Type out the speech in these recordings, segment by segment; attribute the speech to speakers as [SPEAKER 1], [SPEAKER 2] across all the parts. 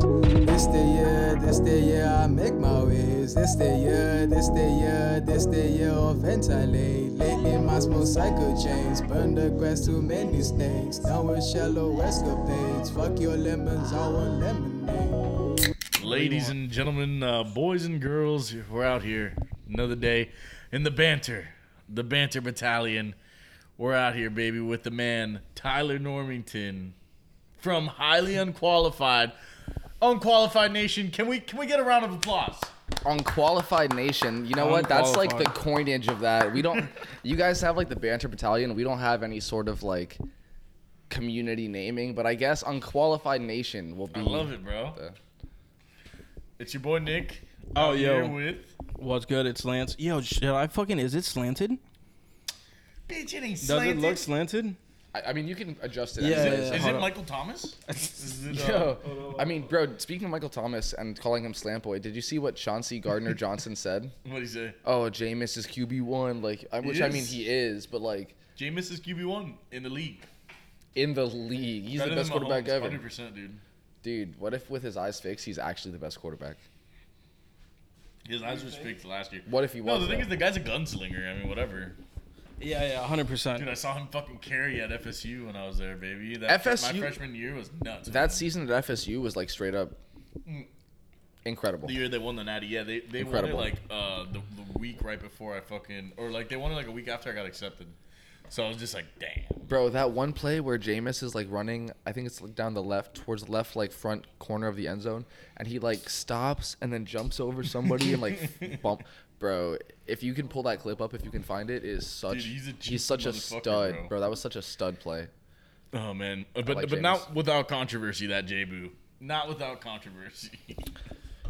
[SPEAKER 1] This the year, this the year I make my ways. This the year, this the year, this the year of ventilate. Lately my small cycle chains burn the grass too many snakes. Down with shallow escapades. Fuck your lemons, I want lemonade.
[SPEAKER 2] Ladies and gentlemen, uh, boys and girls, we're out here another day in the banter, the banter battalion. We're out here, baby, with the man Tyler Normington from highly unqualified, unqualified nation. Can we can we get a round of applause?
[SPEAKER 3] Unqualified nation. You know what? That's like the coinage of that. We don't. you guys have like the banter battalion. We don't have any sort of like community naming, but I guess unqualified nation will be.
[SPEAKER 2] I love it, bro.
[SPEAKER 3] the-
[SPEAKER 2] It's your boy Nick.
[SPEAKER 4] Oh,
[SPEAKER 2] out
[SPEAKER 4] yo.
[SPEAKER 2] here with
[SPEAKER 4] What's good? It's Lance. Yo, should I fucking is it slanted?
[SPEAKER 2] bitch. It ain't
[SPEAKER 4] Does
[SPEAKER 2] slanted.
[SPEAKER 4] it look slanted?
[SPEAKER 3] I, I mean, you can adjust it.
[SPEAKER 4] Yeah,
[SPEAKER 2] Is
[SPEAKER 3] as
[SPEAKER 2] it,
[SPEAKER 3] is.
[SPEAKER 4] yeah,
[SPEAKER 2] is
[SPEAKER 4] hold
[SPEAKER 2] it
[SPEAKER 4] up.
[SPEAKER 2] Michael Thomas? Is it, uh,
[SPEAKER 3] Yo, I mean, bro. Speaking of Michael Thomas and calling him Slant Boy, did you see what Chauncey Gardner Johnson said?
[SPEAKER 2] what do you say?
[SPEAKER 3] Oh, Jameis is QB one. Like, I- which I mean,
[SPEAKER 2] is.
[SPEAKER 3] he is, but like
[SPEAKER 2] Jameis is QB one in the league.
[SPEAKER 3] in the league, he's
[SPEAKER 2] Better
[SPEAKER 3] the best
[SPEAKER 2] than
[SPEAKER 3] quarterback
[SPEAKER 2] Mahomes,
[SPEAKER 3] ever.
[SPEAKER 2] 100%, dude.
[SPEAKER 3] Dude, what if with his eyes fixed, he's actually the best quarterback?
[SPEAKER 2] His eyes were fixed last year.
[SPEAKER 3] What if he
[SPEAKER 2] No,
[SPEAKER 3] was?
[SPEAKER 2] the thing
[SPEAKER 3] though?
[SPEAKER 2] is, the guy's a gunslinger. I mean, whatever.
[SPEAKER 4] Yeah, yeah, hundred
[SPEAKER 2] Dude,
[SPEAKER 4] percent.
[SPEAKER 2] I saw him fucking carry at FSU when I was there, baby. That my
[SPEAKER 3] FSU
[SPEAKER 2] freshman year was nuts. man.
[SPEAKER 3] That season at FSU was like straight up incredible.
[SPEAKER 2] the year they won the Natty. Yeah, they they
[SPEAKER 3] Incredible.
[SPEAKER 2] won it like uh, the, the week right before I fucking or like they won it like a week after I got accepted. So I was just like, damn.
[SPEAKER 3] Bro, that one play where Jameis is like running, I think it's like down the left towards the left like front corner of the end zone, and he like stops and then jumps over somebody and like bump. Bro, if you can pull that clip up, if you can find it, it is such
[SPEAKER 2] Dude, he's a cheeky
[SPEAKER 3] such a
[SPEAKER 2] motherfucker,
[SPEAKER 3] stud,
[SPEAKER 2] bro.
[SPEAKER 3] bro. That was such a stud play.
[SPEAKER 2] Oh man, Uh, but
[SPEAKER 3] like
[SPEAKER 2] but
[SPEAKER 3] Jameis.
[SPEAKER 2] not without controversy. That J Boo, not without controversy.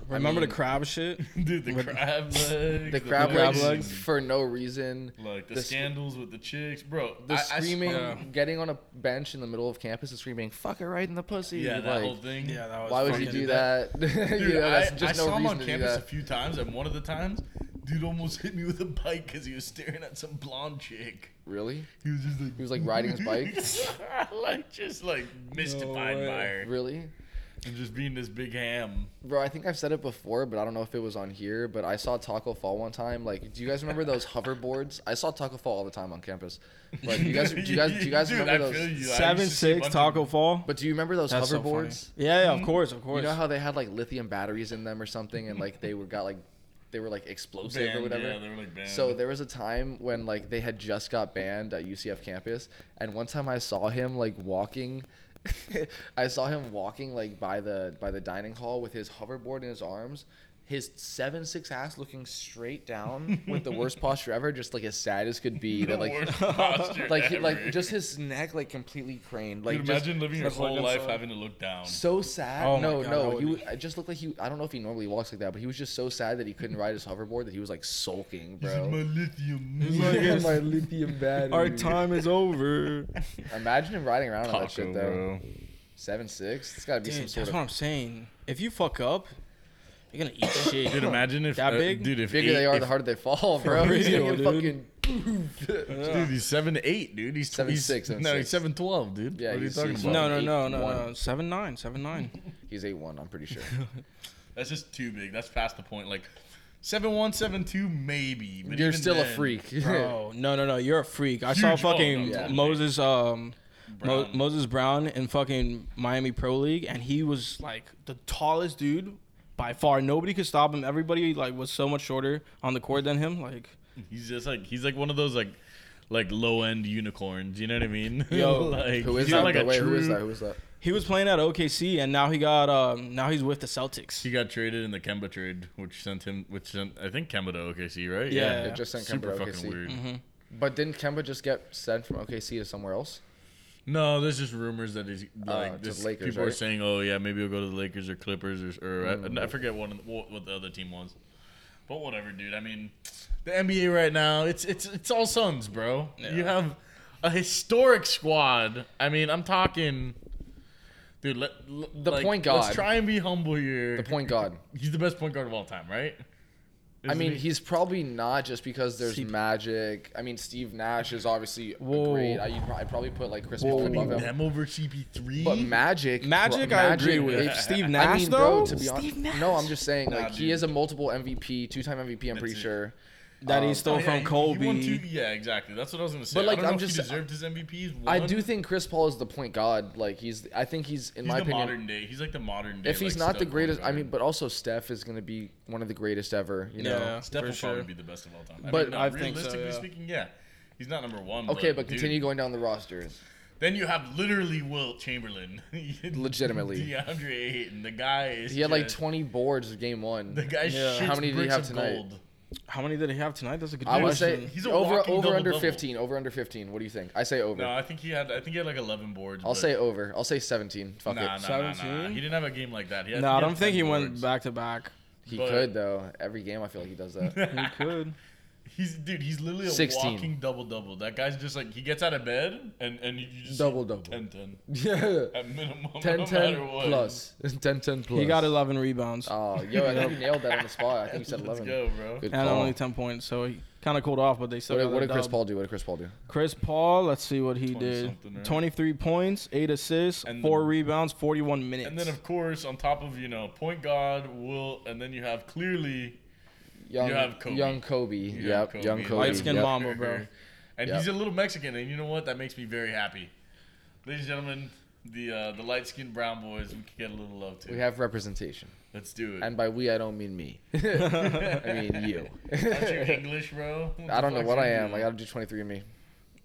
[SPEAKER 4] Remember
[SPEAKER 3] mean-
[SPEAKER 4] the crab shit?
[SPEAKER 2] Dude, the crab legs,
[SPEAKER 3] The crab,
[SPEAKER 4] crab
[SPEAKER 3] legs,
[SPEAKER 4] legs.
[SPEAKER 3] for no reason.
[SPEAKER 2] like the,
[SPEAKER 3] the sc-
[SPEAKER 2] scandals with the chicks, bro.
[SPEAKER 3] The
[SPEAKER 2] I- I
[SPEAKER 3] screaming,
[SPEAKER 2] swear-
[SPEAKER 4] Yeah.
[SPEAKER 3] getting on a bench in the middle of campus and screaming "fuck her right in the pussy."
[SPEAKER 2] yeah, that
[SPEAKER 3] like,
[SPEAKER 2] whole thing.
[SPEAKER 4] that was.
[SPEAKER 3] why would you do that?
[SPEAKER 2] Dude,
[SPEAKER 3] you know, that's
[SPEAKER 2] I,
[SPEAKER 3] just
[SPEAKER 2] I
[SPEAKER 3] no
[SPEAKER 2] saw him
[SPEAKER 3] reason
[SPEAKER 2] on
[SPEAKER 3] to
[SPEAKER 2] campus
[SPEAKER 3] do
[SPEAKER 2] a
[SPEAKER 3] that.
[SPEAKER 2] few times, and one of the times, dude almost hit me with a bike because he was staring at some blonde chick.
[SPEAKER 3] Really?
[SPEAKER 2] He was just like,
[SPEAKER 3] He was like riding his bike.
[SPEAKER 2] like just like mystified
[SPEAKER 4] way.
[SPEAKER 2] by her
[SPEAKER 3] really?
[SPEAKER 2] and just being this big ham.
[SPEAKER 3] Bro, I think I've said it before, but I don't know if it was on here. But I saw Taco Fall one time. Like, do you guys remember those hoverboards? I saw Taco Fall all the time on campus. But do you guys, do you guys, do you guys
[SPEAKER 2] Dude, I
[SPEAKER 3] remember
[SPEAKER 2] feel
[SPEAKER 3] those?
[SPEAKER 2] you. I
[SPEAKER 4] Seven
[SPEAKER 2] used to see a
[SPEAKER 4] six
[SPEAKER 2] bunch
[SPEAKER 4] taco
[SPEAKER 2] of-
[SPEAKER 4] fall.
[SPEAKER 3] But do you remember those
[SPEAKER 4] That's so funny.
[SPEAKER 3] hoverboards?
[SPEAKER 4] Yeah, yeah, of course, of course.
[SPEAKER 3] you know how they had like lithium batteries in them or something, and like they were got like they were like explosive
[SPEAKER 2] Banned,
[SPEAKER 3] or whatever.
[SPEAKER 2] yeah, they were, like, banned.
[SPEAKER 3] So there was a time when like they had just got banned at UCF campus, and one time I saw him like walking. I saw him walking like by the by the dining hall with his hoverboard in his arms, his seven six ass looking straight down with the worst posture ever, just like as sad as could be.
[SPEAKER 2] The
[SPEAKER 3] That like
[SPEAKER 2] worst posture
[SPEAKER 3] like he,
[SPEAKER 2] ever.
[SPEAKER 3] like just his neck like completely craned. Like
[SPEAKER 2] Dude,
[SPEAKER 3] just-
[SPEAKER 2] imagine living your
[SPEAKER 4] like
[SPEAKER 2] whole
[SPEAKER 4] looking
[SPEAKER 2] life
[SPEAKER 4] so-
[SPEAKER 2] having to look down.
[SPEAKER 3] so sad.
[SPEAKER 4] Oh my
[SPEAKER 3] no,
[SPEAKER 4] God, that
[SPEAKER 3] no,
[SPEAKER 4] would
[SPEAKER 3] he
[SPEAKER 4] be-
[SPEAKER 3] w- I just looked like he. I don't know if he normally walks like that, but he was just so sad that he couldn't ride his hoverboard that he was like sulking,
[SPEAKER 2] He's in my
[SPEAKER 3] bro.
[SPEAKER 2] lithium.
[SPEAKER 3] Yeah, my lithium battery.
[SPEAKER 4] Our time is over.
[SPEAKER 3] Imagine him riding around on that
[SPEAKER 2] Taco,
[SPEAKER 3] shit though.
[SPEAKER 2] bro.
[SPEAKER 3] Seven six. It's got to be
[SPEAKER 4] Dude,
[SPEAKER 3] some
[SPEAKER 4] that's
[SPEAKER 3] sort
[SPEAKER 4] what
[SPEAKER 3] of.
[SPEAKER 4] I'm saying. If you fuck up, you're gonna eat shit.
[SPEAKER 2] Dude, imagine if
[SPEAKER 4] That
[SPEAKER 2] uh,
[SPEAKER 4] big?
[SPEAKER 2] dude, if
[SPEAKER 3] Bigger
[SPEAKER 2] eight,
[SPEAKER 3] they are,
[SPEAKER 2] if,
[SPEAKER 3] the harder they fall, bro. He's gonna
[SPEAKER 4] real,
[SPEAKER 3] get fucking.
[SPEAKER 2] Dude, he's seven to eight, dude. He's
[SPEAKER 3] Seven
[SPEAKER 2] he's,
[SPEAKER 3] six, seven
[SPEAKER 2] no, he's
[SPEAKER 3] six.
[SPEAKER 2] seven twelve, dude.
[SPEAKER 3] Yeah,
[SPEAKER 2] what are you
[SPEAKER 3] he's-
[SPEAKER 2] talking
[SPEAKER 3] he's-
[SPEAKER 2] about?
[SPEAKER 4] No, no, no,
[SPEAKER 3] Eight,
[SPEAKER 4] no,
[SPEAKER 3] one.
[SPEAKER 4] no. Seven nine, seven nine.
[SPEAKER 3] He's eight one. I'm pretty sure.
[SPEAKER 2] That's just too big. That's past the point. Like seven one, seven two, maybe. But
[SPEAKER 3] You're
[SPEAKER 2] even
[SPEAKER 3] still
[SPEAKER 2] then,
[SPEAKER 3] a freak.
[SPEAKER 4] Bro, no, no, no. You're a freak. I saw
[SPEAKER 2] Huge- oh,
[SPEAKER 4] fucking
[SPEAKER 2] no,
[SPEAKER 3] yeah.
[SPEAKER 4] Moses, um, Mo-
[SPEAKER 2] Brown.
[SPEAKER 4] Moses Brown in fucking Miami Pro League, and he was like the tallest dude by far. Nobody could stop him. Everybody like was so much shorter on the court than him. Like,
[SPEAKER 2] He's just like he's like one of those like like low end unicorns. You know what I mean?
[SPEAKER 4] Yo,
[SPEAKER 2] like,
[SPEAKER 3] who
[SPEAKER 2] he's
[SPEAKER 3] is
[SPEAKER 2] not
[SPEAKER 3] that?
[SPEAKER 2] Like
[SPEAKER 3] bro?
[SPEAKER 2] a
[SPEAKER 3] Wait,
[SPEAKER 2] true,
[SPEAKER 3] who is that? Who is that?
[SPEAKER 4] he was playing at OKC, and now he got um, now he's with the Celtics.
[SPEAKER 2] He got traded in the Kemba trade, which sent him, which sent I think Kemba to OKC, right?
[SPEAKER 4] Yeah. Mm-hmm. It
[SPEAKER 3] It just sent
[SPEAKER 2] Super
[SPEAKER 3] Kemba to
[SPEAKER 2] fucking
[SPEAKER 3] OKC.
[SPEAKER 2] weird.
[SPEAKER 3] But didn't Kemba just get sent from OKC to somewhere else?
[SPEAKER 2] No, there's just rumors that he's like
[SPEAKER 3] to Oh, the
[SPEAKER 2] this,
[SPEAKER 3] Lakers,
[SPEAKER 2] people are
[SPEAKER 3] right? Mm.
[SPEAKER 2] saying, oh yeah, maybe he'll go to the Lakers or Clippers or, or I- I, forget one what, what the other team was, but whatever, dude. I mean, the NBA right now, it's it's it's all Suns, bro. You have a historic squad. I mean, I'm talking, dude. Let,
[SPEAKER 3] The point
[SPEAKER 2] Let's
[SPEAKER 3] guard.
[SPEAKER 2] try and be humble here.
[SPEAKER 3] The point guard.
[SPEAKER 2] He's the best point guard of all time, right?
[SPEAKER 3] I
[SPEAKER 2] Isn't
[SPEAKER 3] mean,
[SPEAKER 2] he?
[SPEAKER 3] he's probably not just because there's
[SPEAKER 4] Steve-
[SPEAKER 3] magic. I mean, Steve Nash is obviously
[SPEAKER 4] Whoa.
[SPEAKER 3] great. I, you'd, pro- I'd probably put like Chris Paul
[SPEAKER 2] I mean,
[SPEAKER 3] above him.
[SPEAKER 2] them over CP3.
[SPEAKER 3] But magic,
[SPEAKER 4] Magic,
[SPEAKER 3] bro-
[SPEAKER 4] I agree
[SPEAKER 3] Magic,
[SPEAKER 4] with.
[SPEAKER 3] if-
[SPEAKER 4] Steve Nash,
[SPEAKER 3] I mean,
[SPEAKER 4] though,
[SPEAKER 3] bro, to be honest, no, I'm just saying,
[SPEAKER 2] Nah,
[SPEAKER 3] like he
[SPEAKER 2] dude.
[SPEAKER 3] is a multiple MVP, two-time MVP. I'm pretty
[SPEAKER 2] it.
[SPEAKER 3] sure.
[SPEAKER 4] that he
[SPEAKER 3] Um,
[SPEAKER 4] stole
[SPEAKER 2] Oh, yeah,
[SPEAKER 4] from
[SPEAKER 2] he- he won
[SPEAKER 4] Kobe.
[SPEAKER 2] two- yeah, exactly. That's what I was gonna say.
[SPEAKER 3] But,
[SPEAKER 2] But
[SPEAKER 3] like,
[SPEAKER 2] like, I don't
[SPEAKER 3] I'm
[SPEAKER 2] know
[SPEAKER 3] just-
[SPEAKER 2] if he deserved his MVP. He's
[SPEAKER 3] I
[SPEAKER 2] won.
[SPEAKER 3] do think Chris Paul is the point god. Like he's, I think he's,
[SPEAKER 2] He's
[SPEAKER 3] in my
[SPEAKER 2] the
[SPEAKER 3] opinion,
[SPEAKER 2] modern day. He's like the modern day.
[SPEAKER 3] if he's
[SPEAKER 2] like,
[SPEAKER 3] not the
[SPEAKER 2] stud point
[SPEAKER 3] greatest, I
[SPEAKER 2] guard.
[SPEAKER 3] mean, but also Steph is going to be one of the greatest ever. You know.
[SPEAKER 4] Yeah.
[SPEAKER 2] Steph
[SPEAKER 4] for
[SPEAKER 2] will probably
[SPEAKER 4] sure.
[SPEAKER 2] be the best of all time.
[SPEAKER 3] But
[SPEAKER 2] no,
[SPEAKER 4] I think so,
[SPEAKER 2] realistically
[SPEAKER 4] yeah.
[SPEAKER 2] speaking, yeah, he's not number one.
[SPEAKER 3] Okay, but
[SPEAKER 2] dude,
[SPEAKER 3] continue going down the rosters.
[SPEAKER 2] Then you have literally Wilt Chamberlain,
[SPEAKER 3] Legitimately.
[SPEAKER 2] DeAndre Ayton. The guy is.
[SPEAKER 3] He had like
[SPEAKER 2] just-
[SPEAKER 3] 20 boards of game one.
[SPEAKER 2] The guy
[SPEAKER 4] Yeah.
[SPEAKER 2] shits
[SPEAKER 3] How many did he
[SPEAKER 2] bricks
[SPEAKER 3] have
[SPEAKER 2] of
[SPEAKER 3] tonight?
[SPEAKER 2] Gold.
[SPEAKER 4] How many did he have tonight? That's a good
[SPEAKER 3] I
[SPEAKER 4] question.
[SPEAKER 3] would say
[SPEAKER 2] He's a
[SPEAKER 3] over
[SPEAKER 2] walking
[SPEAKER 3] over under
[SPEAKER 2] double-double.
[SPEAKER 3] 15. Over under 15. What do you think? I say over.
[SPEAKER 2] No, I think he had. I think he had like 11 boards.
[SPEAKER 3] I'll
[SPEAKER 2] but-
[SPEAKER 3] say over. I'll say 17. Fuck
[SPEAKER 2] Nah, nah, nah,
[SPEAKER 3] it.
[SPEAKER 2] nah.
[SPEAKER 4] 17?
[SPEAKER 2] He didn't have a game like that. He had,
[SPEAKER 4] no,
[SPEAKER 2] he
[SPEAKER 4] I
[SPEAKER 2] had
[SPEAKER 4] don't think
[SPEAKER 2] 10
[SPEAKER 4] he went
[SPEAKER 2] boards.
[SPEAKER 4] back to back.
[SPEAKER 3] He
[SPEAKER 2] but-
[SPEAKER 3] could though. Every game I feel like he does that.
[SPEAKER 4] He could.
[SPEAKER 2] He's dude. He's literally a
[SPEAKER 3] 16.
[SPEAKER 2] walking double double. That guy's just like he gets out of bed and and you just
[SPEAKER 3] Double-double.
[SPEAKER 2] 10 10
[SPEAKER 3] yeah.
[SPEAKER 2] at minimum. 10
[SPEAKER 3] 10
[SPEAKER 2] no 10
[SPEAKER 3] 10
[SPEAKER 2] matter what.
[SPEAKER 3] plus. 10 10 plus.
[SPEAKER 4] He got 11 rebounds
[SPEAKER 3] Oh, yo, I think you nailed that on the spot. I think you said 11.
[SPEAKER 2] Let's go, bro.
[SPEAKER 3] Good
[SPEAKER 4] and
[SPEAKER 3] call.
[SPEAKER 4] only 10 points, so he kind of cooled off. But they still
[SPEAKER 3] oh. What did, what
[SPEAKER 4] got that
[SPEAKER 3] did Chris
[SPEAKER 4] dub.
[SPEAKER 3] Paul do? What did Chris Paul do?
[SPEAKER 4] Chris Paul, let's see what he
[SPEAKER 2] 20
[SPEAKER 4] did.
[SPEAKER 2] something, right?
[SPEAKER 4] 23 points, 8 assists,
[SPEAKER 2] And
[SPEAKER 4] 4
[SPEAKER 2] then-
[SPEAKER 4] rebounds, 41 minutes.
[SPEAKER 2] And then of course on top of you know point guard will and then you have clearly
[SPEAKER 3] Young,
[SPEAKER 2] have Kobe.
[SPEAKER 3] Young Kobe.
[SPEAKER 2] you have
[SPEAKER 3] yep. Young Kobe.
[SPEAKER 4] Light-skinned
[SPEAKER 3] yep.
[SPEAKER 4] mom. Mamba, bro.
[SPEAKER 2] And
[SPEAKER 3] Yep.
[SPEAKER 2] he's a little Mexican, and you know what? That makes me very happy. Ladies and gentlemen, the uh, the light skinned brown boys, we could get a little love too.
[SPEAKER 3] We have representation.
[SPEAKER 2] Let's do it.
[SPEAKER 3] And by we, I don't mean me. I mean you.
[SPEAKER 2] Aren't you English, bro? What the
[SPEAKER 3] I don't know
[SPEAKER 2] fuck's
[SPEAKER 3] what
[SPEAKER 2] you
[SPEAKER 3] I am.
[SPEAKER 2] doing?
[SPEAKER 3] I gotta do 23 and me.
[SPEAKER 2] Are,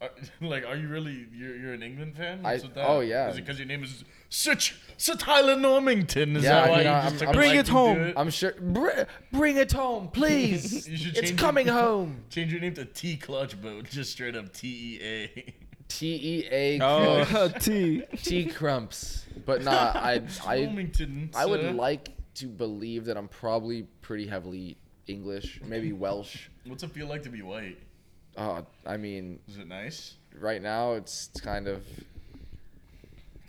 [SPEAKER 2] Uh, like, are you really you're, you're an England fan?
[SPEAKER 3] I-
[SPEAKER 2] What's with that?
[SPEAKER 3] oh, yeah.
[SPEAKER 2] Is it because your name is Such Sir Tyler Normington? Is
[SPEAKER 3] Yeah,
[SPEAKER 2] that
[SPEAKER 3] I
[SPEAKER 2] why
[SPEAKER 3] mean,
[SPEAKER 2] you
[SPEAKER 3] I'm-
[SPEAKER 2] just took
[SPEAKER 3] I'm-
[SPEAKER 2] a
[SPEAKER 4] Bring
[SPEAKER 2] liking
[SPEAKER 4] it
[SPEAKER 2] to
[SPEAKER 4] home.
[SPEAKER 2] it?
[SPEAKER 3] I'm sure. Br- bring it home, please.
[SPEAKER 2] You should
[SPEAKER 3] it's
[SPEAKER 2] change
[SPEAKER 3] coming
[SPEAKER 2] it.
[SPEAKER 3] home.
[SPEAKER 2] Change your name to T Clutch, but just straight up T E A.
[SPEAKER 3] T E A
[SPEAKER 4] oh, T.
[SPEAKER 3] T crumps. But nah, I I
[SPEAKER 2] Normington.
[SPEAKER 3] I would
[SPEAKER 2] sir.
[SPEAKER 3] like to believe that I'm probably pretty heavily English, maybe Welsh.
[SPEAKER 2] What's it feel like to be white?
[SPEAKER 3] Uh, I mean,
[SPEAKER 2] Is it nice?
[SPEAKER 3] right now it's it's kind of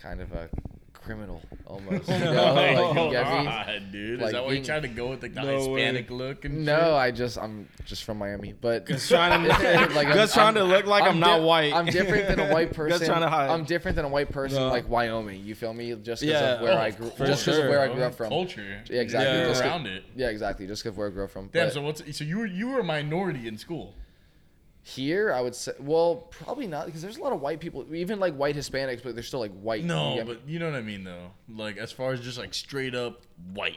[SPEAKER 3] kind of a criminal almost. you know?
[SPEAKER 2] my
[SPEAKER 3] Like, you get me?
[SPEAKER 2] God, dude. is
[SPEAKER 3] Like
[SPEAKER 2] that why you
[SPEAKER 3] being-
[SPEAKER 2] trying to go with like, the
[SPEAKER 4] No
[SPEAKER 2] Hispanic look and
[SPEAKER 3] No, I just I'm just from Miami, but
[SPEAKER 4] Just trying to,
[SPEAKER 3] Like, I'm-
[SPEAKER 4] just trying to
[SPEAKER 3] I'm-
[SPEAKER 4] look like I'm,
[SPEAKER 3] di-
[SPEAKER 4] not white.
[SPEAKER 3] I'm different than a white person.
[SPEAKER 4] Just trying to hide.
[SPEAKER 3] I'm different than a white person,
[SPEAKER 4] No.
[SPEAKER 3] like Wyoming. You feel me? Just because
[SPEAKER 4] Yeah.
[SPEAKER 3] of where
[SPEAKER 2] Oh,
[SPEAKER 3] I
[SPEAKER 2] of
[SPEAKER 3] grew,
[SPEAKER 2] course.
[SPEAKER 3] just because of
[SPEAKER 4] Sure,
[SPEAKER 3] where I
[SPEAKER 2] bro.
[SPEAKER 3] grew up from.
[SPEAKER 2] Culture.
[SPEAKER 3] Yeah, exactly.
[SPEAKER 4] Yeah.
[SPEAKER 2] You're
[SPEAKER 3] Just 'cause-
[SPEAKER 2] around it.
[SPEAKER 3] Yeah, exactly. Just because of where I grew up from.
[SPEAKER 2] Damn.
[SPEAKER 3] But
[SPEAKER 2] so what's so you were you were a minority in school?
[SPEAKER 3] here, I would say, well, probably not, because there's a lot of white people, even like white Hispanics, but they're still like white.
[SPEAKER 2] No,
[SPEAKER 3] You get me?
[SPEAKER 2] but you know what I mean though. Like as far as just like straight up white.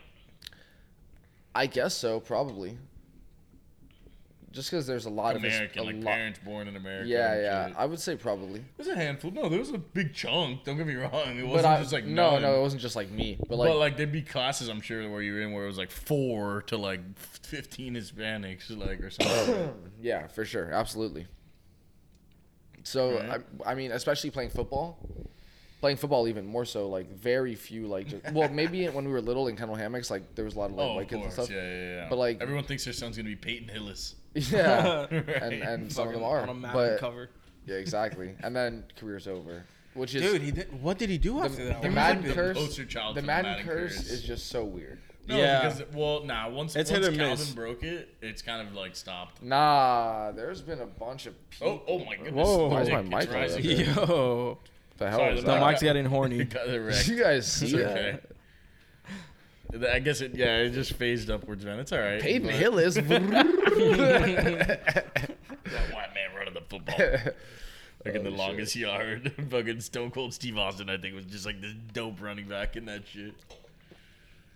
[SPEAKER 3] I guess so, probably. Just because there's a lot
[SPEAKER 2] American,
[SPEAKER 3] of his,
[SPEAKER 2] like
[SPEAKER 3] a lot-
[SPEAKER 2] parents born in America.
[SPEAKER 3] Yeah,
[SPEAKER 2] and
[SPEAKER 3] yeah.
[SPEAKER 2] shit.
[SPEAKER 3] I would say probably.
[SPEAKER 2] There's a handful. No, there was a big chunk. Don't get me wrong. It
[SPEAKER 3] But
[SPEAKER 2] wasn't
[SPEAKER 3] I
[SPEAKER 2] just like
[SPEAKER 3] no,
[SPEAKER 2] none.
[SPEAKER 3] no, it wasn't just like me, but like
[SPEAKER 2] but like there'd be classes I'm sure where you were in where it was like four to like fifteen Hispanics, like or something.
[SPEAKER 3] Yeah, for sure, absolutely. So
[SPEAKER 2] Alright.
[SPEAKER 3] I, I mean, especially playing football, playing football even more so. Like very few like just, well, maybe when we were little in kennel hammocks, like there was a lot of like
[SPEAKER 2] oh,
[SPEAKER 3] white
[SPEAKER 2] of
[SPEAKER 3] kids and
[SPEAKER 2] course.
[SPEAKER 3] stuff.
[SPEAKER 2] Yeah, yeah, yeah.
[SPEAKER 3] But, like-
[SPEAKER 2] everyone thinks their son's gonna be Peyton Hillis.
[SPEAKER 3] Yeah, and
[SPEAKER 2] Right.
[SPEAKER 3] and some of
[SPEAKER 4] Fucking
[SPEAKER 3] them are,
[SPEAKER 4] on a map
[SPEAKER 3] but
[SPEAKER 4] cover.
[SPEAKER 3] yeah, exactly. And then career's over, which is
[SPEAKER 4] Dude, he did, what did he do after that?
[SPEAKER 3] the
[SPEAKER 4] one?
[SPEAKER 3] Madden
[SPEAKER 2] the
[SPEAKER 3] curse.
[SPEAKER 2] poster child
[SPEAKER 3] the
[SPEAKER 2] for the
[SPEAKER 3] Madden,
[SPEAKER 2] Madden
[SPEAKER 3] curse,
[SPEAKER 2] curse.
[SPEAKER 3] is just so weird.
[SPEAKER 2] No,
[SPEAKER 4] Yeah.
[SPEAKER 2] because well, nah. Once
[SPEAKER 4] It's hit
[SPEAKER 2] once
[SPEAKER 4] or
[SPEAKER 2] Calvin
[SPEAKER 4] miss.
[SPEAKER 2] broke it, it's kind of like stopped.
[SPEAKER 3] Nah, there's been a bunch of
[SPEAKER 2] Oh,
[SPEAKER 3] people.
[SPEAKER 2] oh my goodness!
[SPEAKER 4] Whoa.
[SPEAKER 2] The
[SPEAKER 4] Why is
[SPEAKER 2] dick,
[SPEAKER 3] my mic
[SPEAKER 2] it's
[SPEAKER 3] all
[SPEAKER 2] rising.
[SPEAKER 3] over?
[SPEAKER 4] Yo,
[SPEAKER 3] the hell
[SPEAKER 2] sorry,
[SPEAKER 3] is
[SPEAKER 2] the
[SPEAKER 4] the
[SPEAKER 3] that?
[SPEAKER 4] mic's getting horny.
[SPEAKER 2] It got
[SPEAKER 3] Did
[SPEAKER 2] erect.
[SPEAKER 3] you guys see
[SPEAKER 2] It's
[SPEAKER 3] that?
[SPEAKER 2] okay. I guess it. Yeah, it just phased upwards, man. It's all right.
[SPEAKER 3] Peyton
[SPEAKER 2] but-
[SPEAKER 3] Hillis.
[SPEAKER 2] That white man running the football. Like in the
[SPEAKER 3] Oh,
[SPEAKER 2] longest yard, fucking Stone Cold Steve Austin, I think was just like this dope running back in that shit.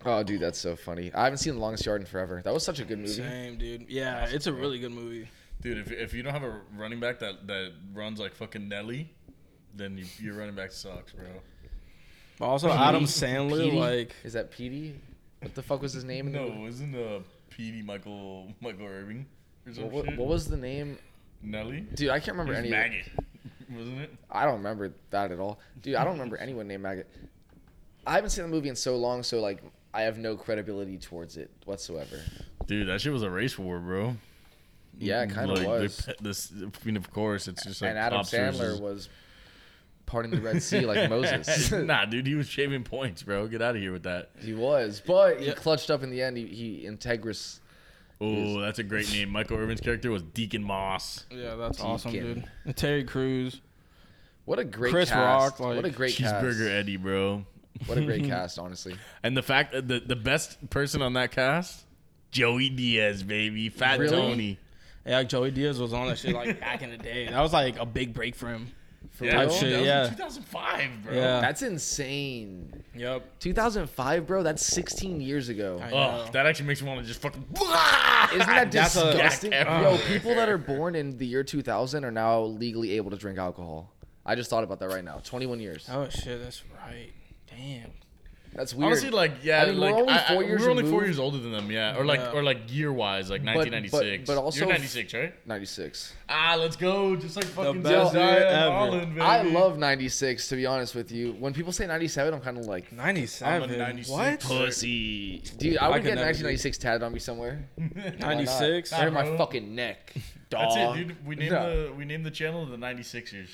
[SPEAKER 3] Oh, dude, that's so funny. I haven't seen The Longest Yard in forever. That was such a good movie.
[SPEAKER 4] Same, dude. Yeah, it's a really good movie.
[SPEAKER 2] Dude, if, if you don't have a running back that, that runs like fucking Nelly, then you, your running back sucks, bro.
[SPEAKER 4] But also, Adam Sandler,
[SPEAKER 3] Petey?
[SPEAKER 4] like,
[SPEAKER 3] is that Petey? What the fuck was his name? in the movie?
[SPEAKER 2] No, isn't uh Petey Michael Michael Irving or some
[SPEAKER 3] What, what,
[SPEAKER 2] shit?
[SPEAKER 3] what was the name?
[SPEAKER 2] Nelly?
[SPEAKER 3] Dude, I can't remember
[SPEAKER 2] It was
[SPEAKER 3] any. of it.
[SPEAKER 2] Maggot, wasn't it?
[SPEAKER 3] I don't remember that at all. Dude, I don't remember anyone named Maggot. I haven't seen the movie in so long, so like I have no credibility towards it whatsoever.
[SPEAKER 2] Dude, that shit was a race war, bro.
[SPEAKER 3] Yeah, it kind of
[SPEAKER 2] Like,
[SPEAKER 3] was.
[SPEAKER 2] they pe- This, I mean, of course, it's just like
[SPEAKER 3] and Adam
[SPEAKER 2] cops
[SPEAKER 3] Sandler
[SPEAKER 2] versus-
[SPEAKER 3] was parting the Red Sea like Moses.
[SPEAKER 2] nah, dude, he was shaving points, bro. Get out of here with that.
[SPEAKER 3] he was, but he
[SPEAKER 4] Yeah.
[SPEAKER 3] clutched up in the end. He, he integris
[SPEAKER 2] Oh, that's a great name. Michael Irvin's character was Deacon Moss.
[SPEAKER 4] Yeah, that's
[SPEAKER 3] awesome,
[SPEAKER 4] awesome,
[SPEAKER 3] Deacon.
[SPEAKER 4] dude. And Terry Crews.
[SPEAKER 3] What a great
[SPEAKER 4] Chris
[SPEAKER 3] cast.
[SPEAKER 4] Rock, like,
[SPEAKER 3] what a great
[SPEAKER 2] Cheeseburger
[SPEAKER 3] cast.
[SPEAKER 2] Eddie, bro.
[SPEAKER 3] What a great cast, honestly.
[SPEAKER 2] And the fact that the, the best person on that cast, Joey Diaz, baby. Fat
[SPEAKER 3] Really?
[SPEAKER 2] Tony.
[SPEAKER 4] Yeah, like Joey Diaz was on that shit like back in the day. That was like a big break for him.
[SPEAKER 3] For
[SPEAKER 4] Type
[SPEAKER 3] real?
[SPEAKER 4] shit.
[SPEAKER 2] that was
[SPEAKER 4] yeah.
[SPEAKER 2] in 2005, bro.
[SPEAKER 4] Yeah.
[SPEAKER 3] That's insane.
[SPEAKER 4] Yep.
[SPEAKER 3] 2005, bro. That's 16 years ago.
[SPEAKER 2] Oh,
[SPEAKER 4] I know.
[SPEAKER 2] that actually makes me want to just fucking.
[SPEAKER 3] Isn't that
[SPEAKER 4] That's a- Oh.
[SPEAKER 3] disgusting?
[SPEAKER 2] Jack
[SPEAKER 3] Bro,
[SPEAKER 2] everywhere.
[SPEAKER 3] people that are born in the year 2000 are now legally able to drink alcohol. I just thought about that right now. 21 years.
[SPEAKER 4] Oh shit, that's right. Damn.
[SPEAKER 3] That's weird.
[SPEAKER 2] Honestly, like yeah,
[SPEAKER 3] I mean,
[SPEAKER 2] like
[SPEAKER 3] we're only
[SPEAKER 2] I- I-
[SPEAKER 3] four years
[SPEAKER 2] we're only four
[SPEAKER 3] removed.
[SPEAKER 2] years older than them, yeah, or like
[SPEAKER 4] Yeah.
[SPEAKER 2] or like year wise, like 1996.
[SPEAKER 3] but also-
[SPEAKER 2] you're 96, right?
[SPEAKER 3] 96.
[SPEAKER 2] Ah, let's go, just like fucking Zendaya
[SPEAKER 4] best year
[SPEAKER 2] and
[SPEAKER 4] ever.
[SPEAKER 2] Holland, baby.
[SPEAKER 3] I love 96, to be honest with you. When people say 97, I'm kind of like,
[SPEAKER 4] Ninety
[SPEAKER 2] I'm a
[SPEAKER 4] seven.
[SPEAKER 2] 96
[SPEAKER 4] What?
[SPEAKER 2] pussy.
[SPEAKER 3] dude, I
[SPEAKER 4] I
[SPEAKER 3] would get
[SPEAKER 4] could never do
[SPEAKER 3] 1996 tatted on me somewhere. Why
[SPEAKER 4] Ninety
[SPEAKER 3] not?
[SPEAKER 4] six.
[SPEAKER 3] Right in my
[SPEAKER 2] bro.
[SPEAKER 3] fucking neck.
[SPEAKER 2] That's
[SPEAKER 3] Dog.
[SPEAKER 2] it, dude. We named
[SPEAKER 3] No.
[SPEAKER 2] the we named the channel the 96ers.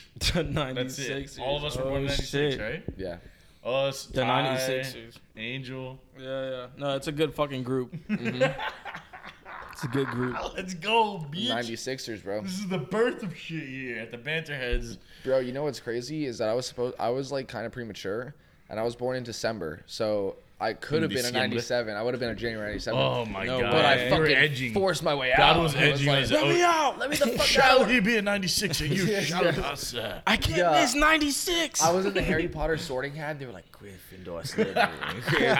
[SPEAKER 4] Ninety
[SPEAKER 2] That's
[SPEAKER 4] six.
[SPEAKER 2] it. All of us were born in 96, right?
[SPEAKER 3] Yeah.
[SPEAKER 2] Us,
[SPEAKER 4] Oh, The
[SPEAKER 2] Ty,
[SPEAKER 4] 96ers.
[SPEAKER 2] Angel.
[SPEAKER 4] Yeah, yeah. No, it's a good fucking group.
[SPEAKER 3] Mm-hmm.
[SPEAKER 4] It's a good group.
[SPEAKER 2] Ah, Let's go, bitch.
[SPEAKER 3] 96ers, bro.
[SPEAKER 2] This is the birth of shit here at the Banterheads.
[SPEAKER 3] Bro, you know what's crazy is that I was supposed I was like kind of premature, and I was born in December, so I could
[SPEAKER 2] In
[SPEAKER 3] have been a
[SPEAKER 2] December?
[SPEAKER 3] '97. I would have been a January '97.
[SPEAKER 2] Oh my
[SPEAKER 4] No,
[SPEAKER 2] god,
[SPEAKER 3] but I
[SPEAKER 2] You were
[SPEAKER 3] fucking
[SPEAKER 2] edging.
[SPEAKER 3] forced my way out.
[SPEAKER 2] God was
[SPEAKER 3] I
[SPEAKER 2] edging
[SPEAKER 3] like,
[SPEAKER 2] us.
[SPEAKER 4] Let me
[SPEAKER 2] Oh,
[SPEAKER 4] out. Let me the fuck
[SPEAKER 2] Shall he be a 96 and you
[SPEAKER 3] Yeah,
[SPEAKER 2] shall
[SPEAKER 3] yeah.
[SPEAKER 2] not, sir.
[SPEAKER 4] I can't
[SPEAKER 3] Yeah.
[SPEAKER 4] miss ninety six.
[SPEAKER 3] I was in the Harry Potter sorting hat. And they were like Gryffindor, Slytherin.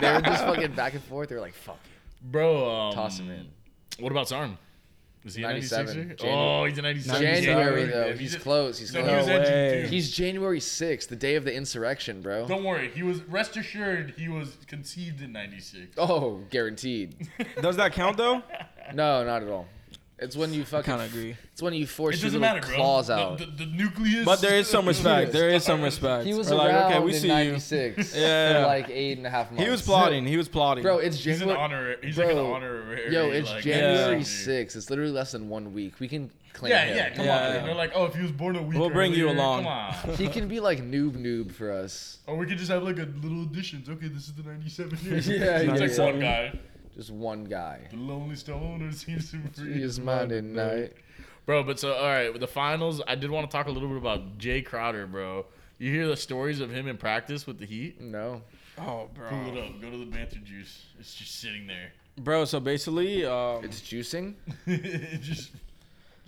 [SPEAKER 3] they were just fucking back and forth. They were like, "Fuck it,
[SPEAKER 2] Bro, um,
[SPEAKER 3] toss him in."
[SPEAKER 2] What about Sarm? Is he a 96
[SPEAKER 3] 97.
[SPEAKER 2] Oh, he's a 96
[SPEAKER 3] January though, he's close. He's
[SPEAKER 2] No, he was
[SPEAKER 4] No
[SPEAKER 3] close.
[SPEAKER 4] way.
[SPEAKER 2] edging, too.
[SPEAKER 3] He's January 6th, the day of the insurrection, bro.
[SPEAKER 2] Don't worry. He was rest assured. He was conceived in '96.
[SPEAKER 3] Oh, guaranteed.
[SPEAKER 4] Does that count though?
[SPEAKER 3] No, not at all. It's when you fucking.
[SPEAKER 4] Kinda agree.
[SPEAKER 3] It's when you force
[SPEAKER 2] It
[SPEAKER 3] your
[SPEAKER 2] doesn't
[SPEAKER 3] little
[SPEAKER 2] matter, bro.
[SPEAKER 3] claws
[SPEAKER 2] The-
[SPEAKER 3] out.
[SPEAKER 2] The, the nucleus.
[SPEAKER 4] But there is some respect. There is some respect.
[SPEAKER 3] He was
[SPEAKER 4] We're
[SPEAKER 3] around
[SPEAKER 4] like, okay, we
[SPEAKER 3] in
[SPEAKER 4] see you.
[SPEAKER 3] '96
[SPEAKER 4] Yeah,
[SPEAKER 3] for
[SPEAKER 4] yeah.
[SPEAKER 3] like eight and a half months.
[SPEAKER 4] He was plotting. He was plotting.
[SPEAKER 3] bro. It's
[SPEAKER 2] He's an
[SPEAKER 3] January.
[SPEAKER 2] honorary. He's like an
[SPEAKER 3] bro,
[SPEAKER 2] honorary.
[SPEAKER 3] Yo, it's
[SPEAKER 2] like,
[SPEAKER 3] January
[SPEAKER 4] Yeah.
[SPEAKER 3] 6th. It's literally less than one week. We can claim
[SPEAKER 2] Yeah,
[SPEAKER 3] him.
[SPEAKER 2] yeah. Come
[SPEAKER 4] Yeah,
[SPEAKER 2] on.
[SPEAKER 4] yeah.
[SPEAKER 2] They're like, oh, if he was born a week.
[SPEAKER 4] We'll bring you
[SPEAKER 2] earlier,
[SPEAKER 4] along.
[SPEAKER 2] Come on.
[SPEAKER 3] He can be like noob noob for us.
[SPEAKER 2] Or we could just have like a little additions. Okay, this is the '97 year.
[SPEAKER 3] Yeah,
[SPEAKER 2] it's like
[SPEAKER 4] yeah.
[SPEAKER 2] one guy.
[SPEAKER 3] Just one guy.
[SPEAKER 2] The lonely stoner seems to free
[SPEAKER 3] He is mine at night.
[SPEAKER 2] Bro, but so all right, with the finals, I did want to talk a little bit about Jay Crowder, bro. You hear the stories of him in practice with the Heat?
[SPEAKER 3] No.
[SPEAKER 4] oh,
[SPEAKER 2] Pull it
[SPEAKER 4] bro.
[SPEAKER 2] up. Go to the Banter Juice. It's just sitting there.
[SPEAKER 4] Bro, so basically, um,
[SPEAKER 3] It's juicing.
[SPEAKER 2] it just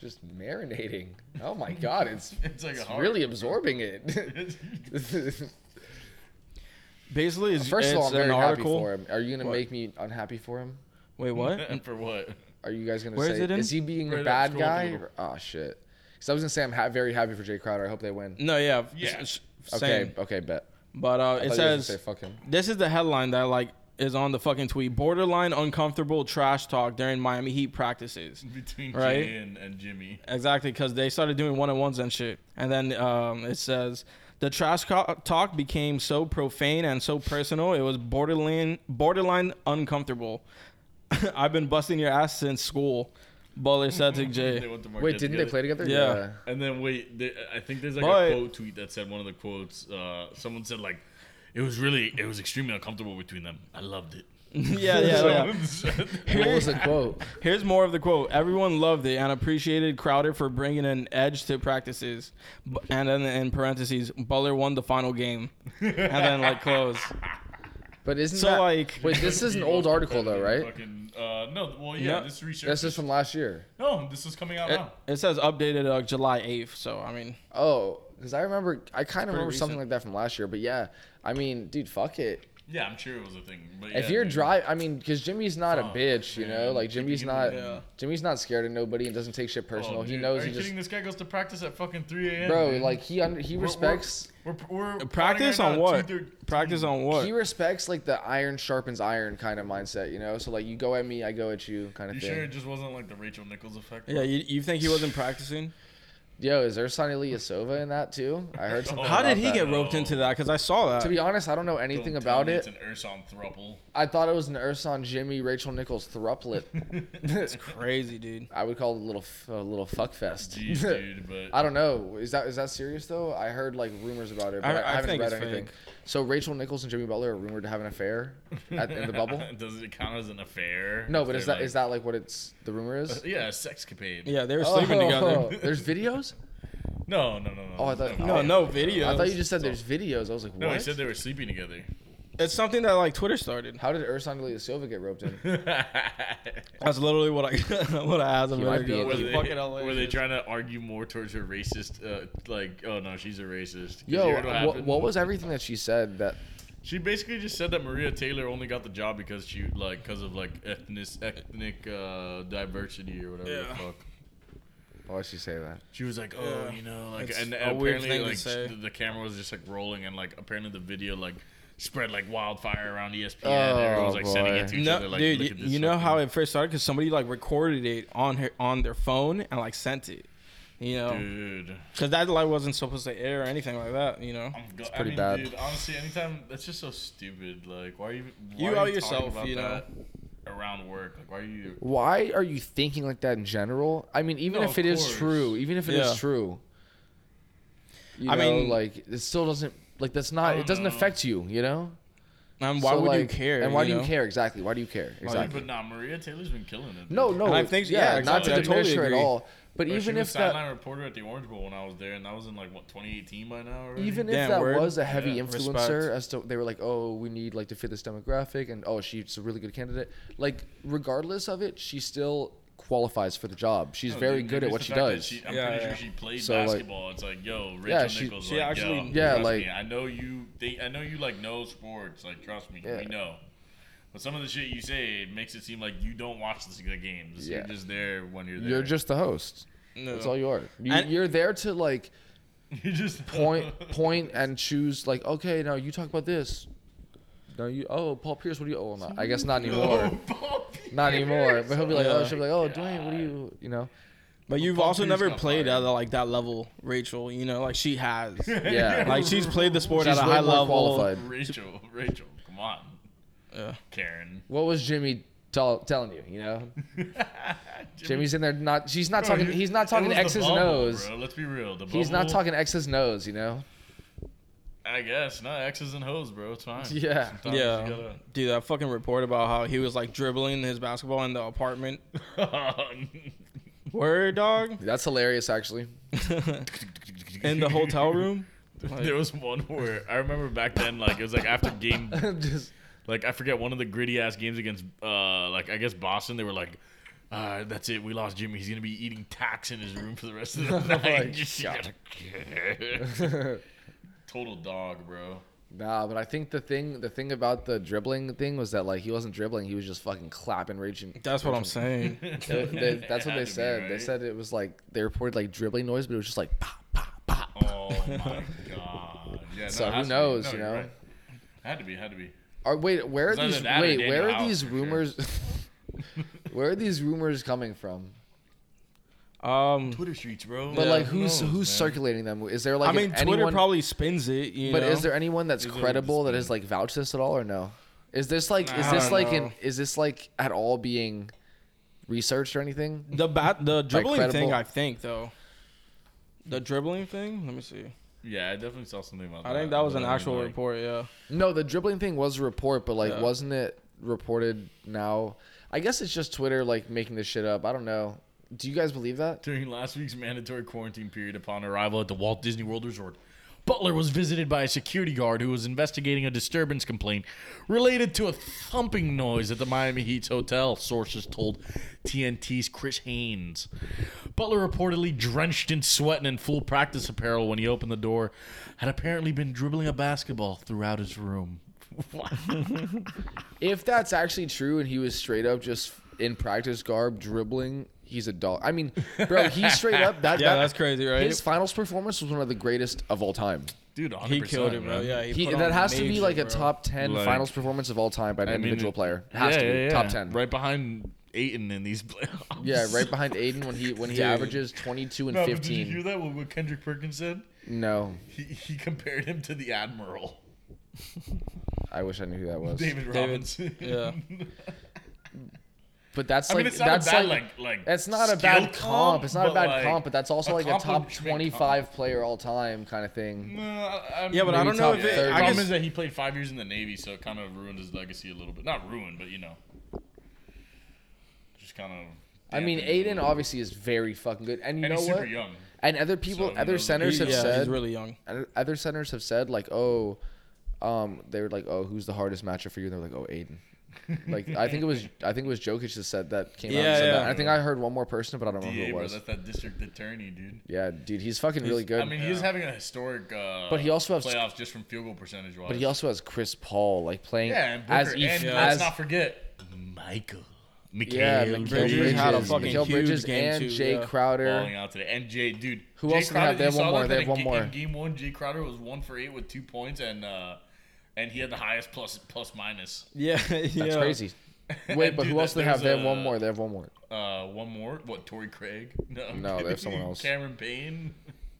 [SPEAKER 3] Just marinating. Oh my god, it's
[SPEAKER 2] it's like a
[SPEAKER 3] it's
[SPEAKER 2] heart.
[SPEAKER 3] really absorbing it.
[SPEAKER 2] It's-
[SPEAKER 4] basically, it's,
[SPEAKER 3] First of all, I'm
[SPEAKER 4] it's
[SPEAKER 3] very
[SPEAKER 4] an
[SPEAKER 3] happy
[SPEAKER 4] article.
[SPEAKER 3] for him. Are you gonna
[SPEAKER 4] What?
[SPEAKER 3] make me unhappy for him?
[SPEAKER 4] Wait, what?
[SPEAKER 2] for what?
[SPEAKER 3] Are you guys gonna
[SPEAKER 4] Where
[SPEAKER 3] say
[SPEAKER 4] is it in?
[SPEAKER 3] he being
[SPEAKER 2] Right
[SPEAKER 3] a
[SPEAKER 2] up,
[SPEAKER 3] bad
[SPEAKER 2] scroll up a
[SPEAKER 3] guy?
[SPEAKER 2] little.
[SPEAKER 3] Oh shit. Because I was gonna say I'm ha- very happy for Jay Crowder. I hope they win.
[SPEAKER 4] no, yeah,
[SPEAKER 2] Yeah.
[SPEAKER 4] s- s-
[SPEAKER 3] Okay,
[SPEAKER 4] same.
[SPEAKER 3] okay, bet.
[SPEAKER 4] But uh,
[SPEAKER 3] I
[SPEAKER 4] it
[SPEAKER 3] thought you were gonna
[SPEAKER 4] says
[SPEAKER 3] say fuck him.
[SPEAKER 4] this is the headline that like is on the fucking tweet: borderline uncomfortable trash talk during Miami Heat practices.
[SPEAKER 2] Between
[SPEAKER 4] Right?
[SPEAKER 2] Jay and, and Jimmy.
[SPEAKER 4] Exactly, because they started doing one on ones and shit. And then um, it says the trash co- talk became so profane and so personal, it was borderline borderline uncomfortable. I've been busting your ass since school, Butler said to
[SPEAKER 2] They
[SPEAKER 4] Jay.
[SPEAKER 2] went to
[SPEAKER 3] Wait,
[SPEAKER 2] Marquette
[SPEAKER 3] didn't they
[SPEAKER 2] together.
[SPEAKER 3] play together?
[SPEAKER 4] Yeah.
[SPEAKER 2] And then wait, there, I think there's like
[SPEAKER 4] But-
[SPEAKER 2] a quote tweet that said one of the quotes. Uh, someone said like, "It was really, it was extremely uncomfortable between them. I loved it."
[SPEAKER 4] yeah, yeah, yeah.
[SPEAKER 3] What was the quote?
[SPEAKER 4] Here's more of the quote. Everyone loved it and appreciated Crowder for bringing an edge to practices. B- And then in parentheses, Butler won the final game. And then like close.
[SPEAKER 3] But isn't
[SPEAKER 4] So,
[SPEAKER 3] that
[SPEAKER 4] like-
[SPEAKER 3] wait? This is an old article though, right?
[SPEAKER 2] Fucking, uh, no, well, yeah,
[SPEAKER 4] No.
[SPEAKER 2] this research.
[SPEAKER 3] This is from last year.
[SPEAKER 2] no, this is coming out
[SPEAKER 4] It,
[SPEAKER 2] now.
[SPEAKER 4] it says updated uh, July 8th. So I mean,
[SPEAKER 3] Oh, because I remember, I kind of remember something
[SPEAKER 4] recent.
[SPEAKER 3] like that from last year. But yeah, I mean, dude, fuck it.
[SPEAKER 2] Yeah, I'm sure it was a thing. But
[SPEAKER 3] If
[SPEAKER 2] yeah,
[SPEAKER 3] you're
[SPEAKER 2] dude.
[SPEAKER 3] drive, I mean, because Jimmy's not
[SPEAKER 2] Fuck,
[SPEAKER 3] a bitch, you know.
[SPEAKER 2] man.
[SPEAKER 3] Like Jimmy's not,
[SPEAKER 4] Yeah.
[SPEAKER 3] Jimmy's not scared of nobody and doesn't take shit
[SPEAKER 2] uh, Oh,
[SPEAKER 3] personal. he
[SPEAKER 2] dude,
[SPEAKER 3] knows
[SPEAKER 2] Are
[SPEAKER 3] he
[SPEAKER 2] you
[SPEAKER 3] just,
[SPEAKER 2] kidding? This guy goes to practice at fucking 3 a.m.
[SPEAKER 3] bro,
[SPEAKER 2] dude.
[SPEAKER 3] like he under,
[SPEAKER 2] We're-
[SPEAKER 3] he
[SPEAKER 2] we're-
[SPEAKER 3] respects,
[SPEAKER 2] We're, we're,
[SPEAKER 4] practice
[SPEAKER 2] running right
[SPEAKER 4] on
[SPEAKER 2] now at
[SPEAKER 4] what?
[SPEAKER 2] 2:13.
[SPEAKER 4] Practice on what?
[SPEAKER 3] he respects like the iron sharpens iron kind of mindset, you know. So like, you go at me, I go at you, kind of
[SPEAKER 2] You
[SPEAKER 3] thing.
[SPEAKER 2] sure it just wasn't like the Rachel Nichols effect?
[SPEAKER 4] Yeah, you, you think he wasn't practicing?
[SPEAKER 3] Yo, is there Sonny Liasova in that too? I heard
[SPEAKER 2] Oh,
[SPEAKER 3] something.
[SPEAKER 4] How
[SPEAKER 3] about
[SPEAKER 4] did he
[SPEAKER 3] Oh, that.
[SPEAKER 4] get roped into that? Because I saw
[SPEAKER 3] To
[SPEAKER 4] that.
[SPEAKER 3] be honest, I don't know
[SPEAKER 2] Don't
[SPEAKER 3] anything
[SPEAKER 2] tell
[SPEAKER 3] about
[SPEAKER 2] me
[SPEAKER 3] it.
[SPEAKER 2] It's an Urson thruple.
[SPEAKER 3] I thought it was an Urson Jimmy Rachel Nichols thruplet.
[SPEAKER 4] It's crazy, dude.
[SPEAKER 3] I would call it a little f- a little fuck fest.
[SPEAKER 2] Jeez, dude, but
[SPEAKER 3] I don't know. Is that is that serious though? I heard like rumors about it, but
[SPEAKER 4] I-
[SPEAKER 3] I,
[SPEAKER 4] I
[SPEAKER 3] haven't
[SPEAKER 4] think
[SPEAKER 3] read
[SPEAKER 4] it's
[SPEAKER 3] anything.
[SPEAKER 4] fake.
[SPEAKER 3] So Rachel Nichols and Jimmy Butler are rumored to have an affair at, in the bubble.
[SPEAKER 2] Does it count as an affair?
[SPEAKER 3] No,
[SPEAKER 2] If
[SPEAKER 3] but is
[SPEAKER 2] they're Uh,
[SPEAKER 3] that is that like what it's the rumor is?
[SPEAKER 2] like- Yeah, a sexcapade.
[SPEAKER 4] Yeah, they were sleeping
[SPEAKER 3] Oh,
[SPEAKER 4] together.
[SPEAKER 3] There's videos?
[SPEAKER 2] No, no, no, no.
[SPEAKER 3] Oh, I thought-
[SPEAKER 4] No, no video.
[SPEAKER 3] I thought you just said there's videos. I was like, what?
[SPEAKER 2] No, he said they were sleeping together.
[SPEAKER 4] It's something that like Twitter started.
[SPEAKER 3] How did Ursan Leah Silva get roped in?
[SPEAKER 4] That's literally what I what I asked a
[SPEAKER 3] might
[SPEAKER 4] minute
[SPEAKER 3] be
[SPEAKER 4] ago.
[SPEAKER 3] a
[SPEAKER 2] were,
[SPEAKER 4] It's
[SPEAKER 2] they,
[SPEAKER 4] fucking
[SPEAKER 2] were they
[SPEAKER 4] outrageous.
[SPEAKER 2] trying to argue more towards her racist? Uh, like, oh no, she's a racist. 'Cause
[SPEAKER 3] Yo, uh,
[SPEAKER 2] you heard
[SPEAKER 3] what,
[SPEAKER 2] happened?
[SPEAKER 3] what was everything that she said that
[SPEAKER 2] She basically just said that Maria Taylor only got the job because she like because of like ethnic ethnic uh, diversity or whatever the
[SPEAKER 4] Yeah.
[SPEAKER 2] fuck.
[SPEAKER 3] why would she say that?
[SPEAKER 2] She was like, oh,
[SPEAKER 4] Yeah.
[SPEAKER 2] you know, like,
[SPEAKER 4] It's
[SPEAKER 2] and,
[SPEAKER 4] a
[SPEAKER 2] and
[SPEAKER 4] weird
[SPEAKER 2] apparently,
[SPEAKER 4] thing to
[SPEAKER 2] like,
[SPEAKER 4] say.
[SPEAKER 2] the, the camera was just like rolling, and like, apparently, the video like spread like wildfire around E ESPN.
[SPEAKER 3] Oh,
[SPEAKER 2] Everyone was like sending it
[SPEAKER 3] boy.
[SPEAKER 2] to each
[SPEAKER 4] No,
[SPEAKER 2] other. Like,
[SPEAKER 4] dude,
[SPEAKER 2] look
[SPEAKER 4] you,
[SPEAKER 2] at this
[SPEAKER 4] you know
[SPEAKER 2] fucking-
[SPEAKER 4] how it first started because somebody like recorded it on her on their phone and like sent it, you know,
[SPEAKER 2] dude.
[SPEAKER 4] because that like wasn't supposed to air or anything like that, you know.
[SPEAKER 2] I'm go- I
[SPEAKER 3] pretty
[SPEAKER 2] mean,
[SPEAKER 3] bad.
[SPEAKER 2] Dude, honestly, anytime that's just so stupid. Like, why are you? Why
[SPEAKER 4] You
[SPEAKER 2] are
[SPEAKER 4] owe
[SPEAKER 2] talking
[SPEAKER 4] yourself,
[SPEAKER 2] about
[SPEAKER 4] you know.
[SPEAKER 2] that around work. Like, why are you?
[SPEAKER 3] Why are you thinking like that in general? I mean, even
[SPEAKER 2] No,
[SPEAKER 3] if
[SPEAKER 2] of
[SPEAKER 3] it is
[SPEAKER 2] course.
[SPEAKER 3] true, even if it is
[SPEAKER 4] Yeah.
[SPEAKER 3] true, you
[SPEAKER 4] I
[SPEAKER 3] know,
[SPEAKER 4] mean-
[SPEAKER 3] like it still doesn't like that's not
[SPEAKER 2] I
[SPEAKER 3] it doesn't
[SPEAKER 2] don't know.
[SPEAKER 3] affect you, you know.
[SPEAKER 4] And why
[SPEAKER 3] So,
[SPEAKER 4] would you
[SPEAKER 3] like-
[SPEAKER 4] care?
[SPEAKER 3] And why do you
[SPEAKER 4] know?
[SPEAKER 3] care exactly? Why do you care
[SPEAKER 2] Dude,
[SPEAKER 3] exactly?
[SPEAKER 2] but nah, Maria Taylor's been killing it. dude.
[SPEAKER 3] No, no,
[SPEAKER 4] And I think-
[SPEAKER 3] yeah,
[SPEAKER 4] yeah,
[SPEAKER 3] not to
[SPEAKER 4] exactly. I
[SPEAKER 3] diminish
[SPEAKER 4] totally
[SPEAKER 3] her at
[SPEAKER 4] agree.
[SPEAKER 3] all. But
[SPEAKER 2] Bro,
[SPEAKER 3] even
[SPEAKER 2] she was
[SPEAKER 3] if that,
[SPEAKER 2] sideline reporter at the Orange Bowl when I was there, and that was in like what 2018 by now. Already?
[SPEAKER 3] even if
[SPEAKER 4] Damn,
[SPEAKER 3] that
[SPEAKER 4] word.
[SPEAKER 3] was a heavy
[SPEAKER 2] Yeah.
[SPEAKER 3] influencer,
[SPEAKER 4] Respect.
[SPEAKER 3] as to they were like, oh, we need like to fit this demographic, and oh, she's a really good candidate. Like, regardless of it, she's still qualifies for the job. She's
[SPEAKER 2] No,
[SPEAKER 3] very
[SPEAKER 2] dude,
[SPEAKER 3] good at
[SPEAKER 2] just
[SPEAKER 3] what
[SPEAKER 2] the
[SPEAKER 3] she
[SPEAKER 2] fact that
[SPEAKER 3] does.
[SPEAKER 2] She, I'm
[SPEAKER 4] Yeah,
[SPEAKER 2] pretty
[SPEAKER 4] yeah.
[SPEAKER 2] sure she played
[SPEAKER 3] So, like-
[SPEAKER 2] basketball. it's like, yo, Rachel
[SPEAKER 3] Yeah, she-
[SPEAKER 2] Nichols.
[SPEAKER 4] she
[SPEAKER 2] like,
[SPEAKER 4] actually-
[SPEAKER 2] yo,
[SPEAKER 3] Yeah,
[SPEAKER 2] trust
[SPEAKER 3] like-
[SPEAKER 2] me, I know you. Think, I know you like know sports. Like, trust me,
[SPEAKER 3] Yeah.
[SPEAKER 2] we know. But some of the shit you say it makes it seem like you don't watch the, the games.
[SPEAKER 3] Yeah.
[SPEAKER 2] You're just there when you're there.
[SPEAKER 3] You're just the host.
[SPEAKER 4] No.
[SPEAKER 3] That's all you are. You,
[SPEAKER 4] And-
[SPEAKER 3] you're there to like
[SPEAKER 2] You're just
[SPEAKER 3] point point and choose. Like, okay, now you talk about this. No, you. Oh, Paul Pierce, what do you? Oh, not, I guess not anymore.
[SPEAKER 2] No, Paul Pierce.
[SPEAKER 3] Not anymore. But he'll be like,
[SPEAKER 4] Yeah.
[SPEAKER 3] oh, she'll be like, oh, Dwayne, what do you? You know.
[SPEAKER 4] But you've
[SPEAKER 2] Paul
[SPEAKER 4] also
[SPEAKER 2] Pierce
[SPEAKER 4] never
[SPEAKER 2] got
[SPEAKER 4] played at
[SPEAKER 2] fired.
[SPEAKER 4] like that level, Rachel. You know, like she has.
[SPEAKER 3] Yeah.
[SPEAKER 4] like she's played the sport
[SPEAKER 3] She's
[SPEAKER 4] at a
[SPEAKER 3] way
[SPEAKER 4] high
[SPEAKER 3] more
[SPEAKER 4] level.
[SPEAKER 3] qualified.
[SPEAKER 2] Rachel, Rachel, come on,
[SPEAKER 4] Yeah.
[SPEAKER 2] Karen.
[SPEAKER 3] What was Jimmy tell, telling you? You know, Jimmy's in there. Not she's not
[SPEAKER 2] Bro,
[SPEAKER 3] talking.
[SPEAKER 2] you-
[SPEAKER 3] He's not
[SPEAKER 2] it
[SPEAKER 3] talking
[SPEAKER 2] was the
[SPEAKER 3] X's and
[SPEAKER 2] bubble,
[SPEAKER 3] O's.
[SPEAKER 2] Bro. Let's be real. The
[SPEAKER 3] He's not
[SPEAKER 2] bubble-
[SPEAKER 3] talking X's and O's. You know.
[SPEAKER 2] I guess not X's and O's, bro. It's fine.
[SPEAKER 3] Yeah.
[SPEAKER 2] Sometimes you
[SPEAKER 4] Yeah,
[SPEAKER 2] gotta-
[SPEAKER 4] dude, that fucking report about how he was like dribbling his basketball in the apartment. Word, dog.
[SPEAKER 3] That's hilarious, actually.
[SPEAKER 4] in the hotel room.
[SPEAKER 2] There was one where I remember back then, like it was like after game,
[SPEAKER 3] Just
[SPEAKER 2] like I forget one of the gritty ass games against, uh, like I guess Boston. They were like, uh, "That's it, we lost Jimmy. He's gonna be eating tacks in his room for the rest of the night." Just- Total dog, bro.
[SPEAKER 3] nah, but I think the thing the thing about the dribbling thing was that like he wasn't dribbling. He was just fucking clapping, raging.
[SPEAKER 4] That's what I'm saying.
[SPEAKER 3] They- they- that's
[SPEAKER 2] It
[SPEAKER 3] what
[SPEAKER 2] had
[SPEAKER 3] they
[SPEAKER 2] to be,
[SPEAKER 3] said. They
[SPEAKER 2] right?
[SPEAKER 3] said it was like they reported like dribbling noise, but it was just like pop, pop, pop.
[SPEAKER 2] Oh my god. Yeah. no,
[SPEAKER 3] So
[SPEAKER 2] it
[SPEAKER 3] who
[SPEAKER 2] has to be.
[SPEAKER 3] knows,
[SPEAKER 2] No,
[SPEAKER 3] you
[SPEAKER 2] you're
[SPEAKER 3] know?
[SPEAKER 2] right. Had to be. Had to be.
[SPEAKER 3] Are, wait, where are
[SPEAKER 2] It's either
[SPEAKER 3] these?
[SPEAKER 2] that or
[SPEAKER 3] Wait,
[SPEAKER 2] Daniel
[SPEAKER 3] where are
[SPEAKER 2] House,
[SPEAKER 3] these
[SPEAKER 2] for sure.
[SPEAKER 3] rumors? where are these rumors coming from?
[SPEAKER 4] Um,
[SPEAKER 2] Twitter streets, bro.
[SPEAKER 3] But
[SPEAKER 4] Yeah,
[SPEAKER 3] like,
[SPEAKER 2] who
[SPEAKER 3] who's
[SPEAKER 2] knows,
[SPEAKER 3] who's
[SPEAKER 2] man?
[SPEAKER 3] circulating them? Is there like
[SPEAKER 4] I mean,
[SPEAKER 3] an-
[SPEAKER 4] Twitter
[SPEAKER 3] anyone?
[SPEAKER 4] probably spins it. You
[SPEAKER 3] but
[SPEAKER 4] know?
[SPEAKER 3] is there anyone that's
[SPEAKER 2] Is there
[SPEAKER 3] credible that
[SPEAKER 2] this
[SPEAKER 3] has like vouched this at all, or no? Is this like is
[SPEAKER 4] I
[SPEAKER 3] this
[SPEAKER 4] don't
[SPEAKER 3] like
[SPEAKER 4] know.
[SPEAKER 3] an is this like at all being researched or anything?
[SPEAKER 4] the bat the dribbling thing?
[SPEAKER 3] credible-
[SPEAKER 4] I think though. The dribbling thing. Let me see.
[SPEAKER 2] Yeah, I definitely saw something about
[SPEAKER 4] I
[SPEAKER 2] that.
[SPEAKER 4] think that was an
[SPEAKER 2] but Uh, I mean,
[SPEAKER 4] actual
[SPEAKER 2] like,
[SPEAKER 4] report. Yeah.
[SPEAKER 3] No, the dribbling thing was a report, but like,
[SPEAKER 4] Yeah.
[SPEAKER 3] wasn't it reported now? I guess it's just Twitter like making this shit up. I don't know. Do you guys believe that?
[SPEAKER 2] During last week's mandatory quarantine period upon arrival at the Walt Disney World Resort, Butler was visited by a security guard who was investigating a disturbance complaint related to a thumping noise at the Miami Heat's hotel, sources told TNT's Chris Haynes. Butler, reportedly drenched in sweat and in full practice apparel when he opened the door, had apparently been dribbling a basketball throughout his room.
[SPEAKER 3] If that's actually true, and he was straight up just in practice garb dribbling, he's a dog. I mean, bro, he straight up that.
[SPEAKER 4] Yeah,
[SPEAKER 3] that-
[SPEAKER 4] that's crazy, right?
[SPEAKER 3] His finals performance was one of the greatest of all time.
[SPEAKER 2] Dude, 100%,
[SPEAKER 4] he killed it, bro.
[SPEAKER 2] man.
[SPEAKER 4] Yeah.
[SPEAKER 3] He,
[SPEAKER 4] put
[SPEAKER 3] that
[SPEAKER 4] on
[SPEAKER 3] has to be
[SPEAKER 4] major,
[SPEAKER 3] like a
[SPEAKER 4] bro.
[SPEAKER 3] top ten
[SPEAKER 2] Like-
[SPEAKER 3] finals performance of all time by an
[SPEAKER 2] I mean,
[SPEAKER 3] individual player. It
[SPEAKER 2] yeah,
[SPEAKER 3] has to be
[SPEAKER 2] yeah, yeah.
[SPEAKER 3] top ten.
[SPEAKER 2] Right behind Aiton in these playoffs.
[SPEAKER 3] Yeah, right behind Aiden when he when he
[SPEAKER 4] Dude.
[SPEAKER 3] averages 22 and
[SPEAKER 2] No, but did you hear
[SPEAKER 3] 15.
[SPEAKER 2] that? What, what Kendrick Perkins said?
[SPEAKER 3] No,
[SPEAKER 2] He, he compared him to the Admiral,
[SPEAKER 3] I wish I knew who that was.
[SPEAKER 2] David,
[SPEAKER 4] David,
[SPEAKER 2] Robinson.
[SPEAKER 4] yeah.
[SPEAKER 3] But that's
[SPEAKER 2] I
[SPEAKER 3] like
[SPEAKER 2] mean, it's not
[SPEAKER 3] that's
[SPEAKER 2] a bad
[SPEAKER 3] like,
[SPEAKER 2] like, like
[SPEAKER 3] that's not a bad
[SPEAKER 2] skill
[SPEAKER 3] comp. It's not a
[SPEAKER 2] but,
[SPEAKER 3] bad
[SPEAKER 2] like,
[SPEAKER 3] comp, but that's
[SPEAKER 2] a
[SPEAKER 3] also like a top
[SPEAKER 2] compliment comp.
[SPEAKER 3] 25 player all time kind of
[SPEAKER 2] No,
[SPEAKER 3] thing.
[SPEAKER 2] I, I
[SPEAKER 4] Yeah, but I
[SPEAKER 2] mean,
[SPEAKER 4] don't know
[SPEAKER 3] top
[SPEAKER 4] if it,
[SPEAKER 3] thirty.
[SPEAKER 2] The
[SPEAKER 4] I
[SPEAKER 2] problem
[SPEAKER 4] guess,
[SPEAKER 2] is that he played five years in the Navy, so it kind of ruined his legacy a little bit. Not ruined, but you know, just kind of.
[SPEAKER 3] I mean, Aiden obviously is very fucking good, and you
[SPEAKER 2] and
[SPEAKER 3] know
[SPEAKER 2] he's
[SPEAKER 3] what?
[SPEAKER 2] super young.
[SPEAKER 3] And other people,
[SPEAKER 2] So, you know,
[SPEAKER 3] other
[SPEAKER 2] the-
[SPEAKER 3] centers have
[SPEAKER 4] yeah,
[SPEAKER 3] said
[SPEAKER 4] he's really young.
[SPEAKER 3] And other centers have said like, oh, um, they were like, oh, who's the hardest matchup for you? And they're like, oh, Aiden. like I think it was I think it was Jokic that said that came out.
[SPEAKER 4] Yeah,
[SPEAKER 3] And said
[SPEAKER 4] yeah.
[SPEAKER 3] that. I think I heard one more person, but I don't remember
[SPEAKER 2] DA,
[SPEAKER 3] who it
[SPEAKER 2] bro,
[SPEAKER 3] was.
[SPEAKER 2] that's that district attorney, dude.
[SPEAKER 3] Yeah, dude, he's fucking really good.
[SPEAKER 2] I mean, he's having a historic. Uh,
[SPEAKER 3] But he also has-
[SPEAKER 2] playoffs just from field goal percentage wise.
[SPEAKER 3] but he also has Chris Paul like playing
[SPEAKER 2] yeah, and Booker,
[SPEAKER 3] as
[SPEAKER 2] and
[SPEAKER 3] if
[SPEAKER 2] let's
[SPEAKER 3] as
[SPEAKER 2] not forget Michael, Mikhail
[SPEAKER 3] yeah, Mikal
[SPEAKER 2] Bridges,
[SPEAKER 3] Bridges,
[SPEAKER 4] Bridges had a fucking
[SPEAKER 3] Mikal
[SPEAKER 4] huge
[SPEAKER 3] Bridges
[SPEAKER 4] game
[SPEAKER 3] and
[SPEAKER 4] too,
[SPEAKER 3] Jay
[SPEAKER 4] yeah.
[SPEAKER 3] Crowder.
[SPEAKER 2] balling out today. And Jay, dude,
[SPEAKER 3] Who
[SPEAKER 2] Jay
[SPEAKER 3] else do they
[SPEAKER 2] Crowder,
[SPEAKER 3] have? They have
[SPEAKER 2] you
[SPEAKER 3] one
[SPEAKER 2] saw
[SPEAKER 3] more.
[SPEAKER 2] that
[SPEAKER 3] They have
[SPEAKER 2] in
[SPEAKER 3] one
[SPEAKER 2] ga-
[SPEAKER 3] more.
[SPEAKER 2] In game one, Jay Crowder was one for eight with two points, and uh, and he had the highest plus plus minus.
[SPEAKER 4] Yeah,
[SPEAKER 3] That's
[SPEAKER 4] yeah.
[SPEAKER 3] crazy. Wait, but
[SPEAKER 2] Dude,
[SPEAKER 3] who
[SPEAKER 2] that-
[SPEAKER 3] else do they have? They
[SPEAKER 2] there's
[SPEAKER 3] have one
[SPEAKER 2] a-
[SPEAKER 3] more. They have one more.
[SPEAKER 2] Uh, one more. What? Torrey Craig? No, I'm
[SPEAKER 3] No, they have
[SPEAKER 2] kidding.
[SPEAKER 3] someone else.
[SPEAKER 2] Cameron Payne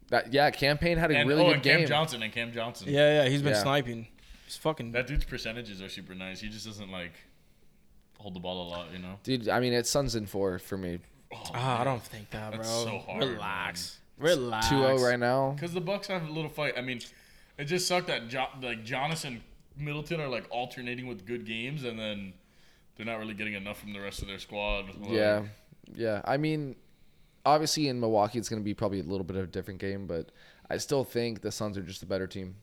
[SPEAKER 3] That yeah, campaign had a
[SPEAKER 2] and
[SPEAKER 3] really
[SPEAKER 2] oh,
[SPEAKER 3] good
[SPEAKER 2] and Cam
[SPEAKER 3] game.
[SPEAKER 2] Johnson and Cam Johnson.
[SPEAKER 4] Yeah, yeah, he's been
[SPEAKER 3] Yeah.
[SPEAKER 4] sniping. He's fucking.
[SPEAKER 2] that dude's percentages are super nice. He just doesn't like hold the ball a lot, you know.
[SPEAKER 3] Dude, I mean, it's Suns in four for me.
[SPEAKER 4] Ah, I don't think that, bro.
[SPEAKER 2] That's so hard,
[SPEAKER 4] Relax. Relax.
[SPEAKER 3] 2-0 right now.
[SPEAKER 2] Because the Bucks have a little fight. I mean, it just sucked that jo- like Jonas and Middleton are like alternating with good games, and then they're not really getting enough from the rest of their squad. Like,
[SPEAKER 3] Yeah, yeah. I mean, obviously in Milwaukee, it's going to be probably a little bit of a different game, but I still think the Suns are just the better team.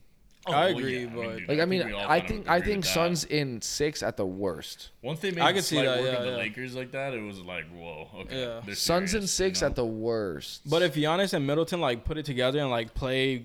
[SPEAKER 2] oh,
[SPEAKER 4] I
[SPEAKER 2] well,
[SPEAKER 4] agree,
[SPEAKER 2] yeah.
[SPEAKER 4] but-
[SPEAKER 2] dude,
[SPEAKER 3] Like I mean,
[SPEAKER 2] we all
[SPEAKER 3] I
[SPEAKER 2] kinda
[SPEAKER 3] think I
[SPEAKER 2] agree
[SPEAKER 3] think
[SPEAKER 2] with that.
[SPEAKER 3] Suns in six at the worst.
[SPEAKER 2] Once they made
[SPEAKER 4] I
[SPEAKER 2] I
[SPEAKER 4] could see
[SPEAKER 2] slight
[SPEAKER 4] that,
[SPEAKER 2] work
[SPEAKER 4] yeah,
[SPEAKER 2] of the
[SPEAKER 4] yeah.
[SPEAKER 2] Lakers like that, it was like whoa, okay.
[SPEAKER 4] Yeah.
[SPEAKER 2] they're
[SPEAKER 3] Suns in
[SPEAKER 2] serious,
[SPEAKER 3] six
[SPEAKER 2] you know?
[SPEAKER 3] at the worst.
[SPEAKER 4] But if Giannis and Middleton like put it together and like play,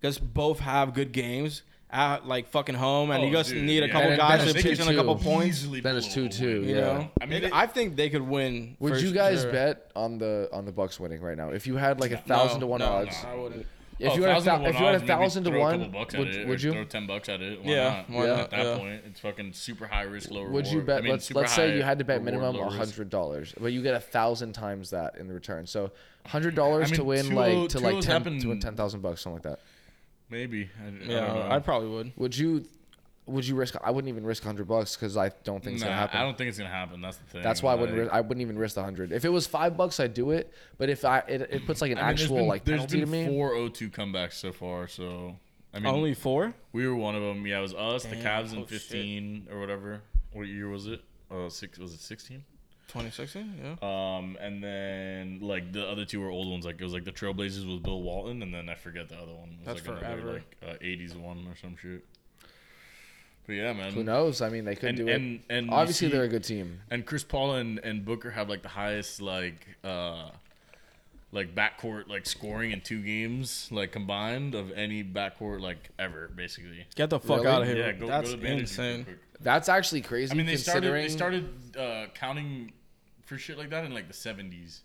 [SPEAKER 4] because both have good games at like fucking home, and
[SPEAKER 2] Oh,
[SPEAKER 4] you just
[SPEAKER 2] dude,
[SPEAKER 4] need a
[SPEAKER 2] yeah.
[SPEAKER 4] couple
[SPEAKER 3] Then-
[SPEAKER 4] guys
[SPEAKER 3] then
[SPEAKER 4] to
[SPEAKER 3] it's
[SPEAKER 4] pitch in a couple
[SPEAKER 3] 2-2.
[SPEAKER 4] points.
[SPEAKER 2] Easily
[SPEAKER 3] Then it's
[SPEAKER 2] blew
[SPEAKER 3] 2-2,
[SPEAKER 2] away.
[SPEAKER 4] You
[SPEAKER 3] yeah.
[SPEAKER 4] know,
[SPEAKER 2] I mean,
[SPEAKER 4] They-
[SPEAKER 2] it-
[SPEAKER 4] I think they could win.
[SPEAKER 3] would
[SPEAKER 4] for
[SPEAKER 3] you guys
[SPEAKER 4] sure.
[SPEAKER 3] bet on the on the Bucks winning right now? If you had like a
[SPEAKER 4] No,
[SPEAKER 3] thousand to one
[SPEAKER 4] no,
[SPEAKER 3] odds,
[SPEAKER 4] no, I wouldn't.
[SPEAKER 3] if
[SPEAKER 2] Oh,
[SPEAKER 3] you had a
[SPEAKER 2] 1,000
[SPEAKER 3] thou-
[SPEAKER 2] to
[SPEAKER 3] if you had a
[SPEAKER 2] odds, maybe
[SPEAKER 3] thousand to
[SPEAKER 2] throw a couple
[SPEAKER 3] one,
[SPEAKER 2] bucks at it,
[SPEAKER 3] would,
[SPEAKER 2] or
[SPEAKER 3] would you?
[SPEAKER 2] throw ten bucks at it? Why
[SPEAKER 4] Yeah,
[SPEAKER 2] not?
[SPEAKER 4] why
[SPEAKER 2] Yeah,
[SPEAKER 4] not?
[SPEAKER 2] At that
[SPEAKER 4] Yeah.
[SPEAKER 2] point, it's fucking super high risk, low reward.
[SPEAKER 3] Would you bet?
[SPEAKER 2] I mean,
[SPEAKER 3] let's
[SPEAKER 2] super
[SPEAKER 3] let's say
[SPEAKER 2] high
[SPEAKER 3] you had to bet
[SPEAKER 2] reward,
[SPEAKER 3] minimum
[SPEAKER 2] low risk.
[SPEAKER 3] hundred dollars, but you get a thousand times that in the return. So hundred
[SPEAKER 2] I
[SPEAKER 3] dollars to
[SPEAKER 2] mean,
[SPEAKER 3] win
[SPEAKER 2] two oh-
[SPEAKER 3] like to
[SPEAKER 2] two
[SPEAKER 3] like
[SPEAKER 2] oh's
[SPEAKER 3] ten
[SPEAKER 2] happened-
[SPEAKER 3] to win ten thousand bucks, something like that.
[SPEAKER 2] Maybe. I, I don't know.
[SPEAKER 4] Yeah, I probably would.
[SPEAKER 3] Would you? Would you risk? I wouldn't even risk hundred bucks because I don't think it's gonna
[SPEAKER 2] Nah,
[SPEAKER 3] happen.
[SPEAKER 2] I don't think it's gonna happen. That's the thing.
[SPEAKER 3] That's why I wouldn't.
[SPEAKER 2] Like,
[SPEAKER 3] Risk, I wouldn't even risk the hundred. If it was five bucks, I'd do it. But if I, it, it puts like an
[SPEAKER 2] I mean, there's
[SPEAKER 3] actual
[SPEAKER 2] been-
[SPEAKER 3] like penalty
[SPEAKER 2] There's
[SPEAKER 3] to
[SPEAKER 2] been
[SPEAKER 3] me.
[SPEAKER 2] four 0-2 comebacks so far. So I mean,
[SPEAKER 4] Only four?
[SPEAKER 2] we were one of them. Yeah, it was us, the
[SPEAKER 4] Damn,
[SPEAKER 2] Cavs
[SPEAKER 4] oh,
[SPEAKER 2] in
[SPEAKER 4] shit.
[SPEAKER 2] fifteen or whatever. What year was it? Uh, six was it sixteen?
[SPEAKER 4] 2016? Yeah.
[SPEAKER 2] Um, and then like the other two were old ones. Like it was like the Trailblazers with Bill Walton, and then I forget the other one. It was
[SPEAKER 4] That's
[SPEAKER 2] like
[SPEAKER 4] forever.
[SPEAKER 2] Another, like uh, '80s one or some shit. But yeah, man.
[SPEAKER 3] Who knows? I mean, they could
[SPEAKER 2] And
[SPEAKER 3] do it.
[SPEAKER 2] and and you
[SPEAKER 3] Obviously,
[SPEAKER 2] see-
[SPEAKER 3] they're a good team.
[SPEAKER 2] and Chris Paul and, and Booker have like the highest like uh like backcourt like scoring in two games like combined of any backcourt like ever basically.
[SPEAKER 4] Get the fuck
[SPEAKER 3] Really?
[SPEAKER 4] out of here.
[SPEAKER 2] Yeah, go,
[SPEAKER 4] That's
[SPEAKER 2] go to the Bandits real
[SPEAKER 4] insane.
[SPEAKER 2] quick.
[SPEAKER 3] That's actually crazy.
[SPEAKER 2] I mean, they started
[SPEAKER 3] considering.
[SPEAKER 2] they started uh, counting for shit like that in like the seventies.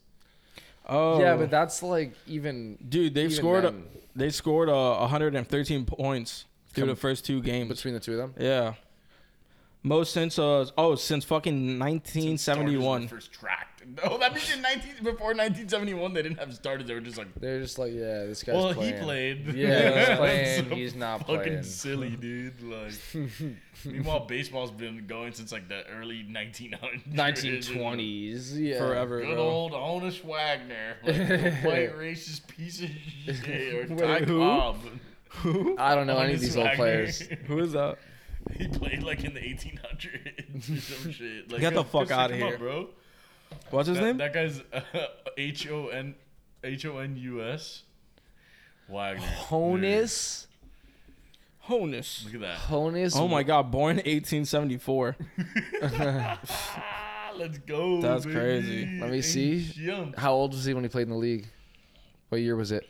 [SPEAKER 4] Oh,
[SPEAKER 3] Yeah, but that's like even
[SPEAKER 4] dude, they've
[SPEAKER 3] even
[SPEAKER 4] scored.
[SPEAKER 3] then.
[SPEAKER 4] They scored uh, 113 points through
[SPEAKER 3] Com-
[SPEAKER 4] the first two games.
[SPEAKER 3] between the two of them.
[SPEAKER 4] Yeah. Most since uh oh since fucking 1971.
[SPEAKER 2] First tracked. No, that means in nineteen before nineteen seventy one they didn't have started. They were just like,
[SPEAKER 3] They're just like, yeah, this guy's
[SPEAKER 2] well,
[SPEAKER 3] playing.
[SPEAKER 2] he played.
[SPEAKER 3] Yeah, he's
[SPEAKER 2] That's
[SPEAKER 3] playing.
[SPEAKER 2] so
[SPEAKER 3] he's not
[SPEAKER 2] fucking
[SPEAKER 3] playing.
[SPEAKER 2] silly, dude. Like, meanwhile, baseball's been going since like the early 1900s,
[SPEAKER 3] 1920s. Yeah.
[SPEAKER 4] Forever,
[SPEAKER 2] Good
[SPEAKER 4] bro.
[SPEAKER 2] old Honest Wagner, like the white racist piece of shit, or Ty
[SPEAKER 4] who?
[SPEAKER 2] Cobb.
[SPEAKER 3] I don't know any
[SPEAKER 2] Honest
[SPEAKER 3] of these old
[SPEAKER 2] Wagner.
[SPEAKER 3] players.
[SPEAKER 4] Who is that?
[SPEAKER 2] He played like in the 1800s or some shit. Like,
[SPEAKER 4] Get the fuck
[SPEAKER 2] go
[SPEAKER 4] outta
[SPEAKER 2] look him up,
[SPEAKER 4] here.
[SPEAKER 2] bro.
[SPEAKER 4] What's his
[SPEAKER 2] That,
[SPEAKER 4] name?
[SPEAKER 2] that guy's uh, H O N H O N U S Wagner.
[SPEAKER 3] Honus.
[SPEAKER 4] Honus.
[SPEAKER 2] Look at that.
[SPEAKER 3] Honus.
[SPEAKER 4] Oh my god, born 1874.
[SPEAKER 2] Ah, let's go.
[SPEAKER 4] That's
[SPEAKER 2] baby.
[SPEAKER 4] crazy.
[SPEAKER 3] Let me
[SPEAKER 2] Ain't
[SPEAKER 3] see. Oh
[SPEAKER 2] shit.
[SPEAKER 3] How old was he when he played in the league? What year was it?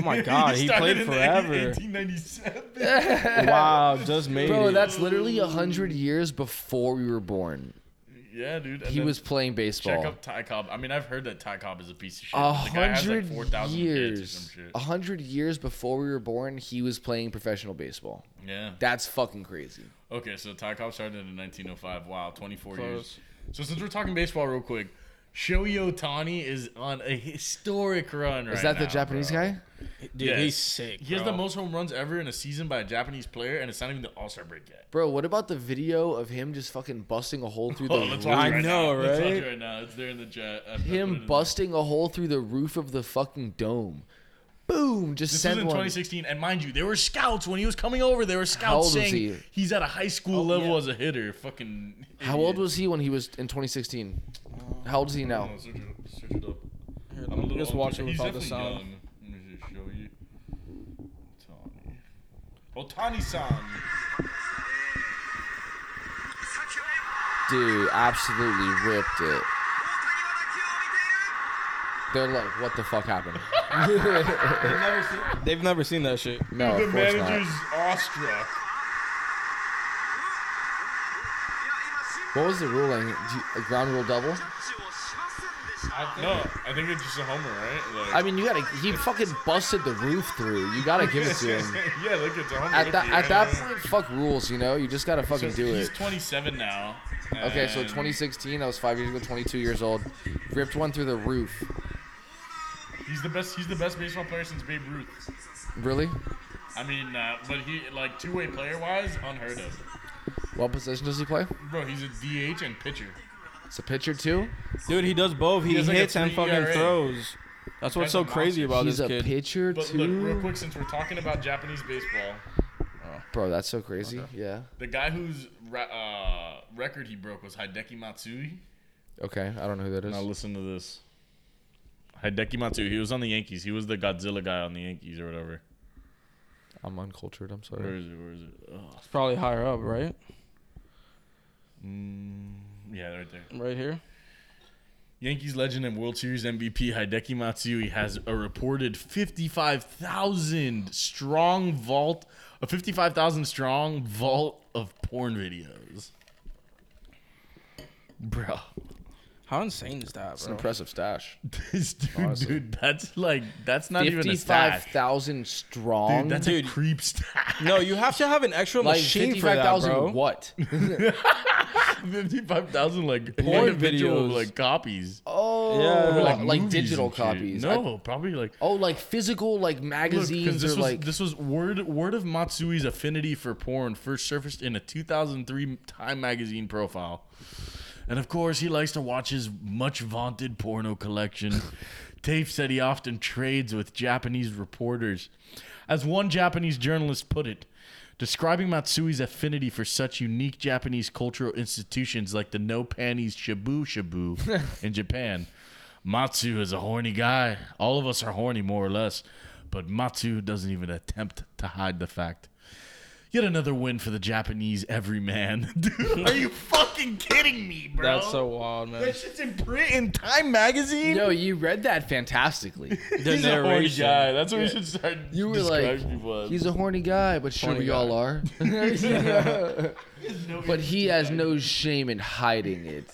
[SPEAKER 4] my god, he
[SPEAKER 2] started
[SPEAKER 4] played
[SPEAKER 2] in the
[SPEAKER 4] forever.
[SPEAKER 2] 1897.
[SPEAKER 4] Wow, just made
[SPEAKER 3] Bro,
[SPEAKER 4] it.
[SPEAKER 3] that's literally a hundred years before we were born.
[SPEAKER 2] yeah, dude. and
[SPEAKER 3] He
[SPEAKER 2] then
[SPEAKER 3] was playing
[SPEAKER 2] Check
[SPEAKER 3] baseball.
[SPEAKER 2] up Ty Cobb. I mean, I've heard that Ty Cobb is a piece of shit.
[SPEAKER 3] A
[SPEAKER 2] The guy has like
[SPEAKER 3] hundred
[SPEAKER 2] 4,000 kids or
[SPEAKER 3] years.
[SPEAKER 2] some shit.
[SPEAKER 3] A hundred years before we were born, he was playing professional baseball.
[SPEAKER 2] Yeah.
[SPEAKER 3] That's fucking crazy.
[SPEAKER 2] Okay, so Ty Cobb started in 1905. Wow, 24 years.
[SPEAKER 4] Close.
[SPEAKER 2] So since we're talking baseball, real quick, Shohei Otani is on a historic run right
[SPEAKER 3] Is that the
[SPEAKER 2] now,
[SPEAKER 3] Japanese
[SPEAKER 2] bro.
[SPEAKER 3] guy?
[SPEAKER 4] Dude,
[SPEAKER 2] Yes.
[SPEAKER 4] he's sick.
[SPEAKER 2] He has
[SPEAKER 4] bro.
[SPEAKER 2] the most home runs ever in a season by a Japanese player, and it's not even the All Star break yet.
[SPEAKER 3] Bro, what about the video of him just fucking busting a hole through the
[SPEAKER 2] Oh,
[SPEAKER 3] roof?
[SPEAKER 2] let's watch
[SPEAKER 4] I
[SPEAKER 2] it right
[SPEAKER 4] know,
[SPEAKER 2] now. Let's watch
[SPEAKER 4] right?
[SPEAKER 2] it right now. It's there in the chat. I- I put it
[SPEAKER 3] him
[SPEAKER 2] in-
[SPEAKER 3] busting a hole through the roof of the fucking dome. Boom! Just
[SPEAKER 2] This was
[SPEAKER 3] send
[SPEAKER 2] in
[SPEAKER 3] one.
[SPEAKER 2] 2016, and mind you, there were scouts when he was coming over. There were
[SPEAKER 3] old
[SPEAKER 2] scouts
[SPEAKER 3] was
[SPEAKER 2] saying
[SPEAKER 3] he? Oh,
[SPEAKER 2] he's at a high school level as a hitter. Fucking.
[SPEAKER 3] How
[SPEAKER 2] idiot.
[SPEAKER 3] old was he when he was in 2016? How old is he now?
[SPEAKER 2] Hold on, search it- search it up.
[SPEAKER 4] Here,
[SPEAKER 2] I'm a
[SPEAKER 4] let me
[SPEAKER 2] little
[SPEAKER 4] just
[SPEAKER 2] older.
[SPEAKER 4] watch it
[SPEAKER 2] He's
[SPEAKER 4] without the
[SPEAKER 2] definitely
[SPEAKER 4] sound.
[SPEAKER 2] young. Let me just show you. Otani. Otani-san.
[SPEAKER 3] Dude, absolutely ripped it. They're like, what the fuck happened?
[SPEAKER 4] They've never seen that shit.
[SPEAKER 3] No,
[SPEAKER 2] the
[SPEAKER 3] of course
[SPEAKER 2] manager's
[SPEAKER 3] not.
[SPEAKER 2] awestruck.
[SPEAKER 3] What was the ruling? Do you- a ground rule double?
[SPEAKER 2] I, no, I think it's just a homer, right? Like,
[SPEAKER 3] I mean, you gotta. He fucking busted the roof through. You gotta give it to him.
[SPEAKER 2] yeah, look, it's a homer.
[SPEAKER 3] At that,
[SPEAKER 2] the
[SPEAKER 3] at
[SPEAKER 2] end.
[SPEAKER 3] that point, fuck rules. You know, you just gotta
[SPEAKER 2] So
[SPEAKER 3] fucking do
[SPEAKER 2] he's
[SPEAKER 3] it.
[SPEAKER 2] 27 now.
[SPEAKER 3] Okay, so
[SPEAKER 2] and
[SPEAKER 3] 2016, I was five years ago, 22 years old. Ripped one through the roof.
[SPEAKER 2] He's the best. He's the best baseball player since Babe Ruth.
[SPEAKER 3] Really?
[SPEAKER 2] I mean, uh, but he like two-way player-wise, unheard of.
[SPEAKER 3] What position does he play?
[SPEAKER 2] Bro, he's a DH and pitcher.
[SPEAKER 3] It's a pitcher too.
[SPEAKER 4] Dude, he does both. He,
[SPEAKER 2] has, like, a
[SPEAKER 4] hits and
[SPEAKER 2] three
[SPEAKER 4] fucking
[SPEAKER 2] ERA.
[SPEAKER 4] throws. That's what's
[SPEAKER 2] Guy's a
[SPEAKER 4] so crazy about
[SPEAKER 3] He's
[SPEAKER 4] this
[SPEAKER 3] a
[SPEAKER 4] kid.
[SPEAKER 3] pitcher
[SPEAKER 2] But
[SPEAKER 3] too.
[SPEAKER 2] look, real quick, since we're talking about Japanese baseball,
[SPEAKER 3] Bro, that's so crazy. Yeah.
[SPEAKER 2] the guy whose ra- uh, record he broke was Hideki Matsui.
[SPEAKER 3] Okay, I don't know who that is.
[SPEAKER 2] Now listen to this. Hideki Matsui. He was on the Yankees. He was the Godzilla guy on the Yankees or whatever.
[SPEAKER 3] I'm uncultured. I'm
[SPEAKER 2] Where
[SPEAKER 3] sorry.
[SPEAKER 2] is it? Where is it? Oh.
[SPEAKER 4] It's probably higher up, right?
[SPEAKER 2] Mm, Yeah, right there.
[SPEAKER 4] Right here.
[SPEAKER 2] Yankees legend and World Series MVP Hideki Matsui has a reported 55,000 strong vault, a 55,000 strong vault of porn videos. Bro,
[SPEAKER 4] How insane is that,
[SPEAKER 3] It's an
[SPEAKER 4] bro?
[SPEAKER 3] impressive stash.
[SPEAKER 2] this dude,
[SPEAKER 3] Honestly.
[SPEAKER 2] dude, that's like that's not even a
[SPEAKER 3] Fifty-five
[SPEAKER 2] stash.
[SPEAKER 3] thousand strong.
[SPEAKER 2] Dude, that's
[SPEAKER 4] Dude.
[SPEAKER 2] a creep stash.
[SPEAKER 4] No, you have to have an extra
[SPEAKER 3] like
[SPEAKER 4] machine for that, bro.
[SPEAKER 3] fifty-five thousand. What?
[SPEAKER 2] 55,000 like
[SPEAKER 4] Porn
[SPEAKER 2] individual
[SPEAKER 4] videos.
[SPEAKER 2] like copies.
[SPEAKER 3] Oh,
[SPEAKER 4] Yeah.
[SPEAKER 3] like, like
[SPEAKER 2] movies
[SPEAKER 3] digital
[SPEAKER 2] and shit.
[SPEAKER 3] copies. I-
[SPEAKER 2] No, probably like
[SPEAKER 3] oh, like physical, like
[SPEAKER 2] Look, 'cause this
[SPEAKER 3] magazines
[SPEAKER 2] was
[SPEAKER 3] or like.
[SPEAKER 2] this was word word of Matsui's affinity for porn first surfaced in a 2003 Time magazine profile, and of course he likes to watch his much vaunted porno collection. Tafe said he often trades with Japanese reporters, as one Japanese journalist put it. Describing Matsui's affinity for such unique Japanese cultural institutions like the no panties shabu shabu in Japan, Matsu is a horny guy. All of us are horny, more or less. But Matsu doesn't even attempt to hide the fact. Yet another win for the Japanese everyman. Dude, are you fucking kidding me, bro?
[SPEAKER 4] That's so wild, man.
[SPEAKER 2] That shit's in print in Time Magazine?
[SPEAKER 3] no, you read that fantastically.
[SPEAKER 4] The
[SPEAKER 2] He's a horny
[SPEAKER 4] narration.
[SPEAKER 2] guy. That's what we should start
[SPEAKER 3] You were like,
[SPEAKER 2] describing people as.
[SPEAKER 3] he's a horny guy, but sure
[SPEAKER 4] Horny
[SPEAKER 3] we all are.
[SPEAKER 2] No
[SPEAKER 3] But he has no shame in hiding it.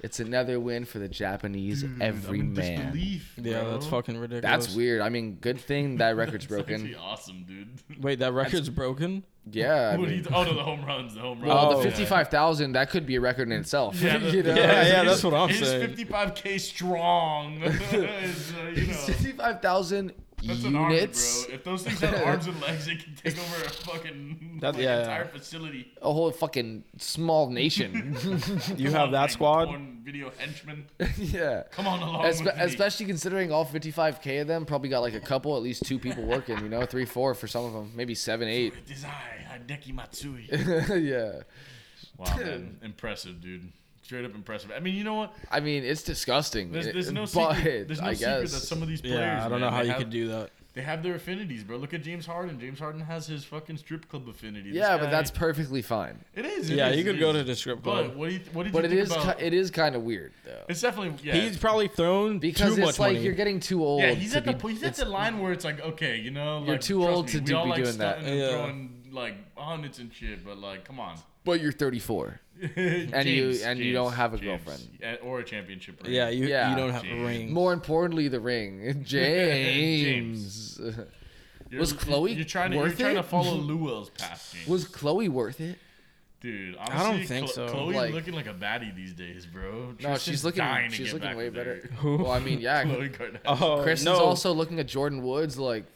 [SPEAKER 3] It's another win for the Japanese
[SPEAKER 2] Hmm.
[SPEAKER 3] everyman.
[SPEAKER 2] disbelief,
[SPEAKER 4] Yeah,
[SPEAKER 2] bro.
[SPEAKER 4] that's fucking ridiculous.
[SPEAKER 3] That's weird. I mean, good thing that record's
[SPEAKER 2] That's actually
[SPEAKER 3] broken.
[SPEAKER 2] awesome, dude.
[SPEAKER 4] Wait, that record's broken?
[SPEAKER 3] Yeah. I
[SPEAKER 2] What
[SPEAKER 3] mean-
[SPEAKER 2] he- oh, no, the home runs. The home runs.
[SPEAKER 3] well,
[SPEAKER 4] Oh,
[SPEAKER 3] the
[SPEAKER 4] yeah.
[SPEAKER 3] 55,000, that could be a record in itself.
[SPEAKER 2] Yeah,
[SPEAKER 3] you know?
[SPEAKER 4] yeah, yeah, that's what I'm
[SPEAKER 2] his
[SPEAKER 4] saying.
[SPEAKER 2] 55k strong. is, uh, you know,
[SPEAKER 3] 55,000
[SPEAKER 2] that's an army,
[SPEAKER 3] units.
[SPEAKER 2] bro. If those things have arms and legs, they can take over a fucking
[SPEAKER 4] That-
[SPEAKER 2] like,
[SPEAKER 4] yeah.
[SPEAKER 2] entire facility.
[SPEAKER 3] A whole fucking small nation.
[SPEAKER 2] Come
[SPEAKER 4] You have
[SPEAKER 2] on,
[SPEAKER 4] that
[SPEAKER 2] like,
[SPEAKER 4] squad?
[SPEAKER 2] porn video henchmen.
[SPEAKER 3] yeah.
[SPEAKER 2] Come on along
[SPEAKER 3] Espe-
[SPEAKER 2] with me.
[SPEAKER 3] especially considering all 55K of them probably got like a couple, at least two people working, you know, three, four for some of them, maybe seven, eight.
[SPEAKER 2] It is I, Hideki Matsui.
[SPEAKER 3] yeah.
[SPEAKER 2] Wow, man, impressive, dude. Straight up impressive. I mean, you know what?
[SPEAKER 3] I mean, it's disgusting. eh,
[SPEAKER 2] There's, there's no
[SPEAKER 3] but
[SPEAKER 2] secret. There's no
[SPEAKER 3] I
[SPEAKER 2] secret that
[SPEAKER 3] guess.
[SPEAKER 2] some of these players.
[SPEAKER 4] Yeah, I
[SPEAKER 2] man,
[SPEAKER 4] don't know how
[SPEAKER 2] they
[SPEAKER 4] you
[SPEAKER 2] have-
[SPEAKER 4] could do that.
[SPEAKER 2] They have their affinities, bro. Look at James Harden. James Harden has his fucking strip club affinity. This
[SPEAKER 3] yeah, but
[SPEAKER 2] guy-
[SPEAKER 3] that's perfectly fine.
[SPEAKER 2] it is. it
[SPEAKER 4] Yeah,
[SPEAKER 2] is,
[SPEAKER 4] you
[SPEAKER 2] it
[SPEAKER 4] could go
[SPEAKER 2] is.
[SPEAKER 4] to the strip
[SPEAKER 2] But
[SPEAKER 4] club.
[SPEAKER 2] what do you th- what did
[SPEAKER 3] But
[SPEAKER 2] you
[SPEAKER 3] it
[SPEAKER 2] think
[SPEAKER 3] is
[SPEAKER 2] about?
[SPEAKER 3] ki- it is kind of weird though,
[SPEAKER 2] it's definitely yeah.
[SPEAKER 4] He's probably thrown
[SPEAKER 3] because
[SPEAKER 4] too
[SPEAKER 3] it's
[SPEAKER 4] much
[SPEAKER 3] like
[SPEAKER 4] money.
[SPEAKER 3] you're getting too old.
[SPEAKER 2] yeah. He's
[SPEAKER 3] to
[SPEAKER 2] at the
[SPEAKER 3] be-
[SPEAKER 2] point. He's at the line where it's like okay, you know, like,
[SPEAKER 3] too
[SPEAKER 2] trust
[SPEAKER 3] old
[SPEAKER 2] me,
[SPEAKER 3] to
[SPEAKER 2] we
[SPEAKER 3] do-
[SPEAKER 2] all
[SPEAKER 3] be
[SPEAKER 2] like
[SPEAKER 3] doing that.
[SPEAKER 2] stunting and
[SPEAKER 4] Yeah.
[SPEAKER 2] Throwing like hundreds and shit, but like, come on.
[SPEAKER 3] but you're 34.
[SPEAKER 2] and
[SPEAKER 3] you- and you don't have a girlfriend.
[SPEAKER 2] or a championship ring.
[SPEAKER 4] yeah, you,
[SPEAKER 3] Yeah.
[SPEAKER 4] you don't have
[SPEAKER 2] Jeez.
[SPEAKER 4] a ring.
[SPEAKER 3] More importantly, the ring, James.
[SPEAKER 2] You're-
[SPEAKER 3] Was Khloe
[SPEAKER 2] You're trying to you're
[SPEAKER 3] worth
[SPEAKER 2] trying to
[SPEAKER 3] it?
[SPEAKER 2] follow Luel's path. James.
[SPEAKER 3] Was Chloe worth it?
[SPEAKER 2] Dude,
[SPEAKER 4] don't
[SPEAKER 2] honestly,
[SPEAKER 4] think
[SPEAKER 2] Chlo-
[SPEAKER 4] so.
[SPEAKER 2] Chloe's
[SPEAKER 3] Like-
[SPEAKER 2] looking like a baddie these days, bro.
[SPEAKER 3] No,
[SPEAKER 2] Tristan's
[SPEAKER 3] she's looking.
[SPEAKER 2] dying to
[SPEAKER 3] She's
[SPEAKER 2] get
[SPEAKER 3] looking
[SPEAKER 2] back
[SPEAKER 3] way
[SPEAKER 2] with her.
[SPEAKER 3] better. Well, I mean, yeah.
[SPEAKER 2] Chloe Kardashian.
[SPEAKER 4] Oh,
[SPEAKER 3] Kristen's
[SPEAKER 4] no.
[SPEAKER 3] also looking at Jordan Woods like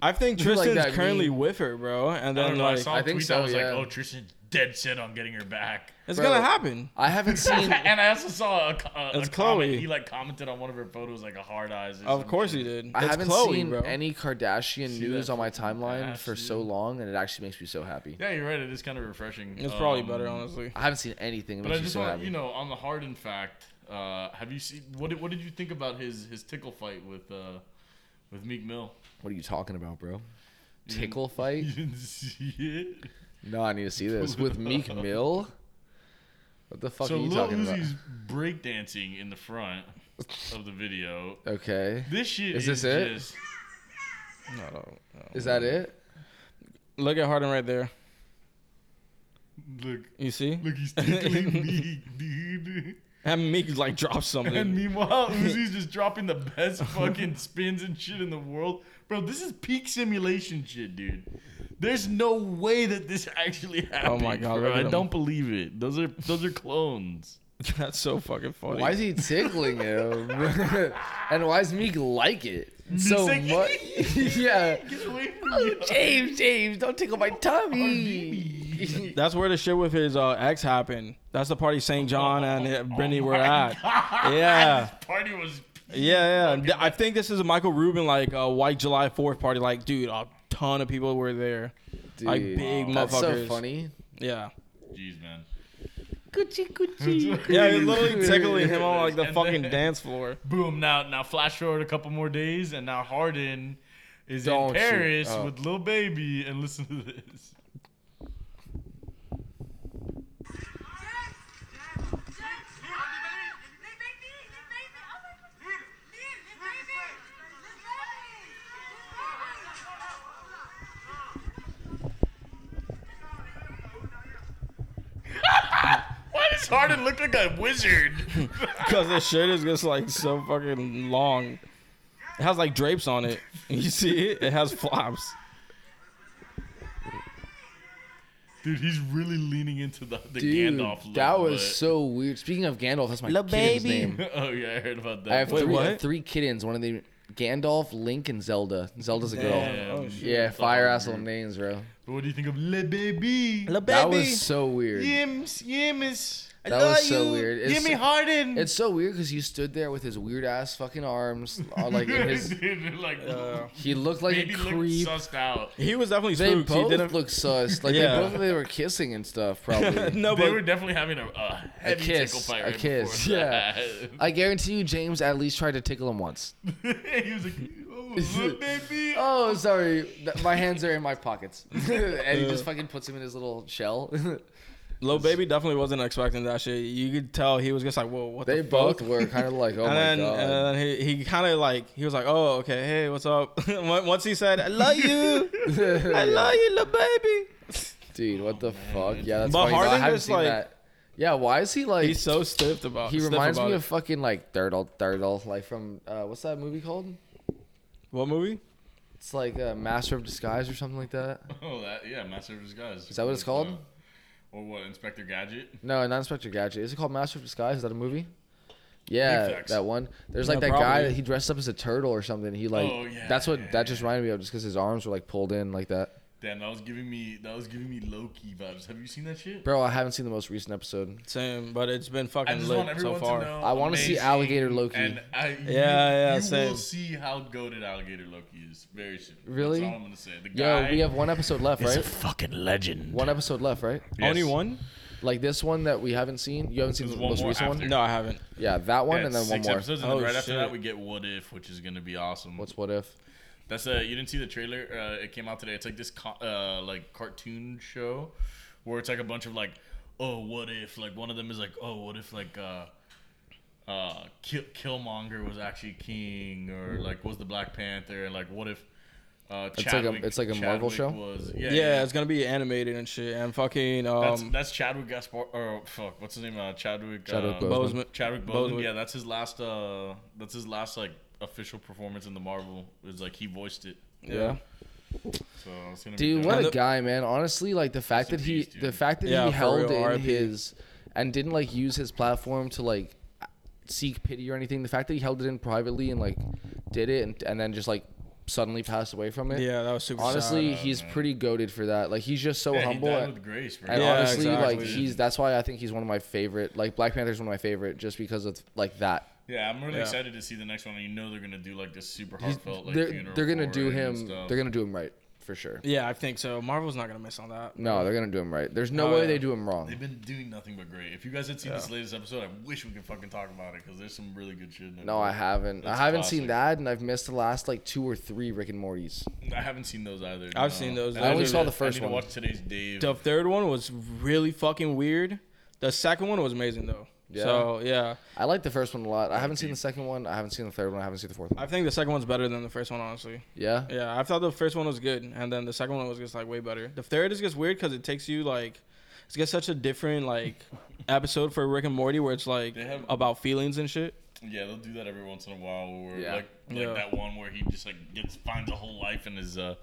[SPEAKER 4] I think
[SPEAKER 3] You like
[SPEAKER 4] Tristan's
[SPEAKER 3] that
[SPEAKER 4] currently
[SPEAKER 3] meme?
[SPEAKER 4] with her, bro. And
[SPEAKER 2] I
[SPEAKER 4] then
[SPEAKER 2] don't know. I
[SPEAKER 4] like
[SPEAKER 2] saw a
[SPEAKER 3] I think
[SPEAKER 2] tweet
[SPEAKER 3] so,
[SPEAKER 2] that was
[SPEAKER 3] yeah.
[SPEAKER 2] like, "Oh, Tristan's dead set on getting her back."
[SPEAKER 4] it's
[SPEAKER 3] Bro.
[SPEAKER 4] gonna happen.
[SPEAKER 3] I haven't seen.
[SPEAKER 2] and I also saw a, co- a, a
[SPEAKER 4] It's
[SPEAKER 2] comment.
[SPEAKER 4] Chloe.
[SPEAKER 2] He like commented on one of her photos, like a hard eyes. or
[SPEAKER 4] Of
[SPEAKER 2] some
[SPEAKER 4] course
[SPEAKER 2] shit.
[SPEAKER 4] he did.
[SPEAKER 3] I
[SPEAKER 4] It's
[SPEAKER 3] haven't
[SPEAKER 4] Chloe,
[SPEAKER 3] seen
[SPEAKER 4] bro.
[SPEAKER 3] any Kardashian
[SPEAKER 2] See
[SPEAKER 3] news
[SPEAKER 2] that
[SPEAKER 3] on my
[SPEAKER 2] fucking
[SPEAKER 3] timeline
[SPEAKER 2] ass,
[SPEAKER 3] for
[SPEAKER 2] dude.
[SPEAKER 3] so long, and it actually makes me so happy.
[SPEAKER 2] Yeah, you're right. It is kind of refreshing.
[SPEAKER 4] It's probably
[SPEAKER 2] Um,
[SPEAKER 4] better, honestly.
[SPEAKER 3] I haven't seen anything. It
[SPEAKER 2] But I
[SPEAKER 3] makes me
[SPEAKER 2] just
[SPEAKER 3] so
[SPEAKER 2] want you
[SPEAKER 3] happy.
[SPEAKER 2] know, on the Harden fact, uh, have you seen what? Did, what did you think about his his tickle fight with uh, with Meek Mill?
[SPEAKER 3] What are you talking about, bro?
[SPEAKER 2] didn't-
[SPEAKER 3] Tickle fight?
[SPEAKER 2] You didn't see it.
[SPEAKER 3] No, I need to see this with Meek Mill. What the fuck
[SPEAKER 2] so
[SPEAKER 3] are you
[SPEAKER 2] Lil
[SPEAKER 3] talking
[SPEAKER 2] Uzi's breakdancing in the front of the video.
[SPEAKER 3] about? Okay,
[SPEAKER 2] This shit
[SPEAKER 3] Is
[SPEAKER 2] is,
[SPEAKER 3] this it?
[SPEAKER 2] just
[SPEAKER 4] No, no, no.
[SPEAKER 3] is that it?
[SPEAKER 4] Look at Harden right there.
[SPEAKER 2] look.
[SPEAKER 4] You see?
[SPEAKER 2] Look, he's tickling Meek, dude.
[SPEAKER 4] And Meek like drops
[SPEAKER 2] And
[SPEAKER 4] something.
[SPEAKER 2] meanwhile, Uzi's just dropping the best fucking spins and shit in the world. Bro, this is peak simulation shit, dude. There's no way that this actually happened.
[SPEAKER 4] Oh my God,
[SPEAKER 2] bro.
[SPEAKER 4] look at
[SPEAKER 2] I
[SPEAKER 4] him.
[SPEAKER 2] don't believe it. Those are those are clones.
[SPEAKER 4] That's so fucking funny.
[SPEAKER 3] Why is he tickling him? and why is Meek like it so
[SPEAKER 2] like,
[SPEAKER 3] much? yeah.
[SPEAKER 2] Get away from
[SPEAKER 4] Oh,
[SPEAKER 2] me.
[SPEAKER 3] James, James, don't tickle my
[SPEAKER 2] baby.
[SPEAKER 3] tummy.
[SPEAKER 4] That's where the shit with his uh, ex happened. That's the party St. John
[SPEAKER 2] Oh
[SPEAKER 4] and uh, Brittany were at. Yeah.
[SPEAKER 2] This party was
[SPEAKER 4] Yeah, yeah. I think this is a Michael Rubin like uh, White July Fourth party. Like, dude, a ton of people were there. Like
[SPEAKER 3] Dude,
[SPEAKER 4] big
[SPEAKER 3] That's so
[SPEAKER 4] motherfuckers.
[SPEAKER 3] funny.
[SPEAKER 4] Yeah.
[SPEAKER 2] jeez, man.
[SPEAKER 3] Gucci, Gucci.
[SPEAKER 4] Yeah, he's literally tickling him on like the
[SPEAKER 2] And
[SPEAKER 4] fucking
[SPEAKER 2] then-
[SPEAKER 4] dance floor.
[SPEAKER 2] Boom! Now, now, flash forward a couple more days, and now Harden is
[SPEAKER 3] Don't
[SPEAKER 2] in
[SPEAKER 3] shoot.
[SPEAKER 2] Paris
[SPEAKER 3] Oh.
[SPEAKER 2] with Lil Baby, and listen to this. Why does Harden look like a wizard?
[SPEAKER 4] Cause the shirt is just like so fucking long. It has like drapes on it. You see it? It has flops.
[SPEAKER 2] Dude, he's really leaning into the, the
[SPEAKER 3] Dude,
[SPEAKER 2] Gandalf look.
[SPEAKER 3] that was
[SPEAKER 2] but-
[SPEAKER 3] so weird. Speaking of Gandalf, that's my
[SPEAKER 4] Lil
[SPEAKER 3] kid's
[SPEAKER 4] baby.
[SPEAKER 3] name.
[SPEAKER 2] oh yeah, I heard about that.
[SPEAKER 3] I have
[SPEAKER 4] Wait,
[SPEAKER 3] three, I have
[SPEAKER 4] what?
[SPEAKER 3] three kittens. One of them, Gandalf, Link, and Zelda. Zelda's a girl.
[SPEAKER 2] Damn.
[SPEAKER 4] Oh, shit.
[SPEAKER 3] Yeah,
[SPEAKER 2] That's a
[SPEAKER 3] fire
[SPEAKER 2] hard
[SPEAKER 3] ass little
[SPEAKER 2] group.
[SPEAKER 3] names, bro.
[SPEAKER 2] But what do you think of Le Baby?
[SPEAKER 4] The baby.
[SPEAKER 3] That was so weird.
[SPEAKER 2] Yims, Yims. I
[SPEAKER 3] That
[SPEAKER 2] love
[SPEAKER 3] was so
[SPEAKER 2] you.
[SPEAKER 3] weird. It's-
[SPEAKER 2] Jimmy Harden.
[SPEAKER 3] It's so weird because he stood there with his weird ass fucking arms, uh, like in his.
[SPEAKER 2] Dude, like
[SPEAKER 4] Uh,
[SPEAKER 3] He looked like
[SPEAKER 2] baby
[SPEAKER 3] a
[SPEAKER 2] looked
[SPEAKER 3] creep.
[SPEAKER 2] sussed out.
[SPEAKER 4] he was definitely
[SPEAKER 3] They
[SPEAKER 4] spooked. He
[SPEAKER 3] both
[SPEAKER 4] didn't.
[SPEAKER 3] look sus. Like
[SPEAKER 4] Yeah.
[SPEAKER 3] they both they were kissing and stuff. Probably.
[SPEAKER 4] no,
[SPEAKER 2] They were
[SPEAKER 4] but
[SPEAKER 2] definitely having a, a heavy
[SPEAKER 3] kiss,
[SPEAKER 2] tickle fight.
[SPEAKER 3] a
[SPEAKER 2] Right
[SPEAKER 3] kiss,
[SPEAKER 2] before
[SPEAKER 3] yeah.
[SPEAKER 2] that.
[SPEAKER 3] I guarantee you, James at least tried to tickle him once.
[SPEAKER 2] he was like, "Oh, look, baby."
[SPEAKER 3] Oh, sorry. Uh. Th- My hands are in my pockets. and he just fucking puts him in his little shell.
[SPEAKER 4] Lil Baby definitely wasn't expecting that shit. You could tell he was just like, whoa, what
[SPEAKER 3] they
[SPEAKER 4] the fuck?
[SPEAKER 3] both were kind of like, oh my
[SPEAKER 4] and then,
[SPEAKER 3] god.
[SPEAKER 4] and then he, he kind of like he was like, "Oh, okay, hey, what's up?" Once once he said, "I love you,
[SPEAKER 3] uh,
[SPEAKER 4] I love you, little baby,"
[SPEAKER 3] Dude, what the fuck? Yeah, that's
[SPEAKER 4] But
[SPEAKER 3] funny. I
[SPEAKER 4] Harden
[SPEAKER 3] haven't
[SPEAKER 4] is
[SPEAKER 3] seen
[SPEAKER 4] like-
[SPEAKER 3] that. Yeah, why is he like?
[SPEAKER 4] he's so stiffed about.
[SPEAKER 3] he
[SPEAKER 4] stiff
[SPEAKER 3] reminds
[SPEAKER 4] about
[SPEAKER 3] me
[SPEAKER 4] it.
[SPEAKER 3] of fucking like Dirtle Dirtle, like from uh, what's that movie called?
[SPEAKER 4] what movie?
[SPEAKER 3] It's like uh, Master of Disguise or something like that.
[SPEAKER 2] Oh, that yeah, Master of Disguise. uh,
[SPEAKER 3] Is that what it's called?
[SPEAKER 2] Or what, Inspector Gadget?
[SPEAKER 3] No, not Inspector Gadget. Is it called Master of Disguise? Is that a movie? Yeah,
[SPEAKER 2] Reflex.
[SPEAKER 3] that one. There's
[SPEAKER 4] Yeah,
[SPEAKER 3] like that guy
[SPEAKER 4] probably.
[SPEAKER 3] that he dressed up as a turtle or something. He like
[SPEAKER 2] Oh, yeah,
[SPEAKER 3] that's what
[SPEAKER 2] yeah,
[SPEAKER 3] that just reminded me of, just because his arms were like pulled in like that.
[SPEAKER 2] Damn, that was giving me that was giving me Loki vibes. Have you seen that shit?
[SPEAKER 3] Bro, I haven't seen the most recent episode.
[SPEAKER 4] Same, but it's been
[SPEAKER 2] I
[SPEAKER 4] fucking
[SPEAKER 2] just want
[SPEAKER 4] lit so
[SPEAKER 2] everyone
[SPEAKER 4] far.
[SPEAKER 2] to know.
[SPEAKER 3] I wanna see
[SPEAKER 2] amazing,
[SPEAKER 3] Alligator Loki.
[SPEAKER 2] And I, you,
[SPEAKER 4] yeah,
[SPEAKER 2] you
[SPEAKER 4] same.
[SPEAKER 2] will see how goaded Alligator Loki is very soon.
[SPEAKER 3] Really?
[SPEAKER 2] That's all I'm gonna say. The
[SPEAKER 3] Yo,
[SPEAKER 2] guy
[SPEAKER 3] we have one episode left,
[SPEAKER 2] is a
[SPEAKER 3] right?
[SPEAKER 2] fucking legend.
[SPEAKER 3] One episode left, right?
[SPEAKER 2] Yes.
[SPEAKER 4] Only one?
[SPEAKER 3] Like this one that we haven't seen. You haven't seen
[SPEAKER 2] There's
[SPEAKER 3] the
[SPEAKER 2] one
[SPEAKER 3] most
[SPEAKER 2] more
[SPEAKER 3] recent
[SPEAKER 2] after.
[SPEAKER 3] one?
[SPEAKER 4] No, I haven't.
[SPEAKER 3] Yeah, that one
[SPEAKER 2] Yeah,
[SPEAKER 3] and then
[SPEAKER 2] it's
[SPEAKER 3] one
[SPEAKER 2] six
[SPEAKER 3] more.
[SPEAKER 2] episodes, and then
[SPEAKER 4] Oh,
[SPEAKER 2] right after
[SPEAKER 4] shit.
[SPEAKER 2] that we get What If, which is gonna be awesome.
[SPEAKER 3] What's what if?
[SPEAKER 2] That's a you didn't see the trailer. Uh, it came out today. It's like this co- uh, like cartoon show where it's like a bunch of like, oh, what if like one of them is like, oh, what if like uh, uh, Kill- Killmonger was actually king or like was the Black Panther and like what if uh,
[SPEAKER 3] It's like a-
[SPEAKER 2] Chadwick,
[SPEAKER 3] it's like a Marvel
[SPEAKER 2] Chadwick
[SPEAKER 3] show?
[SPEAKER 2] Was, yeah,
[SPEAKER 4] Yeah, it's gonna be animated and shit, and fucking
[SPEAKER 2] that's,
[SPEAKER 4] um,
[SPEAKER 2] that's Chadwick Gaspar or fuck, what's his name? Uh, Chadwick.
[SPEAKER 3] Chadwick
[SPEAKER 2] uh,
[SPEAKER 3] Boseman.
[SPEAKER 4] Boseman.
[SPEAKER 2] Chadwick Boseman,
[SPEAKER 4] Boseman.
[SPEAKER 2] yeah, that's his last. Uh, that's his last like official performance in the Marvel. Is like he voiced it.
[SPEAKER 4] yeah.
[SPEAKER 2] So it's gonna be
[SPEAKER 3] Dude,
[SPEAKER 2] dope.
[SPEAKER 3] what
[SPEAKER 4] And
[SPEAKER 3] a
[SPEAKER 4] the-
[SPEAKER 3] guy, man! Honestly, like the fact that he,
[SPEAKER 2] beast, dude.
[SPEAKER 3] the fact that
[SPEAKER 4] Yeah,
[SPEAKER 3] he
[SPEAKER 4] for
[SPEAKER 3] held
[SPEAKER 4] real,
[SPEAKER 3] in
[SPEAKER 4] RIP.
[SPEAKER 3] his and didn't like use his platform to like seek pity or anything. The fact that he held it in privately and like did it, and, and then just like suddenly passed away from it.
[SPEAKER 4] Yeah, that was super.
[SPEAKER 3] Honestly,
[SPEAKER 4] sad.
[SPEAKER 3] he's pretty goaded for that. Like he's just so
[SPEAKER 2] Yeah, he
[SPEAKER 3] humble.
[SPEAKER 2] died
[SPEAKER 3] and-
[SPEAKER 2] with grace, bro.
[SPEAKER 3] And
[SPEAKER 4] Yeah,
[SPEAKER 3] honestly, like
[SPEAKER 4] exactly.
[SPEAKER 3] he's that's why I think he's one of my favorite. Like Black Panther's one of my favorite just because of like that.
[SPEAKER 2] Yeah, I'm really
[SPEAKER 4] Yeah.
[SPEAKER 2] excited to see the next one. You know they're gonna do like this super
[SPEAKER 3] He's-
[SPEAKER 2] heartfelt like
[SPEAKER 3] they're
[SPEAKER 2] funeral
[SPEAKER 3] they're gonna
[SPEAKER 2] for
[SPEAKER 3] do
[SPEAKER 2] it and
[SPEAKER 3] him.
[SPEAKER 2] stuff.
[SPEAKER 3] They're gonna do him right for sure.
[SPEAKER 4] yeah, I think so. Marvel's not gonna miss on that.
[SPEAKER 3] No, they're gonna do him right. There's no
[SPEAKER 4] Oh,
[SPEAKER 3] way
[SPEAKER 4] yeah.
[SPEAKER 3] they do him wrong.
[SPEAKER 2] They've been doing nothing but great. If you guys had seen this latest episode, I wish we could fucking talk about it because there's some really good shit. In it,
[SPEAKER 3] No,
[SPEAKER 2] bro.
[SPEAKER 3] I haven't.
[SPEAKER 2] That's
[SPEAKER 3] I haven't
[SPEAKER 2] classic.
[SPEAKER 3] seen that, and I've missed the last like two or three Rick and Morty's.
[SPEAKER 2] I haven't seen those either.
[SPEAKER 4] I've seen those.
[SPEAKER 2] And
[SPEAKER 4] I
[SPEAKER 3] only
[SPEAKER 2] need
[SPEAKER 3] saw
[SPEAKER 2] to-
[SPEAKER 3] the
[SPEAKER 2] I
[SPEAKER 3] first
[SPEAKER 2] need
[SPEAKER 3] one.
[SPEAKER 2] To watch today's Dave.
[SPEAKER 4] The third one was really fucking weird. The second one was amazing though.
[SPEAKER 3] Yeah.
[SPEAKER 4] So yeah,
[SPEAKER 3] I like the first one a lot. I haven't seen the second one. I haven't seen the third one. I haven't seen the fourth one.
[SPEAKER 4] I think the second one's better than the first one, honestly.
[SPEAKER 3] Yeah.
[SPEAKER 4] Yeah, I thought the first one was good, and then the second one was just like way better. The third is just weird because it takes you like, it's just such a different like episode for Rick and Morty where it's like
[SPEAKER 2] They have-
[SPEAKER 4] about feelings and shit.
[SPEAKER 2] yeah, they'll do that every once in a while. Or
[SPEAKER 3] Yeah.
[SPEAKER 2] like like
[SPEAKER 4] Yeah.
[SPEAKER 2] that one where he just like gets finds a whole life and his uh,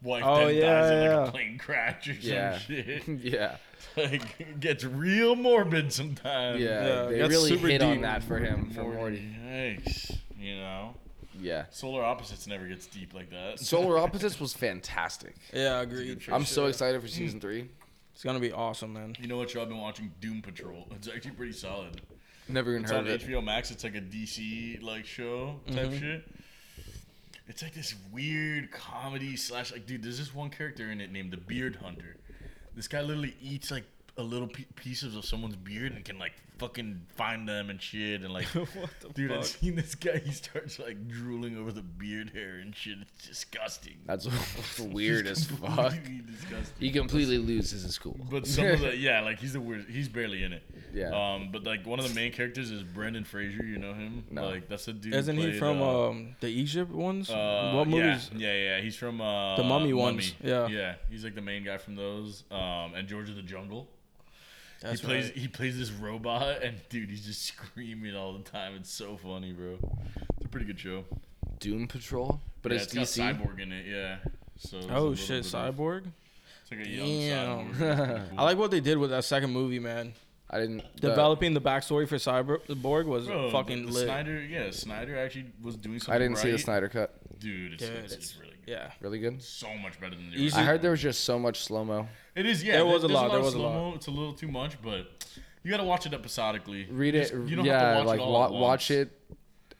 [SPEAKER 2] wife then
[SPEAKER 4] Oh,
[SPEAKER 2] dies
[SPEAKER 4] yeah,
[SPEAKER 2] in like
[SPEAKER 4] yeah.
[SPEAKER 2] a plane crash or
[SPEAKER 3] Yeah.
[SPEAKER 2] some shit.
[SPEAKER 3] yeah.
[SPEAKER 2] like it gets real morbid sometimes.
[SPEAKER 4] Yeah,
[SPEAKER 3] Yeah. They
[SPEAKER 4] that's
[SPEAKER 3] really
[SPEAKER 4] super
[SPEAKER 3] hit on
[SPEAKER 4] deep.
[SPEAKER 3] that for him. For
[SPEAKER 2] Morty.
[SPEAKER 3] Morty.
[SPEAKER 2] Yikes. You know,
[SPEAKER 3] Yeah.
[SPEAKER 2] solar opposites never gets deep like that.
[SPEAKER 3] Solar Opposites was fantastic.
[SPEAKER 4] Yeah, agreed.
[SPEAKER 3] I'm so excited for season three.
[SPEAKER 4] It's gonna be awesome, man.
[SPEAKER 2] You know what, y'all? I've been watching Doom Patrol. It's actually pretty solid.
[SPEAKER 3] Never even
[SPEAKER 2] It's
[SPEAKER 3] heard
[SPEAKER 2] on
[SPEAKER 3] of it.
[SPEAKER 2] HBO Max. It's like a DC like show type
[SPEAKER 4] Mm-hmm.
[SPEAKER 2] shit. It's like this weird comedy slash like, dude, there's this one character in it named the Beard Hunter. This guy literally eats like a little pe- pieces of someone's beard and can like fucking find them and shit and like,
[SPEAKER 4] What the
[SPEAKER 2] dude, I've
[SPEAKER 4] fuck?
[SPEAKER 2] seen this guy. He starts like drooling over the beard hair and shit. It's disgusting.
[SPEAKER 3] That's weird as fuck.
[SPEAKER 2] Completely disgusting.
[SPEAKER 3] He completely loses his cool.
[SPEAKER 2] But some of the yeah, like he's the worst. He's barely in it.
[SPEAKER 3] Yeah.
[SPEAKER 2] Um, but like one of the main characters is Brendan Fraser. You know him?
[SPEAKER 3] No.
[SPEAKER 2] Like that's the dude. who
[SPEAKER 4] Isn't he
[SPEAKER 2] played,
[SPEAKER 4] from
[SPEAKER 2] uh,
[SPEAKER 4] um the Egypt ones?
[SPEAKER 2] uh,
[SPEAKER 4] what movies?
[SPEAKER 2] Yeah, yeah, yeah. He's from uh,
[SPEAKER 4] The Mummy ones, yeah.
[SPEAKER 2] Yeah. He's like the main guy from those. Um, and George of the Jungle.
[SPEAKER 4] That's
[SPEAKER 2] he plays
[SPEAKER 4] right.
[SPEAKER 2] he plays this robot, and dude, he's just screaming all the time. It's so funny, bro. It's a pretty good show.
[SPEAKER 3] Doom Patrol, but
[SPEAKER 2] yeah,
[SPEAKER 3] it's,
[SPEAKER 2] got
[SPEAKER 3] DC.
[SPEAKER 2] Cyborg in it, yeah. So it's a
[SPEAKER 4] Oh
[SPEAKER 2] little
[SPEAKER 4] shit,
[SPEAKER 2] bit of-
[SPEAKER 4] Cyborg.
[SPEAKER 2] It's like a young
[SPEAKER 4] Damn.
[SPEAKER 2] Cyborg. It's pretty
[SPEAKER 4] I like what they did with that second movie, man.
[SPEAKER 3] I didn't uh, the-
[SPEAKER 4] Developing the backstory for Cyborg was
[SPEAKER 2] Bro,
[SPEAKER 4] fucking
[SPEAKER 2] Oh, the, the
[SPEAKER 4] lit.
[SPEAKER 2] Snyder, yeah, Snyder actually was doing something.
[SPEAKER 3] I didn't see the
[SPEAKER 2] right.
[SPEAKER 3] Snyder cut.
[SPEAKER 2] Dude, it's,
[SPEAKER 4] Dude,
[SPEAKER 2] it's,
[SPEAKER 4] it's-
[SPEAKER 2] it's really good.
[SPEAKER 4] yeah.
[SPEAKER 3] Really good.
[SPEAKER 2] So much better than the
[SPEAKER 4] Easy-
[SPEAKER 2] original.
[SPEAKER 3] I heard there was just so much slow mo.
[SPEAKER 2] It is, yeah.
[SPEAKER 4] There was a
[SPEAKER 2] there's
[SPEAKER 4] lot, there
[SPEAKER 2] of
[SPEAKER 4] was a lot.
[SPEAKER 2] slow-mo. It's a little too much, but you got to watch it episodically.
[SPEAKER 3] Read
[SPEAKER 2] Just-
[SPEAKER 3] it.
[SPEAKER 2] You don't
[SPEAKER 3] yeah,
[SPEAKER 2] have to watch
[SPEAKER 3] like
[SPEAKER 2] it all at
[SPEAKER 3] wa-
[SPEAKER 2] once.
[SPEAKER 3] watch it,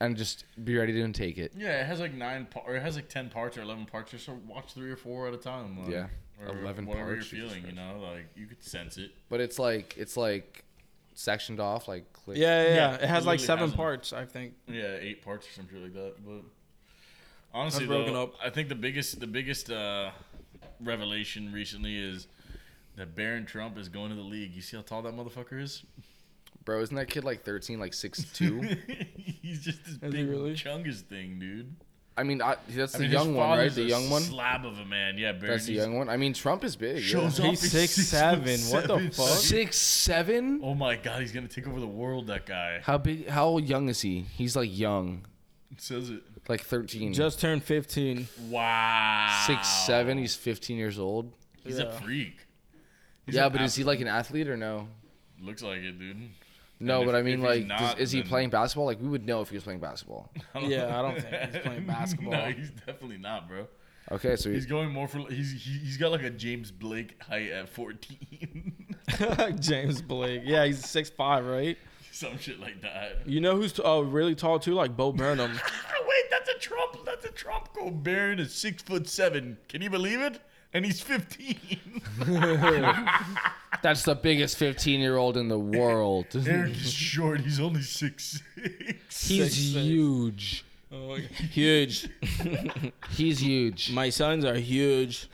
[SPEAKER 3] and just be ready to take it.
[SPEAKER 2] Yeah, it has like nine par- or it has like ten parts or eleven parts. Just sort of watch three or four at a time. Like,
[SPEAKER 3] Yeah,
[SPEAKER 2] or
[SPEAKER 3] 11
[SPEAKER 2] whatever
[SPEAKER 3] parts,
[SPEAKER 2] you're
[SPEAKER 3] Jesus
[SPEAKER 2] feeling. You know, like you could sense it.
[SPEAKER 3] But it's like it's like sectioned off. Like click.
[SPEAKER 4] Yeah, yeah,
[SPEAKER 2] Yeah,
[SPEAKER 4] yeah. It has
[SPEAKER 2] it
[SPEAKER 4] like
[SPEAKER 2] literally
[SPEAKER 4] seven
[SPEAKER 2] has 'em.
[SPEAKER 4] parts, I think.
[SPEAKER 2] Yeah, eight parts or something like that. But honestly,
[SPEAKER 4] That's broken
[SPEAKER 2] though,
[SPEAKER 4] up.
[SPEAKER 2] I think the biggest the biggest uh, revelation recently is that Baron Trump is going to the league. You see how tall that motherfucker is?
[SPEAKER 3] Bro, isn't that kid like thirteen, like six two?
[SPEAKER 2] He's just this
[SPEAKER 4] he
[SPEAKER 2] big
[SPEAKER 4] really?
[SPEAKER 2] chungus thing, dude.
[SPEAKER 3] I mean, I, that's the
[SPEAKER 2] mean, his
[SPEAKER 3] young one, right?
[SPEAKER 2] father's
[SPEAKER 3] The
[SPEAKER 2] a
[SPEAKER 3] young one.
[SPEAKER 2] Slab of a man, yeah. Baron,
[SPEAKER 3] That's the
[SPEAKER 2] he's-
[SPEAKER 3] young one. I mean, Trump is big. Yeah.
[SPEAKER 2] Shows off
[SPEAKER 4] He's
[SPEAKER 2] his
[SPEAKER 4] 6'7", what the
[SPEAKER 2] foot seven.
[SPEAKER 4] fuck?
[SPEAKER 3] Six seven.
[SPEAKER 2] Oh my god, he's gonna take over the world. That guy
[SPEAKER 3] How big? How young is he? He's like young,
[SPEAKER 2] It says it.
[SPEAKER 3] like thirteen.
[SPEAKER 4] Just turned 15.
[SPEAKER 2] Wow.
[SPEAKER 3] six seven. He's fifteen years old.
[SPEAKER 2] He's a
[SPEAKER 4] Yeah.
[SPEAKER 2] freak. He's
[SPEAKER 3] yeah,
[SPEAKER 2] an
[SPEAKER 3] but is he
[SPEAKER 2] athlete.
[SPEAKER 3] like an athlete or no?
[SPEAKER 2] Looks like it, dude.
[SPEAKER 3] No,
[SPEAKER 2] And
[SPEAKER 3] but
[SPEAKER 2] if-
[SPEAKER 3] I mean,
[SPEAKER 2] if
[SPEAKER 3] like,
[SPEAKER 2] he's
[SPEAKER 3] does-
[SPEAKER 2] not,
[SPEAKER 3] is he
[SPEAKER 2] then-
[SPEAKER 3] playing basketball? Like, we would know if he was playing basketball.
[SPEAKER 4] Yeah, I don't think he's playing basketball.
[SPEAKER 2] no, he's definitely not, bro.
[SPEAKER 3] Okay, so
[SPEAKER 2] He's
[SPEAKER 3] he's
[SPEAKER 2] going more for he's he, he's got like a James Blake height at 14,
[SPEAKER 4] James Blake. Yeah, he's 6'5, right?
[SPEAKER 2] some shit like that.
[SPEAKER 4] You know who's t- oh, really tall too? Like Bo Burnham.
[SPEAKER 2] Wait, that's a Trump. That's a Trump. Go Baron is six foot seven. Can you believe it? And he's 15.
[SPEAKER 3] that's the biggest fifteen-year-old in the world.
[SPEAKER 2] Eric is short. He's only six six.
[SPEAKER 3] He's
[SPEAKER 4] six.
[SPEAKER 3] huge.
[SPEAKER 4] Oh, huge.
[SPEAKER 3] He's huge.
[SPEAKER 4] My sons are huge.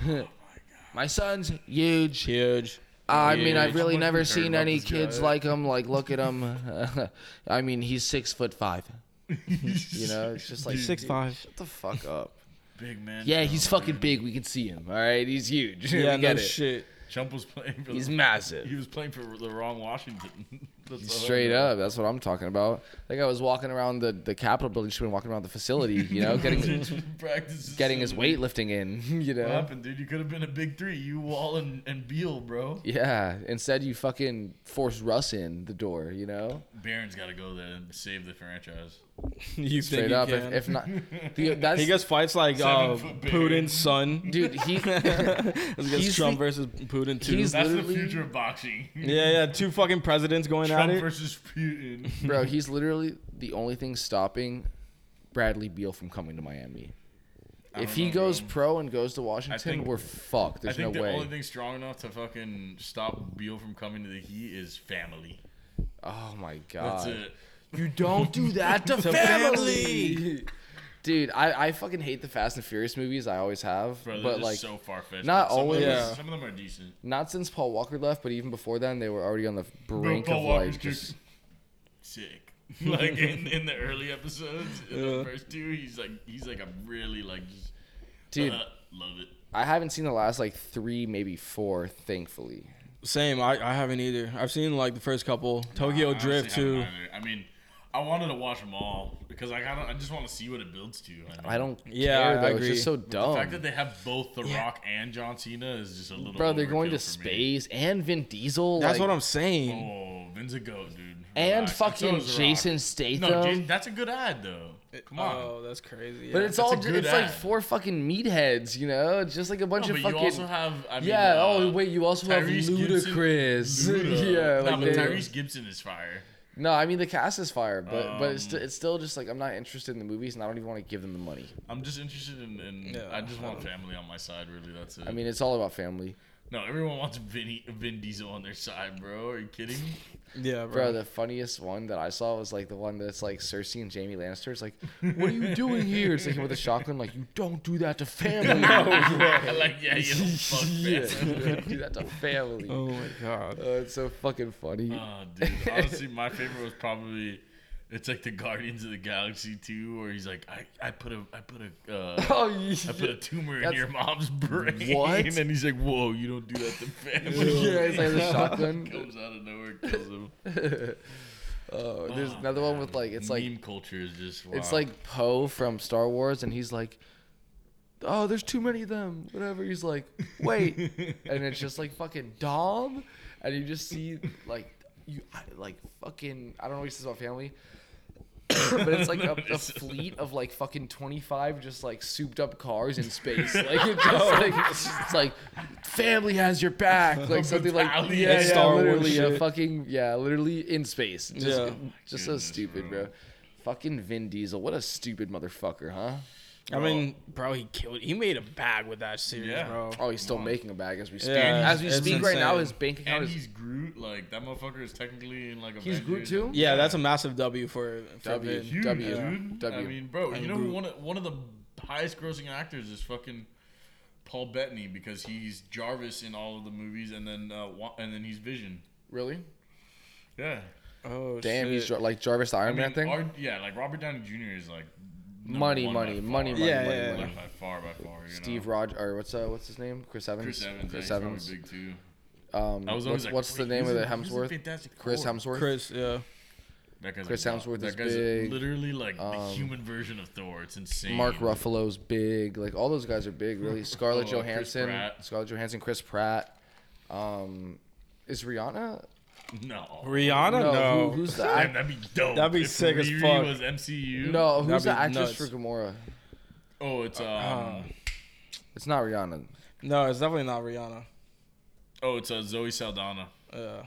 [SPEAKER 3] My son's huge.
[SPEAKER 4] Huge.
[SPEAKER 3] I mean, I've
[SPEAKER 4] Huge.
[SPEAKER 3] really
[SPEAKER 2] I'm
[SPEAKER 3] never
[SPEAKER 2] concerned
[SPEAKER 3] seen
[SPEAKER 2] about
[SPEAKER 3] any
[SPEAKER 2] this
[SPEAKER 3] kids
[SPEAKER 2] guy.
[SPEAKER 3] like him. Like, look at him. I mean, he's six foot five. You know, it's just like
[SPEAKER 4] Six five.
[SPEAKER 3] Shut the fuck up.
[SPEAKER 2] Big man.
[SPEAKER 3] Yeah, he's
[SPEAKER 2] Trump,
[SPEAKER 3] fucking
[SPEAKER 2] dude.
[SPEAKER 3] big. We can see him. All right, he's huge.
[SPEAKER 4] Yeah,
[SPEAKER 3] we get
[SPEAKER 4] no
[SPEAKER 3] it.
[SPEAKER 4] shit.
[SPEAKER 2] Trump was playing for.
[SPEAKER 3] He's
[SPEAKER 2] the,
[SPEAKER 3] massive.
[SPEAKER 2] he was playing for the wrong Washington. That's all I
[SPEAKER 3] Straight
[SPEAKER 2] know.
[SPEAKER 3] up, that's what I'm talking about. Like I was walking around the the Capitol building, should have been walking around the facility, you know, getting
[SPEAKER 2] Practices
[SPEAKER 3] getting his
[SPEAKER 2] so-
[SPEAKER 3] weightlifting in, you
[SPEAKER 2] What
[SPEAKER 3] know.
[SPEAKER 2] happened, dude? You could have been a big three. You Wall and, and Beal, bro.
[SPEAKER 3] Yeah. Instead, you fucking force Russ in the door, you know.
[SPEAKER 2] Barron's got to go there and save the franchise.
[SPEAKER 4] you
[SPEAKER 3] Straight
[SPEAKER 4] think
[SPEAKER 3] up,
[SPEAKER 4] he
[SPEAKER 3] if,
[SPEAKER 4] can?
[SPEAKER 3] if not, dude, that's
[SPEAKER 4] he gets fights like uh,
[SPEAKER 2] Seven-foot big.
[SPEAKER 4] Putin's son.
[SPEAKER 3] dude. He
[SPEAKER 4] Let's get
[SPEAKER 3] He's
[SPEAKER 4] Trump
[SPEAKER 3] the-
[SPEAKER 4] versus Putin too.
[SPEAKER 3] he's-
[SPEAKER 2] That's
[SPEAKER 3] Literally-
[SPEAKER 2] the future of boxing.
[SPEAKER 4] yeah, yeah, two fucking presidents going
[SPEAKER 2] Trump
[SPEAKER 4] at it.
[SPEAKER 2] versus Putin.
[SPEAKER 3] bro, he's literally the only thing stopping Bradley Beal from coming to Miami.
[SPEAKER 2] I
[SPEAKER 3] If
[SPEAKER 2] don't
[SPEAKER 3] he
[SPEAKER 2] know,
[SPEAKER 3] goes
[SPEAKER 2] bro.
[SPEAKER 3] pro and goes to Washington,
[SPEAKER 2] think-
[SPEAKER 3] we're fucked.
[SPEAKER 2] I
[SPEAKER 3] There's no
[SPEAKER 2] think the
[SPEAKER 3] way.
[SPEAKER 2] only thing strong enough to fucking stop Beal from coming to the Heat is family.
[SPEAKER 3] oh my god.
[SPEAKER 2] That's it.
[SPEAKER 3] You don't do that to
[SPEAKER 4] To
[SPEAKER 3] family.
[SPEAKER 4] family.
[SPEAKER 3] Dude, I, I fucking hate the Fast and Furious movies. I always have,
[SPEAKER 2] Bro, they're
[SPEAKER 3] but
[SPEAKER 2] just
[SPEAKER 3] like
[SPEAKER 2] so far fetched.
[SPEAKER 3] not
[SPEAKER 2] some
[SPEAKER 3] always-
[SPEAKER 2] Of them,
[SPEAKER 4] Yeah.
[SPEAKER 2] Some of them are decent.
[SPEAKER 3] not since Paul Walker left, but even before then, they were already on the
[SPEAKER 2] Bro,
[SPEAKER 3] brink
[SPEAKER 2] Paul
[SPEAKER 3] of
[SPEAKER 2] Walker's
[SPEAKER 3] like just
[SPEAKER 2] just sick. Like in, in the early episodes, in the
[SPEAKER 4] Yeah.
[SPEAKER 2] first two, he's like he's like a really like just
[SPEAKER 3] dude.
[SPEAKER 2] uh, love it.
[SPEAKER 3] I haven't seen the last like three, maybe four, thankfully.
[SPEAKER 4] Same, I, I haven't either. I've seen like the first couple Tokyo
[SPEAKER 2] I honestly
[SPEAKER 4] Drift
[SPEAKER 2] haven't
[SPEAKER 4] too.
[SPEAKER 2] either. I mean, I wanted to watch them all because I kind of I just want to see what it builds to. mean,
[SPEAKER 3] I don't um,
[SPEAKER 4] Yeah,
[SPEAKER 3] care
[SPEAKER 4] I
[SPEAKER 3] though. It's
[SPEAKER 4] agree.
[SPEAKER 3] just so
[SPEAKER 2] The
[SPEAKER 3] dumb.
[SPEAKER 2] fact that they have both The Rock and John Cena is just a little.
[SPEAKER 3] Bro, they're going
[SPEAKER 2] overkill
[SPEAKER 3] to
[SPEAKER 2] for me.
[SPEAKER 3] space and Vin Diesel.
[SPEAKER 4] That's
[SPEAKER 3] like-
[SPEAKER 4] what I'm saying.
[SPEAKER 2] Oh, Vin's a goat, dude.
[SPEAKER 3] And
[SPEAKER 2] Relax.
[SPEAKER 3] fucking
[SPEAKER 2] so is The Rock.
[SPEAKER 3] Jason
[SPEAKER 2] No,
[SPEAKER 3] Statham.
[SPEAKER 2] Jason, that's a good ad though. Come on.
[SPEAKER 4] Oh, that's crazy.
[SPEAKER 3] but
[SPEAKER 4] yeah.
[SPEAKER 3] it's
[SPEAKER 2] that's
[SPEAKER 3] all
[SPEAKER 2] a
[SPEAKER 3] ju-
[SPEAKER 2] good
[SPEAKER 3] it's
[SPEAKER 2] ad.
[SPEAKER 3] like four fucking meatheads, you know? It's Just like a bunch
[SPEAKER 2] No,
[SPEAKER 3] of
[SPEAKER 2] but
[SPEAKER 3] fucking.
[SPEAKER 2] you also have. I mean,
[SPEAKER 3] yeah.
[SPEAKER 2] uh,
[SPEAKER 3] oh wait, you also
[SPEAKER 2] Tyrese
[SPEAKER 3] have
[SPEAKER 2] Gibson-
[SPEAKER 3] Ludacris.
[SPEAKER 2] Luda.
[SPEAKER 3] yeah, like
[SPEAKER 2] no, but
[SPEAKER 3] they-
[SPEAKER 2] Tyrese Gibson is fire.
[SPEAKER 3] No, I mean the cast is fire, but but it's,
[SPEAKER 2] Um,
[SPEAKER 3] st- it's still just like I'm not interested in the movies, and I don't even want to give them the money.
[SPEAKER 2] I'm just interested in. in
[SPEAKER 4] Yeah,
[SPEAKER 2] I just want
[SPEAKER 4] um,
[SPEAKER 2] family on my side. Really, that's it.
[SPEAKER 3] I mean, it's all about family,
[SPEAKER 2] no, everyone wants Vinny, Vin Diesel on their side, bro. Are you kidding?
[SPEAKER 4] yeah,
[SPEAKER 3] bro.
[SPEAKER 4] bro.
[SPEAKER 3] The funniest one that I saw was like the one that's like Cersei and Jamie Lannister. It's like, what are you doing here? It's like with a shotgun. Like you don't do that to family.
[SPEAKER 2] like, yeah, you don't fuck
[SPEAKER 3] yeah,
[SPEAKER 2] yeah.
[SPEAKER 3] you don't do that to family.
[SPEAKER 4] oh my god.
[SPEAKER 3] Oh, it's so fucking funny.
[SPEAKER 2] Oh, dude. Honestly, my favorite was probably it's like the Guardians of the Galaxy 2 where he's like, I, I put a I put a uh,
[SPEAKER 3] oh
[SPEAKER 2] I
[SPEAKER 3] yeah.
[SPEAKER 2] put a tumor in
[SPEAKER 3] That's-
[SPEAKER 2] your mom's brain.
[SPEAKER 3] What?
[SPEAKER 2] And he's like, Whoa, you don't do that to family.
[SPEAKER 3] Yeah, it's like the shotgun.
[SPEAKER 2] Comes out of nowhere, kills him.
[SPEAKER 3] Oh, there's
[SPEAKER 2] Oh,
[SPEAKER 3] another one with like it's like
[SPEAKER 2] meme culture is just
[SPEAKER 3] It's
[SPEAKER 2] wow.
[SPEAKER 3] like Poe from Star Wars, and he's like, "Oh, there's too many of them." Whatever. He's like, "Wait," and it's just like fucking Dom, and you just see like you I- like fucking I don't know what he says about family, but it's like a, a fleet of like fucking twenty five just like souped up cars in space. Like it's just like it's like family has your back, like something like
[SPEAKER 2] Battalion.
[SPEAKER 3] yeah, yeah,
[SPEAKER 4] Star Wars
[SPEAKER 3] literally a
[SPEAKER 4] shit.
[SPEAKER 3] fucking yeah, literally in space. Just,
[SPEAKER 4] Yeah.
[SPEAKER 2] Goodness,
[SPEAKER 3] just so stupid,
[SPEAKER 2] bro.
[SPEAKER 3] bro. Fucking Vin Diesel, what a stupid motherfucker, huh?
[SPEAKER 4] I mean, bro, he killed. He made a bag with that series,
[SPEAKER 2] Yeah.
[SPEAKER 4] bro.
[SPEAKER 3] Oh, he's still making a bag as we speak.
[SPEAKER 4] Yeah,
[SPEAKER 3] as we
[SPEAKER 4] it's
[SPEAKER 3] speak right now,
[SPEAKER 4] insane.
[SPEAKER 3] his bank account
[SPEAKER 2] and
[SPEAKER 3] is
[SPEAKER 2] he's Groot, like that motherfucker is technically in like a
[SPEAKER 3] He's Groot too?
[SPEAKER 4] Yeah, that's a massive W for, for
[SPEAKER 3] W.
[SPEAKER 4] Vin.
[SPEAKER 2] Huge,
[SPEAKER 3] W,
[SPEAKER 2] dude.
[SPEAKER 3] W.
[SPEAKER 2] I mean, bro, you
[SPEAKER 4] I'm
[SPEAKER 2] know who
[SPEAKER 4] Groot.
[SPEAKER 2] one of, one of the highest grossing actors is fucking Paul Bettany because he's Jarvis in all of the movies, and then uh, Wa- and then he's Vision.
[SPEAKER 3] really
[SPEAKER 2] Yeah,
[SPEAKER 4] Oh
[SPEAKER 3] damn.
[SPEAKER 4] shit.
[SPEAKER 3] He's Jar- like Jarvis the Iron
[SPEAKER 2] I mean,
[SPEAKER 3] Man thing.
[SPEAKER 2] our- yeah, like Robert Downey Jr. is like number
[SPEAKER 3] money,
[SPEAKER 2] one
[SPEAKER 3] money,
[SPEAKER 2] by
[SPEAKER 3] money,
[SPEAKER 2] far.
[SPEAKER 3] money,
[SPEAKER 4] Yeah,
[SPEAKER 3] money,
[SPEAKER 4] yeah,
[SPEAKER 3] money.
[SPEAKER 4] yeah.
[SPEAKER 2] Like, by far, by far. You
[SPEAKER 3] Steve
[SPEAKER 2] know?
[SPEAKER 3] Rod or what's uh, what's his name? Chris Evans.
[SPEAKER 2] Chris Evans,
[SPEAKER 3] Chris
[SPEAKER 2] yeah, he's
[SPEAKER 3] Evans.
[SPEAKER 2] probably big too.
[SPEAKER 3] Um,
[SPEAKER 2] I was always
[SPEAKER 3] what's
[SPEAKER 2] like,
[SPEAKER 3] what's the
[SPEAKER 2] wait,
[SPEAKER 3] name
[SPEAKER 2] who's
[SPEAKER 3] of the
[SPEAKER 2] a- who's Oh, a
[SPEAKER 3] Hemsworth?
[SPEAKER 2] fantastic
[SPEAKER 3] Chris
[SPEAKER 2] Four?
[SPEAKER 3] Hemsworth.
[SPEAKER 4] Chris. Yeah,
[SPEAKER 2] That guy's
[SPEAKER 3] Chris
[SPEAKER 2] like,
[SPEAKER 3] Hemsworth
[SPEAKER 2] that
[SPEAKER 3] is
[SPEAKER 2] guy's
[SPEAKER 3] big.
[SPEAKER 2] literally like the
[SPEAKER 3] Um,
[SPEAKER 2] human version of Thor. It's insane.
[SPEAKER 3] Mark Ruffalo's big. Like all those guys are big, really. Scarlett
[SPEAKER 2] Oh, Chris
[SPEAKER 3] Johansson.
[SPEAKER 2] Pratt.
[SPEAKER 3] Scarlett Johansson. Chris Pratt. Um, is Rihanna?
[SPEAKER 2] No.
[SPEAKER 4] Rihanna. No,
[SPEAKER 3] No, who- who's the
[SPEAKER 2] Damn, that'd be dope.
[SPEAKER 4] That'd be
[SPEAKER 2] If
[SPEAKER 4] sick as
[SPEAKER 2] Riri
[SPEAKER 4] fuck.
[SPEAKER 2] was MCU.
[SPEAKER 3] No, who's the
[SPEAKER 4] That'd be
[SPEAKER 3] actress
[SPEAKER 4] nuts.
[SPEAKER 3] for Gamora?
[SPEAKER 2] Oh, it's um.
[SPEAKER 4] Uh,
[SPEAKER 3] It's not Rihanna.
[SPEAKER 4] no, it's definitely not Rihanna.
[SPEAKER 2] oh, it's uh, Zoe Saldana.
[SPEAKER 4] Yeah,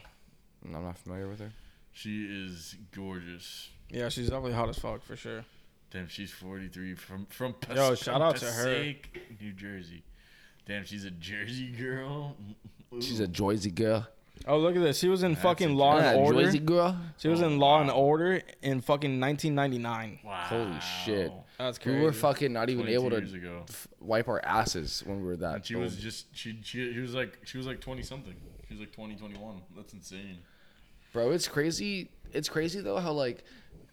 [SPEAKER 3] I'm not familiar with her.
[SPEAKER 2] She is gorgeous.
[SPEAKER 4] yeah, she's definitely hot as fuck for sure.
[SPEAKER 2] Damn, she's 43 from from. Pas-
[SPEAKER 4] Yo, shout
[SPEAKER 2] from
[SPEAKER 4] out to her.
[SPEAKER 2] Passaic, New Jersey. Damn, she's a Jersey girl. Ooh.
[SPEAKER 3] She's a Joyzy girl.
[SPEAKER 4] Oh, look at this. She was in fucking Law
[SPEAKER 3] Yeah,
[SPEAKER 4] and Order.
[SPEAKER 3] Joyzy girl.
[SPEAKER 4] She was in Law and Order in fucking 1999.
[SPEAKER 2] wow.
[SPEAKER 3] Holy shit.
[SPEAKER 4] That's crazy.
[SPEAKER 3] We were fucking not even
[SPEAKER 2] 22
[SPEAKER 3] able
[SPEAKER 2] years
[SPEAKER 3] to
[SPEAKER 2] ago.
[SPEAKER 3] f- wipe our asses when we were that.
[SPEAKER 2] And she
[SPEAKER 3] old.
[SPEAKER 2] was just she she she was like she was like 20 something. She was like 20 21. That's insane.
[SPEAKER 3] Bro, it's crazy. It's crazy though how like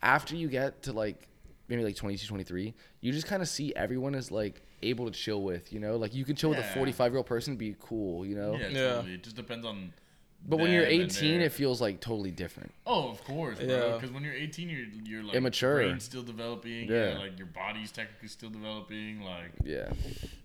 [SPEAKER 3] after you get to like maybe like 22, 23, you just kind of see everyone is like able to chill with, you know? Like you can chill with
[SPEAKER 2] Yeah.
[SPEAKER 3] a 45-year-old person be cool, you know?
[SPEAKER 2] Yeah,
[SPEAKER 4] Yeah.
[SPEAKER 2] totally. It just depends on
[SPEAKER 3] But when you're
[SPEAKER 2] them and
[SPEAKER 3] 18,
[SPEAKER 2] their-
[SPEAKER 3] it feels like totally different.
[SPEAKER 2] Oh, of course, bro.
[SPEAKER 4] Yeah.
[SPEAKER 2] Because when you're 18, you're you're like
[SPEAKER 3] Immature.
[SPEAKER 2] brain's still developing. Yeah.
[SPEAKER 3] Yeah.
[SPEAKER 2] like your body's technically still developing. Like
[SPEAKER 3] Yeah.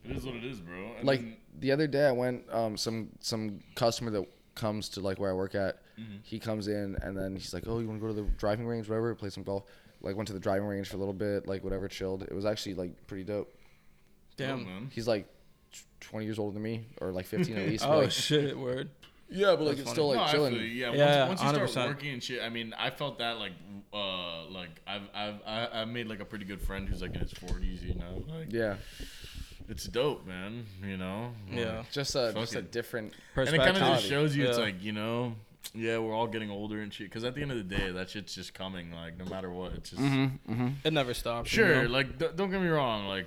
[SPEAKER 2] it is what it is, bro. I
[SPEAKER 3] Like
[SPEAKER 2] mean,
[SPEAKER 3] the other day, I went. Um, some some customer that comes to like where I work at,
[SPEAKER 2] Mm-hmm.
[SPEAKER 3] he comes in and then he's like, "Oh, you want to go to the driving range, whatever, play some golf." Like went to the driving range for a little bit, like whatever, chilled. It was actually like pretty dope.
[SPEAKER 2] oh,
[SPEAKER 4] Damn.
[SPEAKER 2] man.
[SPEAKER 3] He's like tw- 20 years older than me, or like 15 at least. but,
[SPEAKER 4] Oh
[SPEAKER 3] like-
[SPEAKER 4] shit, word.
[SPEAKER 3] yeah, but like it's still
[SPEAKER 2] no,
[SPEAKER 3] like chilling.
[SPEAKER 2] absolutely. Yeah.
[SPEAKER 4] Yeah,
[SPEAKER 2] once, once you start
[SPEAKER 4] 100%.
[SPEAKER 2] working and shit, I mean, I felt that like, uh, like I've I've I- I've made like a pretty good friend who's like in his 40s. You know, like
[SPEAKER 3] Yeah,
[SPEAKER 2] it's dope, man. You know.
[SPEAKER 4] Yeah.
[SPEAKER 3] just a
[SPEAKER 2] Fuck
[SPEAKER 3] just a
[SPEAKER 2] it.
[SPEAKER 3] different.
[SPEAKER 2] and it kind of just
[SPEAKER 4] Perspective.
[SPEAKER 2] shows you it's
[SPEAKER 4] Yeah.
[SPEAKER 2] like you know yeah we're all getting older and shit because at the end of the day that shit's just coming like no matter what it's
[SPEAKER 4] Mm-hmm.
[SPEAKER 2] just
[SPEAKER 3] Mm-hmm,
[SPEAKER 4] It never stops. you
[SPEAKER 2] sure
[SPEAKER 4] know?
[SPEAKER 2] like d- don't get me wrong like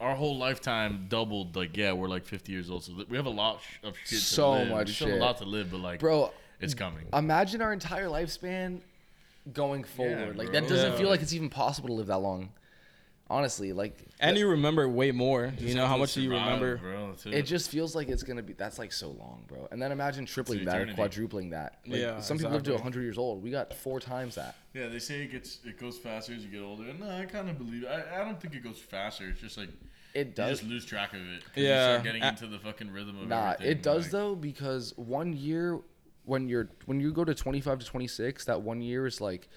[SPEAKER 2] our whole lifetime doubled like yeah we're like 50 years old so th- we have a lot sh- of shit
[SPEAKER 3] So
[SPEAKER 2] to live.
[SPEAKER 3] much
[SPEAKER 2] we still have
[SPEAKER 3] shit.
[SPEAKER 2] a lot to live but like
[SPEAKER 3] Bro,
[SPEAKER 2] it's coming
[SPEAKER 3] imagine our entire lifespan going forward. like that
[SPEAKER 2] bro.
[SPEAKER 3] doesn't
[SPEAKER 4] Yeah.
[SPEAKER 3] feel like it's even possible to live that long. Honestly, like
[SPEAKER 4] And you remember way more. you
[SPEAKER 2] Just
[SPEAKER 4] know how
[SPEAKER 2] have to
[SPEAKER 4] much do you
[SPEAKER 2] survive,
[SPEAKER 4] remember?
[SPEAKER 2] bro that's
[SPEAKER 3] it just feels like it's gonna be that's like so long, bro. And then imagine tripling that, or
[SPEAKER 2] eternity.
[SPEAKER 3] quadrupling that. Like,
[SPEAKER 4] Yeah,
[SPEAKER 3] some people live to
[SPEAKER 4] exactly.
[SPEAKER 3] 100 years old. We got four times that.
[SPEAKER 2] yeah they say it gets it goes faster as you get older and no, i kind of believe it. I, I don't think it goes faster it's just like
[SPEAKER 3] It
[SPEAKER 2] you
[SPEAKER 3] does.
[SPEAKER 2] just lose track of it 'cause
[SPEAKER 4] Yeah.
[SPEAKER 2] you start getting
[SPEAKER 4] A-
[SPEAKER 2] into the fucking rhythm of
[SPEAKER 3] Nah,
[SPEAKER 2] everything,
[SPEAKER 3] it does
[SPEAKER 2] like-
[SPEAKER 3] though because one year when you're when you go to 25 to 26, that one year is like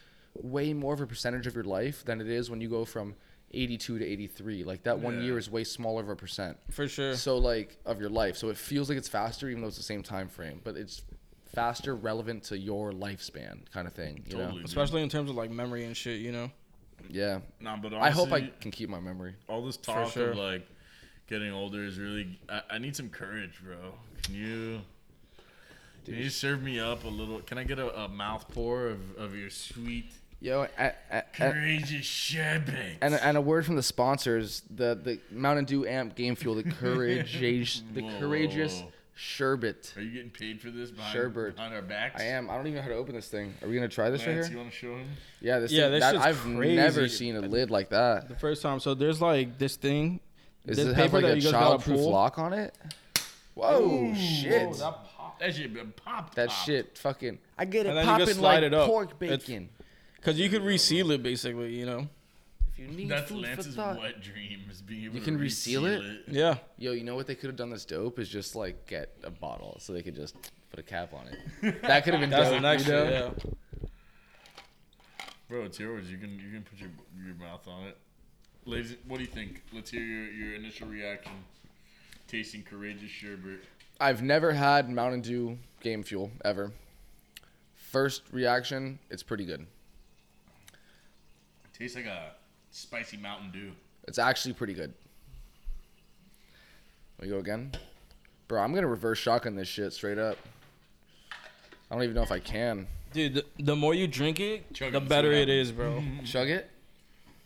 [SPEAKER 3] way more of a percentage of your life than it is when you go from 82 to 83. Like that one
[SPEAKER 2] Yeah.
[SPEAKER 3] year is way smaller of a percent.
[SPEAKER 4] For sure.
[SPEAKER 3] So like of your life. So it feels like it's faster even though it's the same time frame, but it's faster relevant to your lifespan kind of thing, you
[SPEAKER 2] totally
[SPEAKER 3] know?
[SPEAKER 2] dude.
[SPEAKER 4] Especially in terms of like memory and shit, you know.
[SPEAKER 3] Yeah.
[SPEAKER 2] Nah, but
[SPEAKER 3] I hope I
[SPEAKER 2] honestly,
[SPEAKER 3] can keep my memory.
[SPEAKER 2] all this talk
[SPEAKER 4] sure.
[SPEAKER 2] of like getting older is really. I, I need some courage, bro. Can you? Can you serve me up a little? Can I get a, a mouth pour of, of your sweet,
[SPEAKER 3] Yo, a- a- a-
[SPEAKER 2] courageous sherbet?
[SPEAKER 3] And, and a word from the sponsors, the, the Mountain Dew Amp Game Fuel, the courageous, the
[SPEAKER 2] Whoa, whoa,
[SPEAKER 3] courageous
[SPEAKER 2] whoa.
[SPEAKER 3] sherbet.
[SPEAKER 2] Are you getting paid for this behind,
[SPEAKER 3] Sherbert.
[SPEAKER 2] behind our backs?
[SPEAKER 3] I am. I don't even know how to open this thing. Are we gonna try this
[SPEAKER 2] Lance,
[SPEAKER 3] right
[SPEAKER 2] you
[SPEAKER 3] here?
[SPEAKER 2] want to show him?
[SPEAKER 3] Yeah, this.
[SPEAKER 4] Yeah,
[SPEAKER 3] thing,
[SPEAKER 4] this
[SPEAKER 3] that,
[SPEAKER 4] shit's
[SPEAKER 3] I've
[SPEAKER 4] crazy.
[SPEAKER 3] never seen a lid like that.
[SPEAKER 4] The first time. So there's like this thing.
[SPEAKER 3] Does
[SPEAKER 4] this
[SPEAKER 3] it have like a
[SPEAKER 4] just gotta
[SPEAKER 3] childproof
[SPEAKER 4] pull.
[SPEAKER 3] lock on it? Whoa,
[SPEAKER 2] Ooh,
[SPEAKER 3] shit!
[SPEAKER 2] whoa, that popped. That shit been popped.
[SPEAKER 3] that
[SPEAKER 2] popped.
[SPEAKER 3] shit, fucking. I get it
[SPEAKER 4] And then you can
[SPEAKER 3] popping
[SPEAKER 4] slide
[SPEAKER 3] like
[SPEAKER 4] it up.
[SPEAKER 3] pork
[SPEAKER 4] It's-
[SPEAKER 3] bacon.
[SPEAKER 4] Cause you could reseal it basically, you know.
[SPEAKER 3] if you need
[SPEAKER 2] That's
[SPEAKER 3] food for
[SPEAKER 2] Lance's
[SPEAKER 3] thought.
[SPEAKER 2] wet dream is being able
[SPEAKER 3] You
[SPEAKER 2] to
[SPEAKER 3] can reseal
[SPEAKER 4] Yeah.
[SPEAKER 3] Yo, you know what they could have done that's dope is just like get a bottle so they could just put a cap on it. That could have been
[SPEAKER 4] That's
[SPEAKER 3] dope.
[SPEAKER 4] the next
[SPEAKER 3] you know?
[SPEAKER 4] shit, yeah.
[SPEAKER 2] Bro, it's yours. You can you can put your your mouth on it. Ladies, what do you think? Let's hear your, your initial reaction. Tasting courageous sherbet.
[SPEAKER 3] I've never had Mountain Dew game fuel ever. First reaction, it's pretty good.
[SPEAKER 2] Tastes like a spicy Mountain Dew.
[SPEAKER 3] It's actually pretty good. We go again, bro. I'm gonna reverse shotgun this shit straight up. I don't even know if I can
[SPEAKER 4] Dude, the, the more you drink it,
[SPEAKER 2] Chug
[SPEAKER 4] the
[SPEAKER 2] it, see
[SPEAKER 4] better
[SPEAKER 2] what
[SPEAKER 4] it
[SPEAKER 2] happens.
[SPEAKER 4] is, bro.
[SPEAKER 3] chug it.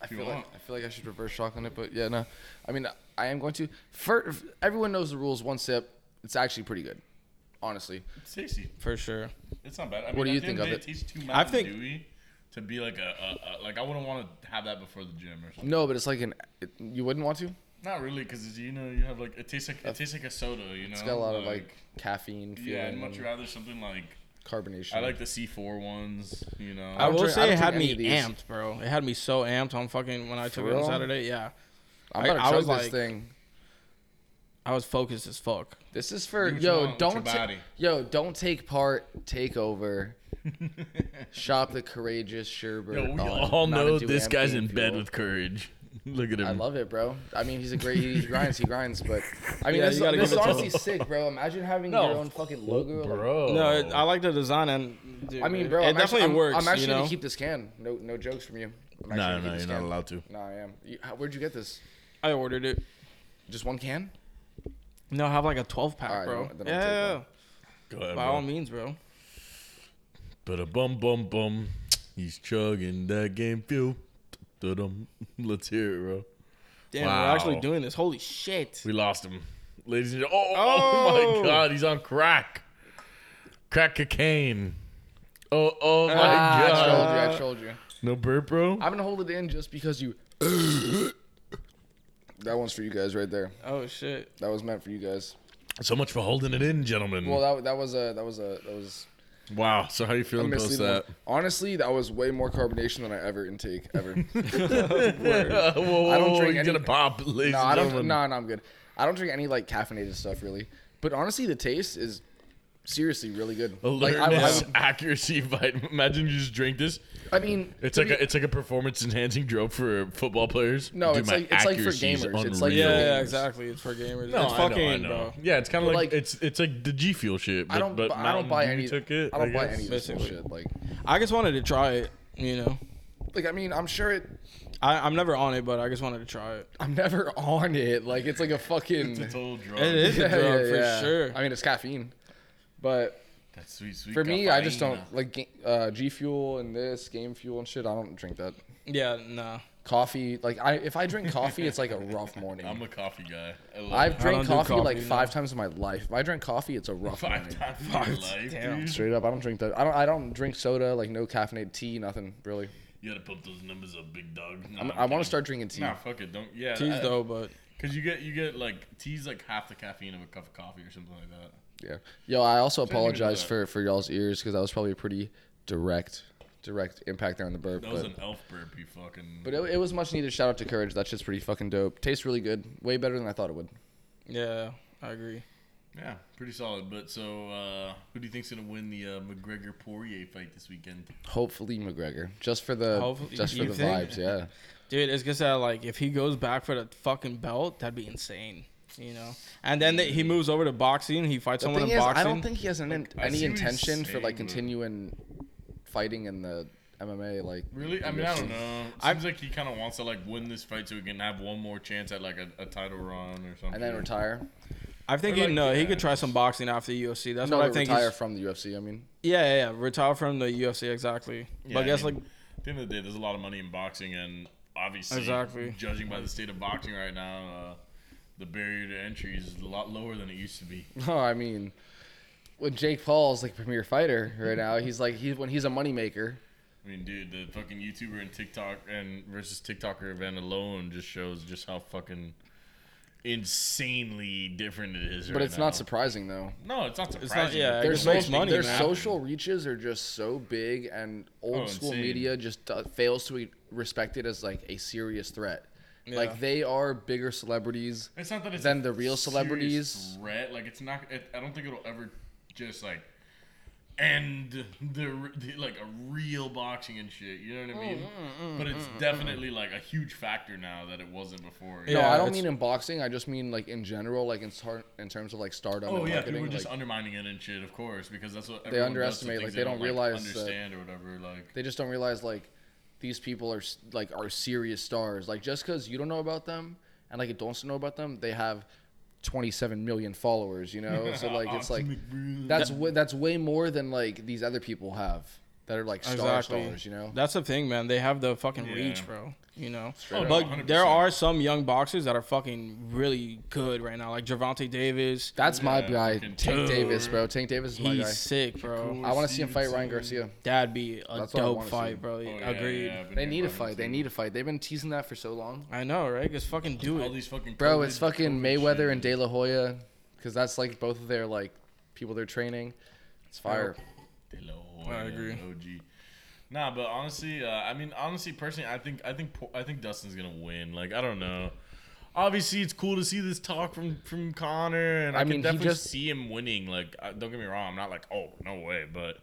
[SPEAKER 3] I
[SPEAKER 2] you
[SPEAKER 3] feel like
[SPEAKER 2] want.
[SPEAKER 3] I feel like I should reverse shotgun it, but yeah, no. I mean, I am going to. Fir everyone knows the rules. One sip. It's actually pretty good, honestly.
[SPEAKER 2] It's tasty.
[SPEAKER 4] For sure.
[SPEAKER 2] It's not bad. I
[SPEAKER 3] What do
[SPEAKER 2] mean,
[SPEAKER 3] you
[SPEAKER 2] at the end
[SPEAKER 3] think
[SPEAKER 2] the
[SPEAKER 3] of
[SPEAKER 2] day,
[SPEAKER 3] it?
[SPEAKER 2] tastes too Mountain
[SPEAKER 4] I think-
[SPEAKER 2] Dewy to be like a, a, a like I wouldn't want to have that before the gym or something.
[SPEAKER 3] No, but it's like an. It, you wouldn't want to.
[SPEAKER 2] Not really, because you know you have like it tastes like it tastes like a soda. You know,
[SPEAKER 3] It's got a lot of like caffeine. Feeling
[SPEAKER 2] yeah. I'd much
[SPEAKER 3] and
[SPEAKER 2] rather something like
[SPEAKER 3] carbonation.
[SPEAKER 2] I like the C four ones. You know,
[SPEAKER 4] I
[SPEAKER 3] don't
[SPEAKER 4] will
[SPEAKER 3] drink- I
[SPEAKER 4] say
[SPEAKER 3] don't
[SPEAKER 4] it had
[SPEAKER 3] drink
[SPEAKER 4] me
[SPEAKER 3] any of
[SPEAKER 4] amped, bro. It had me so amped on fucking when I took it on
[SPEAKER 3] real?
[SPEAKER 4] Saturday. Yeah.
[SPEAKER 3] I'm
[SPEAKER 4] I-
[SPEAKER 3] about to
[SPEAKER 4] I
[SPEAKER 3] chug
[SPEAKER 4] was
[SPEAKER 3] this
[SPEAKER 4] like-
[SPEAKER 3] thing.
[SPEAKER 4] I was focused as fuck.
[SPEAKER 3] This is for
[SPEAKER 2] Do what you
[SPEAKER 3] yo.
[SPEAKER 2] want with your
[SPEAKER 3] Don't ta-
[SPEAKER 2] body.
[SPEAKER 3] yo. Don't take part. Take over. Shop the courageous sherbet.
[SPEAKER 2] Yo, we
[SPEAKER 3] on
[SPEAKER 2] all
[SPEAKER 3] Mountain
[SPEAKER 2] know
[SPEAKER 3] Dew
[SPEAKER 2] this
[SPEAKER 3] and
[SPEAKER 2] guy's
[SPEAKER 3] Game
[SPEAKER 2] in bed
[SPEAKER 3] Fuel.
[SPEAKER 2] with courage. Look at him.
[SPEAKER 3] I love it, bro. I mean, he's a great. He grinds. He grinds. But I mean,
[SPEAKER 4] Yeah,
[SPEAKER 3] this,
[SPEAKER 4] you gotta
[SPEAKER 3] this is
[SPEAKER 4] give it to
[SPEAKER 3] honestly
[SPEAKER 4] him.
[SPEAKER 3] sick, bro. Imagine having your own fucking logo. like-
[SPEAKER 2] bro.
[SPEAKER 4] No, it, I like the design and dude,
[SPEAKER 3] I mean, bro.
[SPEAKER 4] it
[SPEAKER 3] I'm
[SPEAKER 4] definitely
[SPEAKER 3] actually, I'm-
[SPEAKER 4] works.
[SPEAKER 3] I'm, actually
[SPEAKER 4] you know?
[SPEAKER 3] gonna keep this can. No, no jokes from you. I'm
[SPEAKER 2] No,
[SPEAKER 3] actually gonna
[SPEAKER 2] no,
[SPEAKER 3] keep this
[SPEAKER 2] you're not
[SPEAKER 3] can.
[SPEAKER 2] allowed to.
[SPEAKER 3] No, I am. You, how, where'd you get this?
[SPEAKER 4] I ordered it.
[SPEAKER 3] Just one can?
[SPEAKER 4] No, have like a 12 pack,
[SPEAKER 3] Alright,
[SPEAKER 4] bro.
[SPEAKER 3] then- then I'll
[SPEAKER 4] yeah,
[SPEAKER 3] take
[SPEAKER 4] yeah,
[SPEAKER 3] one.
[SPEAKER 2] Go ahead,
[SPEAKER 4] yeah. by all means, bro.
[SPEAKER 2] But a bum bum bum. He's chugging that game fuel. Dum. Let's hear it, bro.
[SPEAKER 4] Damn,
[SPEAKER 2] Wow.
[SPEAKER 4] we're actually doing this. Holy shit!
[SPEAKER 2] We lost him, ladies and gentlemen. Oh,
[SPEAKER 4] Oh!
[SPEAKER 2] my God, he's on crack, crack cocaine. Oh, oh my
[SPEAKER 3] Ah,
[SPEAKER 4] Uh,
[SPEAKER 3] I
[SPEAKER 2] God.
[SPEAKER 3] trolled you. I trolled you.
[SPEAKER 2] No burp, bro.
[SPEAKER 3] I'm gonna hold it in just because you. that one's for you guys right there.
[SPEAKER 4] Oh shit!
[SPEAKER 3] That was meant for you guys.
[SPEAKER 2] So much for holding it in, gentlemen.
[SPEAKER 3] Well, that, that was a that was a that was
[SPEAKER 2] Wow. So how you feeling post
[SPEAKER 3] misleading
[SPEAKER 2] that?
[SPEAKER 3] one. Honestly, that was way more carbonation than I ever intake ever.
[SPEAKER 2] whoa, whoa,
[SPEAKER 3] I don't
[SPEAKER 2] whoa,
[SPEAKER 3] drink
[SPEAKER 2] he's
[SPEAKER 3] any-
[SPEAKER 2] gonna pop, ladies
[SPEAKER 3] no,
[SPEAKER 2] and
[SPEAKER 3] I don't.
[SPEAKER 2] gentlemen.
[SPEAKER 3] No, no, I'm good. I don't drink any like caffeinated stuff really. But honestly, the taste is seriously really good. Like, I, I,
[SPEAKER 2] Alertness,
[SPEAKER 3] would-
[SPEAKER 2] accuracy, vitamin. Imagine you just drink this.
[SPEAKER 3] I mean,
[SPEAKER 2] It's
[SPEAKER 3] to
[SPEAKER 2] like
[SPEAKER 3] be-
[SPEAKER 2] a, it's like a performance enhancing drug for football players.
[SPEAKER 3] No, it's
[SPEAKER 2] my
[SPEAKER 3] like- it's like for
[SPEAKER 2] accuracy is
[SPEAKER 3] gamers. It's like
[SPEAKER 2] unreal.
[SPEAKER 3] for
[SPEAKER 4] Yeah,
[SPEAKER 3] gamers.
[SPEAKER 4] exactly. It's for gamers.
[SPEAKER 2] No,
[SPEAKER 4] it's
[SPEAKER 2] I know,
[SPEAKER 4] fucking,
[SPEAKER 2] I know.
[SPEAKER 4] bro.
[SPEAKER 2] Yeah, it's kind of
[SPEAKER 3] But,
[SPEAKER 2] like,
[SPEAKER 3] like-
[SPEAKER 2] it's it's like the G Fuel shit. But,
[SPEAKER 3] I don't.
[SPEAKER 2] But
[SPEAKER 3] bu- I don't
[SPEAKER 2] Mountain
[SPEAKER 3] buy
[SPEAKER 2] Dew
[SPEAKER 3] any.
[SPEAKER 2] Took it,
[SPEAKER 3] I don't buy
[SPEAKER 2] guess.
[SPEAKER 3] any of this
[SPEAKER 4] Basically.
[SPEAKER 3] bullshit. Like,
[SPEAKER 4] I just wanted to try it. You know,
[SPEAKER 3] like I mean, I'm sure it.
[SPEAKER 4] I, I'm never on it, but I just wanted to try it.
[SPEAKER 3] I'm never on it. Like, it's like a fucking.
[SPEAKER 2] It's a total drug.
[SPEAKER 4] It is a
[SPEAKER 3] Yeah,
[SPEAKER 4] drug
[SPEAKER 3] yeah,
[SPEAKER 4] for
[SPEAKER 3] yeah.
[SPEAKER 4] sure.
[SPEAKER 3] I mean, it's caffeine, but
[SPEAKER 2] That's sweet, sweet.
[SPEAKER 3] For me, I just don't
[SPEAKER 2] caffeine.
[SPEAKER 3] like ga- uh, G Fuel and this Game Fuel and shit. I don't drink that.
[SPEAKER 4] yeah, nah.
[SPEAKER 2] Uh,
[SPEAKER 3] Coffee, like I if I drink coffee, it's like a rough morning.
[SPEAKER 2] I'm a coffee guy. I love
[SPEAKER 3] I've
[SPEAKER 2] it.
[SPEAKER 3] drank
[SPEAKER 4] don't do
[SPEAKER 3] coffee, like
[SPEAKER 4] coffee, no.
[SPEAKER 3] five times in my life. If I drink coffee, it's a rough
[SPEAKER 2] five
[SPEAKER 3] morning.
[SPEAKER 2] times in your life,
[SPEAKER 4] Damn.
[SPEAKER 2] dude.
[SPEAKER 3] Straight up, I don't drink that. I don't. I don't drink soda. Like no caffeinated tea, nothing really.
[SPEAKER 2] You gotta pump those numbers up, big dog. Nah, I'm
[SPEAKER 3] I'm, I want
[SPEAKER 2] kidding.
[SPEAKER 3] to start drinking tea.
[SPEAKER 2] Nah, fuck it. Don't. Yeah.
[SPEAKER 4] Teas
[SPEAKER 2] I-
[SPEAKER 4] though, but
[SPEAKER 2] Cause you get you get like tea's like half the caffeine of a cup of coffee or something like that.
[SPEAKER 3] Yeah. Yo, I also
[SPEAKER 2] didn't even know
[SPEAKER 3] apologize
[SPEAKER 2] that.
[SPEAKER 3] for for y'all's ears because that was probably a pretty direct, direct impact there on the burp.
[SPEAKER 2] That was
[SPEAKER 3] but-
[SPEAKER 2] an elf burp, you fucking.
[SPEAKER 3] but it, it was much needed. Shout out to Courage. That shit's pretty fucking dope. Tastes really good. Way better than I thought it would.
[SPEAKER 4] yeah, I agree.
[SPEAKER 2] yeah, pretty solid. But so, uh, who do you think's gonna win the uh, McGregor Poirier fight this weekend?
[SPEAKER 3] Hopefully McGregor, just for the
[SPEAKER 4] Hopefully-
[SPEAKER 3] just for
[SPEAKER 4] you
[SPEAKER 3] the
[SPEAKER 4] think?
[SPEAKER 3] vibes, yeah.
[SPEAKER 4] Dude, it's just that like if he goes back for the fucking belt, that'd be insane. You know, and then they- he moves over to boxing. He fights
[SPEAKER 3] The
[SPEAKER 4] someone
[SPEAKER 3] thing
[SPEAKER 4] in
[SPEAKER 3] is,
[SPEAKER 4] boxing.
[SPEAKER 3] I don't think he has an,
[SPEAKER 2] I
[SPEAKER 3] any
[SPEAKER 2] see what he's
[SPEAKER 3] intention for
[SPEAKER 2] saying,
[SPEAKER 3] like
[SPEAKER 2] but-
[SPEAKER 3] continuing fighting in the MMA. Like,
[SPEAKER 2] Really? I mean, I don't know. Seems
[SPEAKER 4] I-
[SPEAKER 2] like he kind of wants to like win this fight so he can have one more chance at like a, a title run or something.
[SPEAKER 3] and then retire.
[SPEAKER 4] I think
[SPEAKER 2] Or,
[SPEAKER 4] he
[SPEAKER 2] like,
[SPEAKER 4] no. He
[SPEAKER 2] yeah.
[SPEAKER 4] could try some boxing after UFC. That's
[SPEAKER 3] No,
[SPEAKER 4] what I
[SPEAKER 3] but
[SPEAKER 4] think.
[SPEAKER 3] retire
[SPEAKER 4] he's-
[SPEAKER 3] from the UFC. I mean,
[SPEAKER 4] Yeah, yeah, yeah. Retire from the UFC exactly.
[SPEAKER 2] Yeah,
[SPEAKER 4] but I guess
[SPEAKER 2] mean,
[SPEAKER 4] like
[SPEAKER 2] at the end of the day, there's a lot of money in boxing, and obviously,
[SPEAKER 4] Exactly.
[SPEAKER 2] judging by the state of boxing right now, uh, the barrier to entry is a lot lower than it used to be.
[SPEAKER 3] no, I mean, when Jake Paul's like premier fighter right now, he's like he when he's a moneymaker.
[SPEAKER 2] I mean, dude, the fucking YouTuber and TikTok and versus TikToker event alone just shows just how fucking insanely different it is.
[SPEAKER 3] But
[SPEAKER 2] right
[SPEAKER 3] it's not
[SPEAKER 2] now.
[SPEAKER 3] surprising though.
[SPEAKER 2] no, it's not surprising.
[SPEAKER 4] yeah, I
[SPEAKER 3] Their,
[SPEAKER 4] guess it makes
[SPEAKER 3] social,
[SPEAKER 4] money,
[SPEAKER 3] their
[SPEAKER 4] man.
[SPEAKER 3] social reaches are just so big, and old
[SPEAKER 2] Oh,
[SPEAKER 3] school
[SPEAKER 2] insane.
[SPEAKER 3] media just uh, fails to be respected as like a serious threat.
[SPEAKER 4] Yeah.
[SPEAKER 3] Like they are bigger celebrities.
[SPEAKER 2] It's not that it's
[SPEAKER 3] than
[SPEAKER 2] a
[SPEAKER 3] the real
[SPEAKER 2] serious
[SPEAKER 3] celebrities.
[SPEAKER 2] Threat, like it's not. It, I don't think it'll ever just like end the, r- the like a real boxing and shit. You know
[SPEAKER 3] Mm,
[SPEAKER 2] what I mean? but it's definitely like a huge factor now that it wasn't before.
[SPEAKER 4] Yeah,
[SPEAKER 3] no, I don't
[SPEAKER 4] it's-
[SPEAKER 3] mean in boxing. I just mean like in general, like in tar- in terms of like stardom.
[SPEAKER 2] Oh
[SPEAKER 3] and
[SPEAKER 2] yeah,
[SPEAKER 3] marketing.
[SPEAKER 2] people were just
[SPEAKER 3] like,
[SPEAKER 2] undermining it and shit, of course, because that's what
[SPEAKER 3] They underestimate, like, they don't realize that-
[SPEAKER 2] understand or whatever. Like
[SPEAKER 3] they just don't realize like these people are s- like are serious stars. Like just because you don't know about them and like adults don't know about them, they have 27 million followers. You know, so like it's like that's
[SPEAKER 2] Oh,
[SPEAKER 3] way, that's way more than like these other people have that are like star
[SPEAKER 4] Exactly.
[SPEAKER 3] stars. You know,
[SPEAKER 4] that's the thing, man. They have the fucking
[SPEAKER 2] Yeah.
[SPEAKER 4] reach, bro. You know,
[SPEAKER 2] up.
[SPEAKER 4] but
[SPEAKER 2] 100%.
[SPEAKER 4] there are some young boxers that are fucking really good right now, like Javante Davis.
[SPEAKER 3] that's my
[SPEAKER 2] Yeah,
[SPEAKER 3] guy,
[SPEAKER 2] fucking
[SPEAKER 3] Tank Davis, bro. Tank Davis is my
[SPEAKER 4] He's
[SPEAKER 3] guy.
[SPEAKER 4] sick, bro.
[SPEAKER 3] I want to see him fight Ryan Garcia.
[SPEAKER 4] That'd be a
[SPEAKER 3] That's what I
[SPEAKER 4] dope
[SPEAKER 3] wanna see.
[SPEAKER 4] fight,
[SPEAKER 2] Oh,
[SPEAKER 4] bro. Agreed.
[SPEAKER 3] They need a fight. They need a fight. They've been teasing that for so long.
[SPEAKER 4] I know, right? Just fucking do
[SPEAKER 2] all
[SPEAKER 4] it.
[SPEAKER 2] these fucking
[SPEAKER 3] Bro,
[SPEAKER 2] COVID
[SPEAKER 3] it's fucking
[SPEAKER 2] COVID
[SPEAKER 3] Mayweather
[SPEAKER 2] shit.
[SPEAKER 3] and De La Hoya, because that's like both of their like people they're training. It's fire.
[SPEAKER 2] De La Hoya,
[SPEAKER 4] I agree.
[SPEAKER 2] OG. Nah, but honestly, uh, I mean, honestly, personally, I think, I think, Po- I think Dustin's gonna win. Like, I don't know. Obviously, it's cool to see this talk from from Connor, and I,
[SPEAKER 3] I
[SPEAKER 2] can
[SPEAKER 3] mean, he
[SPEAKER 2] definitely
[SPEAKER 3] just-
[SPEAKER 2] see him winning. Like, I, don't get me wrong, I'm not like, oh, no way, but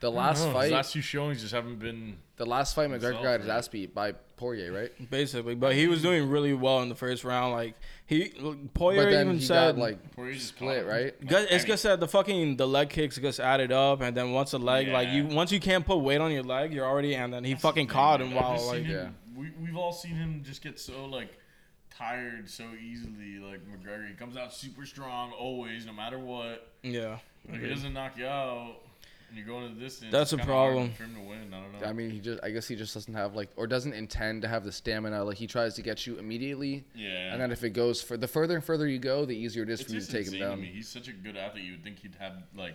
[SPEAKER 3] The last
[SPEAKER 2] No, his
[SPEAKER 3] fight,
[SPEAKER 2] last two showings just haven't been.
[SPEAKER 3] the last fight, McGregor got his
[SPEAKER 2] Results,
[SPEAKER 3] ass beat by Poirier, right?
[SPEAKER 4] Basically, but he was doing really well in the first round. Like he,
[SPEAKER 3] But
[SPEAKER 4] Poyer
[SPEAKER 3] then
[SPEAKER 4] even
[SPEAKER 3] he
[SPEAKER 4] said,
[SPEAKER 3] got like
[SPEAKER 2] Poirier just
[SPEAKER 3] split,
[SPEAKER 2] popped.
[SPEAKER 3] right?
[SPEAKER 4] Gus-
[SPEAKER 2] Any-
[SPEAKER 4] it's just that the fucking the leg kicks just added up, and then once the leg, like you,
[SPEAKER 2] Yeah.
[SPEAKER 4] once you can't put weight on your leg, you're already, and then he fucking caught him
[SPEAKER 2] I've
[SPEAKER 4] while
[SPEAKER 2] just seen
[SPEAKER 4] like
[SPEAKER 2] him- we we've all seen him just get so like tired so easily. Like McGregor, he comes out super strong always, no matter what.
[SPEAKER 4] yeah.
[SPEAKER 2] If he doesn't knock you out and you're going to the distance,
[SPEAKER 4] That's
[SPEAKER 2] it's
[SPEAKER 4] a
[SPEAKER 2] kinda hard
[SPEAKER 4] problem.
[SPEAKER 2] For him to win, I don't know.
[SPEAKER 3] I mean, he just, I guess he just doesn't have like, or doesn't intend to have the stamina. Like he tries to get you immediately,
[SPEAKER 2] yeah.
[SPEAKER 3] and then if it goes for the further and further you go, the easier it is
[SPEAKER 2] it's
[SPEAKER 3] for you
[SPEAKER 2] just
[SPEAKER 3] to take
[SPEAKER 2] insane
[SPEAKER 3] him
[SPEAKER 2] to
[SPEAKER 3] down.
[SPEAKER 2] me. He's such a good athlete. You would think he'd have like,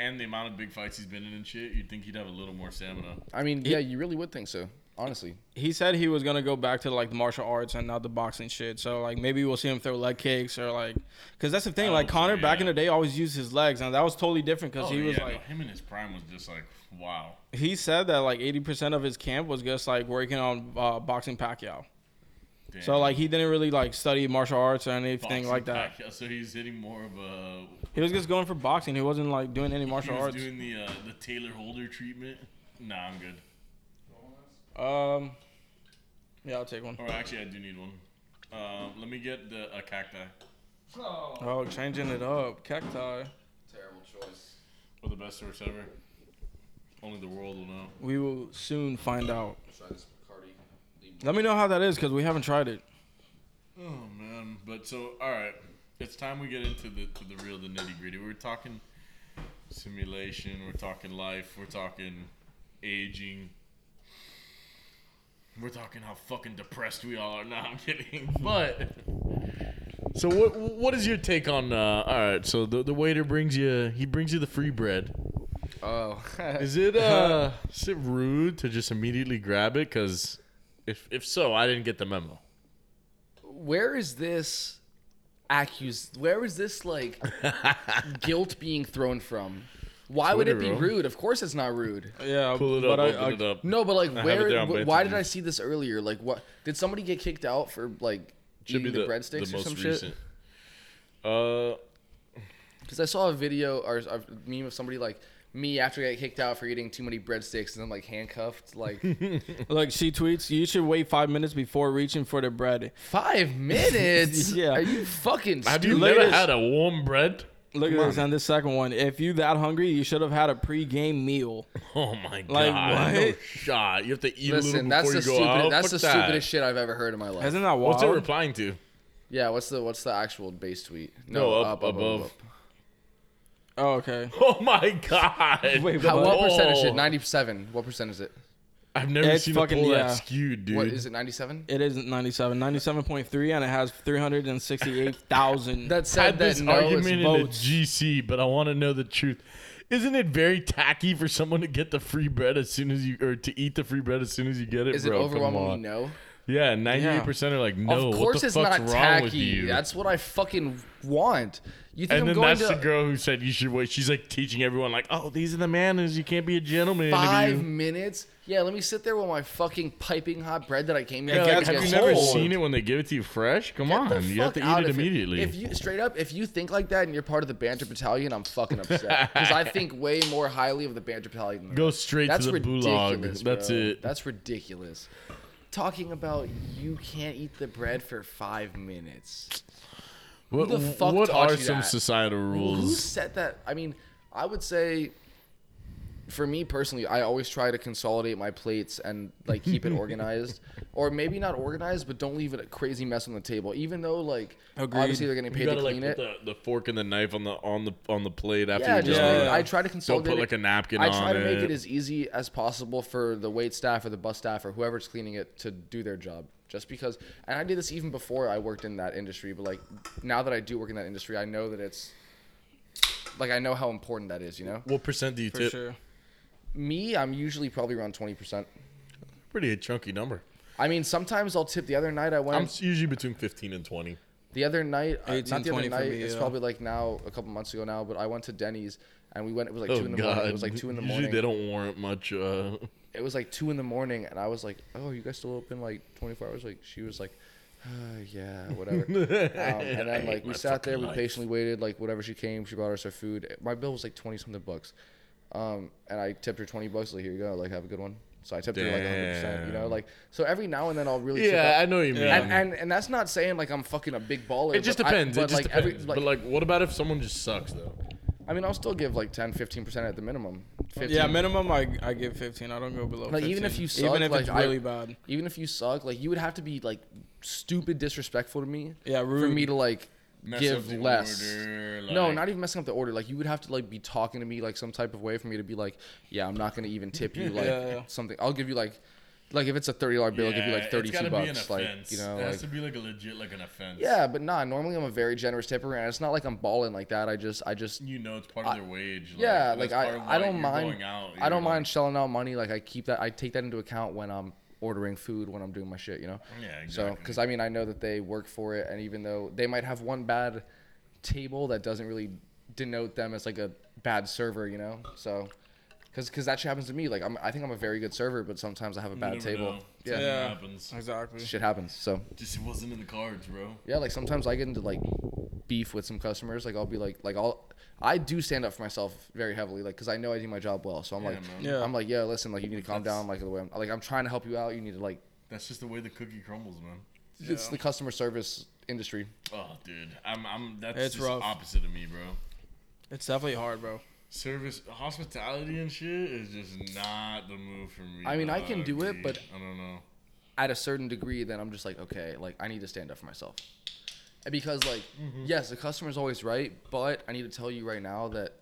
[SPEAKER 2] and the amount of big fights he's been in and shit, you'd think he'd have a little more stamina.
[SPEAKER 3] I mean, yeah, you really would think so. Honestly,
[SPEAKER 4] he said he was gonna go back to like the martial arts and not the boxing shit. So like maybe we'll see him throw leg kicks or like, cause that's the thing. Like
[SPEAKER 2] Oh,
[SPEAKER 4] Connor back
[SPEAKER 2] yeah.
[SPEAKER 4] in the day always used his legs, and that was totally different because
[SPEAKER 2] Oh,
[SPEAKER 4] he was
[SPEAKER 2] yeah,
[SPEAKER 4] like
[SPEAKER 2] no, him in his prime was just like wow.
[SPEAKER 4] he said that like eighty percent of his camp was just like working on uh, boxing Pacquiao.
[SPEAKER 2] Damn.
[SPEAKER 4] So like he didn't really like study martial arts or anything
[SPEAKER 2] Boxing
[SPEAKER 4] like that.
[SPEAKER 2] Pacquiao, so he's hitting more of a.
[SPEAKER 4] He was just going for boxing. He wasn't like doing any
[SPEAKER 2] He
[SPEAKER 4] martial
[SPEAKER 2] was
[SPEAKER 4] arts.
[SPEAKER 2] doing the uh, the Taylor Holder treatment. Nah, I'm good.
[SPEAKER 4] um, yeah, I'll take one.
[SPEAKER 2] Or actually, I do need one. Uh, let me get the a cacti
[SPEAKER 4] Oh, changing it up, cacti.
[SPEAKER 3] terrible choice.
[SPEAKER 2] for the best source ever. Only the world will know.
[SPEAKER 4] We will soon find out.
[SPEAKER 3] Try this Bacardi.
[SPEAKER 4] Let me know how that is because we haven't tried it.
[SPEAKER 2] Oh man, but so all right, it's time we get into the to the real, the nitty gritty. We're talking simulation. We're talking life. We're talking aging. We're talking how fucking depressed we all are. Nah, I'm kidding. But so what? What is your take on? Uh, all right, so the the waiter brings you he brings you the free bread.
[SPEAKER 3] Oh,
[SPEAKER 2] Is it uh is it rude to just immediately grab it? Cause if if so, I didn't get the memo.
[SPEAKER 3] where is this accus? Where is this like guilt being thrown from? Why would it be
[SPEAKER 2] Twitter, bro.
[SPEAKER 3] rude? Of course, it's not rude.
[SPEAKER 4] Yeah,
[SPEAKER 2] Pull it up,
[SPEAKER 4] but I-
[SPEAKER 2] open
[SPEAKER 4] I-
[SPEAKER 2] it up.
[SPEAKER 3] No, but like,
[SPEAKER 2] I have it
[SPEAKER 3] where?
[SPEAKER 2] down, but
[SPEAKER 3] wh-
[SPEAKER 2] it's
[SPEAKER 3] why
[SPEAKER 2] on
[SPEAKER 3] did
[SPEAKER 2] you.
[SPEAKER 3] I see this earlier? Like, what? Did somebody get kicked out for like
[SPEAKER 2] Should
[SPEAKER 3] eating
[SPEAKER 2] be
[SPEAKER 3] the, breadsticks or some shit?
[SPEAKER 2] Uh,
[SPEAKER 3] Because I saw a video or a meme of somebody like me after I got kicked out for eating too many breadsticks and I'm like handcuffed. Like
[SPEAKER 4] Like she tweets, you should wait five minutes before reaching for the bread.
[SPEAKER 3] five minutes.
[SPEAKER 4] Yeah.
[SPEAKER 3] Are you fucking
[SPEAKER 2] have you
[SPEAKER 3] stupid?
[SPEAKER 2] never
[SPEAKER 4] latest-
[SPEAKER 2] had a warm bread?
[SPEAKER 4] Look at this and the second one. If you that hungry, you should have had a pre-game meal.
[SPEAKER 2] Oh my god!
[SPEAKER 4] Like,
[SPEAKER 2] No
[SPEAKER 4] what?
[SPEAKER 2] shot. You have to eat
[SPEAKER 3] Listen,
[SPEAKER 2] a little
[SPEAKER 3] that's
[SPEAKER 2] before you
[SPEAKER 3] the
[SPEAKER 2] go
[SPEAKER 3] stupid.
[SPEAKER 2] out.
[SPEAKER 3] That's the
[SPEAKER 2] Fuck that.
[SPEAKER 3] stupidest shit I've ever heard in my life.
[SPEAKER 4] Isn't that wild?
[SPEAKER 2] What's it replying to?
[SPEAKER 3] yeah. What's the What's the actual base tweet?
[SPEAKER 2] No, up, above.
[SPEAKER 4] oh, okay.
[SPEAKER 2] Oh my god!
[SPEAKER 4] Wait,
[SPEAKER 3] How,
[SPEAKER 4] what?
[SPEAKER 3] what percent is
[SPEAKER 2] Oh.
[SPEAKER 3] it? Ninety-seven. What percent is it?
[SPEAKER 2] I've never
[SPEAKER 4] It's
[SPEAKER 2] seen
[SPEAKER 4] fucking-
[SPEAKER 2] a poll
[SPEAKER 4] yeah.
[SPEAKER 2] that skewed, dude.
[SPEAKER 3] What is it? Ninety-seven.
[SPEAKER 4] It is 97, 97.3, and it has 368,000.
[SPEAKER 3] That
[SPEAKER 2] I
[SPEAKER 3] said,
[SPEAKER 2] had
[SPEAKER 3] that
[SPEAKER 2] this
[SPEAKER 3] no is
[SPEAKER 2] argument in the
[SPEAKER 4] votes.
[SPEAKER 2] GC, but I want to know the truth. Isn't it very tacky for someone to get the free bread as soon as you, or to eat the free bread as soon as you get it?
[SPEAKER 3] is it
[SPEAKER 2] bro, Come
[SPEAKER 3] overwhelmingly
[SPEAKER 2] on.
[SPEAKER 3] no?
[SPEAKER 2] Yeah, ninety-eight percent are like, no.
[SPEAKER 3] of course,
[SPEAKER 2] what the
[SPEAKER 3] it's
[SPEAKER 2] fuck's
[SPEAKER 3] not
[SPEAKER 2] wrong with
[SPEAKER 3] tacky.
[SPEAKER 2] you?
[SPEAKER 3] That's what I fucking want. You
[SPEAKER 2] And
[SPEAKER 3] think I'm
[SPEAKER 2] then
[SPEAKER 3] going
[SPEAKER 2] that's the
[SPEAKER 3] to
[SPEAKER 2] girl who said you should wait. She's like teaching everyone, like, oh, these are the manners. You can't be a gentleman. if
[SPEAKER 3] five
[SPEAKER 2] you-
[SPEAKER 3] minutes? Yeah, let me sit there with my fucking piping hot bread that I came here.
[SPEAKER 2] Yeah,
[SPEAKER 3] to
[SPEAKER 2] like,
[SPEAKER 3] get
[SPEAKER 2] have you
[SPEAKER 3] cold.
[SPEAKER 2] never seen it when they give it to you fresh? Come
[SPEAKER 3] Get the
[SPEAKER 2] on, you have
[SPEAKER 3] fuck
[SPEAKER 2] to
[SPEAKER 3] out
[SPEAKER 2] eat it
[SPEAKER 3] of
[SPEAKER 2] immediately.
[SPEAKER 3] If you straight up, if you think like that and you're part of the banter battalion, I'm fucking upset because I think way more highly of the banter battalion. Than
[SPEAKER 2] Go straight
[SPEAKER 3] That's
[SPEAKER 2] to the
[SPEAKER 3] ridiculous.
[SPEAKER 2] gulag. That's
[SPEAKER 3] bro.
[SPEAKER 2] it.
[SPEAKER 3] That's ridiculous. Talking about you can't eat the bread for five minutes.
[SPEAKER 2] what
[SPEAKER 3] the fuck
[SPEAKER 2] what
[SPEAKER 3] taught
[SPEAKER 2] are
[SPEAKER 3] you
[SPEAKER 2] some
[SPEAKER 3] that?
[SPEAKER 2] societal
[SPEAKER 3] Who
[SPEAKER 2] rules?
[SPEAKER 3] said that? I mean, I would say, for me personally, I always try to consolidate my plates and like keep it organized, or maybe not organized, but don't leave it a crazy mess on the table. Even though like
[SPEAKER 4] Agreed.
[SPEAKER 3] obviously they're getting
[SPEAKER 2] You
[SPEAKER 3] paid to
[SPEAKER 2] gotta like
[SPEAKER 3] clean
[SPEAKER 2] put
[SPEAKER 3] it.
[SPEAKER 2] the, the fork and the knife on the on the on the plate after
[SPEAKER 3] Yeah,
[SPEAKER 2] you're
[SPEAKER 3] just
[SPEAKER 2] done.
[SPEAKER 4] Yeah.
[SPEAKER 3] make- I try to consolidate.
[SPEAKER 2] like, a napkin
[SPEAKER 3] I try
[SPEAKER 2] on
[SPEAKER 3] to make
[SPEAKER 2] it.
[SPEAKER 3] it as easy as possible for the wait staff or the bus staff or whoever's cleaning it to do their job. Just because, and I did this even before I worked in that industry. But like now that I do work in that industry, I know that it's like I know how important that is. You know,
[SPEAKER 2] What percent do you
[SPEAKER 4] for
[SPEAKER 2] tip?
[SPEAKER 4] sure.
[SPEAKER 3] me, I'm usually probably around twenty percent.
[SPEAKER 2] Pretty chunky number.
[SPEAKER 3] I mean, sometimes I'll tip. The other night I went.
[SPEAKER 2] I'm s- usually between fifteen and twenty.
[SPEAKER 3] The other night, uh,
[SPEAKER 4] 18,
[SPEAKER 3] not the other
[SPEAKER 4] 20 for
[SPEAKER 3] night.
[SPEAKER 4] me,
[SPEAKER 3] it's
[SPEAKER 4] yeah.
[SPEAKER 3] probably like now, a couple months ago now. But I went to Denny's and we went. It was like two
[SPEAKER 2] Oh
[SPEAKER 3] in the
[SPEAKER 2] god,
[SPEAKER 3] morning. It was like two in the morning.
[SPEAKER 2] Usually they don't warrant much. Uh,
[SPEAKER 3] it was like two in the morning, and I was like, "Oh, you guys still open like 24 hours?" Like she was like, uh, "Yeah, whatever." um, and
[SPEAKER 2] I
[SPEAKER 3] then
[SPEAKER 2] hate
[SPEAKER 3] like we
[SPEAKER 2] my
[SPEAKER 3] sat there,
[SPEAKER 2] fucking
[SPEAKER 3] we
[SPEAKER 2] life.
[SPEAKER 3] patiently waited. Like whatever she came, she brought us our food. My bill was like 20 something bucks, um, and I tipped her 20 bucks. Like here you go, like have a good one. So I tipped her like 100. percent You know,
[SPEAKER 2] Damn.
[SPEAKER 3] like so every now and then I'll really tip
[SPEAKER 2] yeah,
[SPEAKER 3] up.
[SPEAKER 2] I know what you mean.
[SPEAKER 3] And, and and that's not saying like I'm fucking a big baller.
[SPEAKER 2] It just
[SPEAKER 3] but I-
[SPEAKER 2] depends. it
[SPEAKER 3] but,
[SPEAKER 2] just
[SPEAKER 3] like,
[SPEAKER 2] depends.
[SPEAKER 3] every-
[SPEAKER 2] but like, what about if someone just sucks though?
[SPEAKER 3] I mean, I'll still give like 10, 15 percent at the minimum. 15.
[SPEAKER 4] Yeah, minimum I, I give 15. I don't go below
[SPEAKER 3] Like even if
[SPEAKER 4] 15.
[SPEAKER 3] you suck,
[SPEAKER 4] Even if
[SPEAKER 3] like
[SPEAKER 4] it's
[SPEAKER 3] I-
[SPEAKER 4] really bad.
[SPEAKER 3] Even if you suck, like you would have to be like stupid disrespectful to me.
[SPEAKER 4] Yeah,
[SPEAKER 3] For
[SPEAKER 4] rude.
[SPEAKER 3] me to like give less. no, not even messing up the order. Like you would have to like be talking to me like some type of way for me to be like, yeah, I'm not gonna even tip you like
[SPEAKER 4] Yeah, yeah.
[SPEAKER 3] something. I'll give you like, like if it's a thirty dollar bill, I'll give you like thirty two bucks. Like you know,
[SPEAKER 2] it has
[SPEAKER 3] like,
[SPEAKER 2] to be like a legit like an offense.
[SPEAKER 3] yeah, but nah. Normally I'm a very generous tipper, and it's not like I'm balling like that. I just, I just
[SPEAKER 2] you know it's part of their wage. Like,
[SPEAKER 3] yeah,
[SPEAKER 2] that's
[SPEAKER 3] like
[SPEAKER 2] part
[SPEAKER 3] I,
[SPEAKER 2] of
[SPEAKER 3] I
[SPEAKER 2] why
[SPEAKER 3] don't
[SPEAKER 2] you're
[SPEAKER 3] mind
[SPEAKER 2] going out,
[SPEAKER 3] I
[SPEAKER 2] you're
[SPEAKER 3] don't
[SPEAKER 2] like-
[SPEAKER 3] mind shelling out money. Like I keep that I take that into account when I'm ordering food when I'm doing my shit, you know?
[SPEAKER 2] Yeah,
[SPEAKER 3] So, because I mean, I know that they work for it, and even though they might have one bad table, that doesn't really denote them as like a bad server, you know? So, because because that shit happens to me. Like, I'm, I think I'm a very good server, but sometimes I have a bad table. Yeah.
[SPEAKER 4] Yeah.
[SPEAKER 2] happens.
[SPEAKER 4] Exactly.
[SPEAKER 3] Shit happens. So,
[SPEAKER 2] Just wasn't in the cards, bro.
[SPEAKER 3] yeah, like sometimes I get into like beef with some customers. Like I'll be like, like I'll, I do stand up for myself very heavily, like because I know I do my job well. So I'm like,
[SPEAKER 2] man.
[SPEAKER 4] Yeah.
[SPEAKER 3] I'm like, yeah, listen, like you need to calm
[SPEAKER 2] That's-
[SPEAKER 3] down. Like the way I'm, like I'm trying to help you out. You need to like,
[SPEAKER 2] That's just the way the cookie crumbles, man.
[SPEAKER 3] it's the customer service industry.
[SPEAKER 2] Oh, dude, I'm I'm that's
[SPEAKER 4] It's
[SPEAKER 2] just
[SPEAKER 4] rough.
[SPEAKER 2] opposite of me, bro.
[SPEAKER 4] It's definitely hard, bro.
[SPEAKER 2] Service, hospitality, and shit is just not the move for me.
[SPEAKER 3] I mean, I can
[SPEAKER 2] dog,
[SPEAKER 3] do it,
[SPEAKER 2] dude.
[SPEAKER 3] but-
[SPEAKER 2] I don't know.
[SPEAKER 3] At a certain degree, then I'm just like, okay, like I need to stand up for myself. And because like,
[SPEAKER 4] Mm-hmm.
[SPEAKER 3] yes, the customer's always right, but I need to tell you right now that.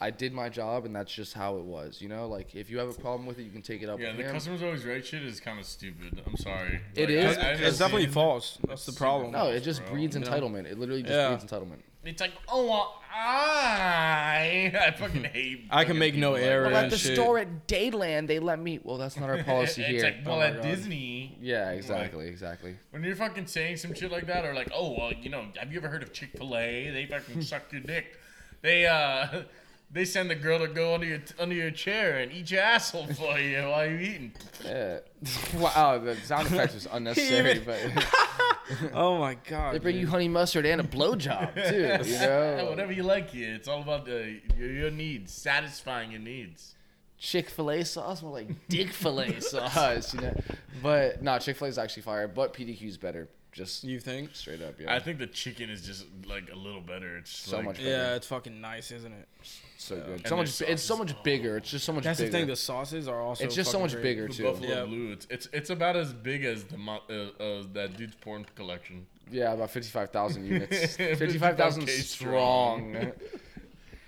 [SPEAKER 3] I did my job, and that's just how it was. You know, like if you have a problem with it, you can take it up
[SPEAKER 2] Yeah,
[SPEAKER 3] with
[SPEAKER 2] the
[SPEAKER 3] him.
[SPEAKER 2] customer's always right. Shit is kind of stupid. I'm sorry.
[SPEAKER 3] It
[SPEAKER 2] Like,
[SPEAKER 3] is-
[SPEAKER 2] I- I
[SPEAKER 4] It's definitely
[SPEAKER 2] understand.
[SPEAKER 4] false. That's the problem.
[SPEAKER 3] no, it just
[SPEAKER 2] bro,
[SPEAKER 3] breeds
[SPEAKER 4] you know?
[SPEAKER 3] entitlement. It literally just
[SPEAKER 4] Yeah.
[SPEAKER 3] breeds entitlement.
[SPEAKER 2] It's like, oh, well, I, I fucking hate.
[SPEAKER 4] I can
[SPEAKER 2] fucking
[SPEAKER 4] make no
[SPEAKER 2] people like
[SPEAKER 4] error.
[SPEAKER 2] that.
[SPEAKER 4] Well, at the shit. store
[SPEAKER 3] at Dayland, they let me. Well, that's not our
[SPEAKER 2] It's like,
[SPEAKER 4] Oh
[SPEAKER 2] well, at Disney.
[SPEAKER 3] Yeah,
[SPEAKER 2] like,
[SPEAKER 3] exactly, exactly.
[SPEAKER 2] When you're fucking saying some shit like that, or like, oh well, you know, have you ever heard of Chick Fil A? They fucking suck your dick. They uh, they send the girl to go under your under your chair and eat your asshole for you while you're eating.
[SPEAKER 3] Yeah. wow, the sound effects was unnecessary, but
[SPEAKER 4] Oh my god.
[SPEAKER 3] they bring
[SPEAKER 4] dude.
[SPEAKER 3] you honey mustard and a blowjob too. You
[SPEAKER 2] Yeah,
[SPEAKER 3] know,
[SPEAKER 2] whatever you like here, it's all about the, your, your needs, satisfying your needs.
[SPEAKER 3] Chick Fil A sauce, more like Dick Fil A sauce. You know, but no, Chick Fil A is actually fire, but PDQ's better. Just
[SPEAKER 4] You think?
[SPEAKER 3] straight up, yeah.
[SPEAKER 2] I think the chicken is just like a little better. It's
[SPEAKER 3] so much better.
[SPEAKER 4] Yeah, it's fucking nice, isn't it?
[SPEAKER 3] So good.
[SPEAKER 2] their
[SPEAKER 3] So much.
[SPEAKER 2] sauce
[SPEAKER 3] It's so
[SPEAKER 2] is-
[SPEAKER 3] much bigger. It's just so much
[SPEAKER 4] That's
[SPEAKER 3] bigger.
[SPEAKER 4] the thing. The sauces are also.
[SPEAKER 3] it's just so
[SPEAKER 4] fucking
[SPEAKER 3] much
[SPEAKER 4] great.
[SPEAKER 3] bigger
[SPEAKER 2] The
[SPEAKER 3] too.
[SPEAKER 2] Buffalo
[SPEAKER 4] Yeah.
[SPEAKER 2] Blue. It's, it's it's about as big as the mo- uh, uh, that dude's porn collection.
[SPEAKER 3] Yeah, about 55,000 units.
[SPEAKER 2] 55K
[SPEAKER 3] 55,000 strong.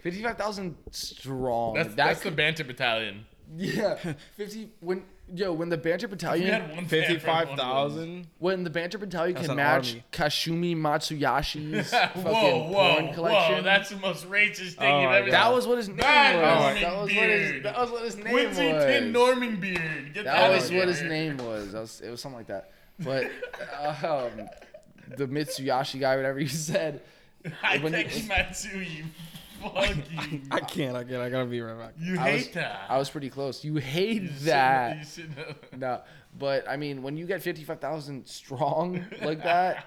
[SPEAKER 3] 55,000 strong.
[SPEAKER 2] That's
[SPEAKER 3] That
[SPEAKER 2] that's the
[SPEAKER 3] could-
[SPEAKER 2] banter battalion.
[SPEAKER 3] Yeah. 50 when yo, when the Banter
[SPEAKER 2] You
[SPEAKER 3] Battalion
[SPEAKER 2] had one fan from one
[SPEAKER 4] Fifty-five
[SPEAKER 2] of those.
[SPEAKER 4] thousand.
[SPEAKER 3] when the Banter Battalion
[SPEAKER 4] That's
[SPEAKER 3] can
[SPEAKER 4] an
[SPEAKER 3] match
[SPEAKER 4] army.
[SPEAKER 3] Kashumi Matsuyashi's fucking
[SPEAKER 2] Whoa,
[SPEAKER 3] porn
[SPEAKER 2] whoa,
[SPEAKER 3] collection.
[SPEAKER 2] whoa! That's the most racist thing
[SPEAKER 4] Oh
[SPEAKER 2] you've
[SPEAKER 4] my
[SPEAKER 2] ever.
[SPEAKER 4] God.
[SPEAKER 3] that was what his name
[SPEAKER 2] Bad
[SPEAKER 3] was.
[SPEAKER 2] Norman
[SPEAKER 3] That was, what his,
[SPEAKER 2] Beard.
[SPEAKER 3] that was what his name
[SPEAKER 2] Quincy
[SPEAKER 3] was.
[SPEAKER 2] Tin Norman Beard. Get
[SPEAKER 3] That
[SPEAKER 2] out
[SPEAKER 3] was
[SPEAKER 2] of here.
[SPEAKER 3] what his name was. That was, it was something like that. But um, the Mitsuyashi guy, whatever you said,
[SPEAKER 2] I
[SPEAKER 3] When you-
[SPEAKER 2] think you Matsu, you fuck you.
[SPEAKER 4] I can't. I can't. I gotta be right back.
[SPEAKER 2] You
[SPEAKER 3] I
[SPEAKER 2] hate
[SPEAKER 3] was,
[SPEAKER 2] that.
[SPEAKER 3] I was pretty close. You hate
[SPEAKER 2] You shouldn't-
[SPEAKER 3] that.
[SPEAKER 2] you shouldn't-
[SPEAKER 3] No, but I mean, when you get fifty-five thousand strong like that,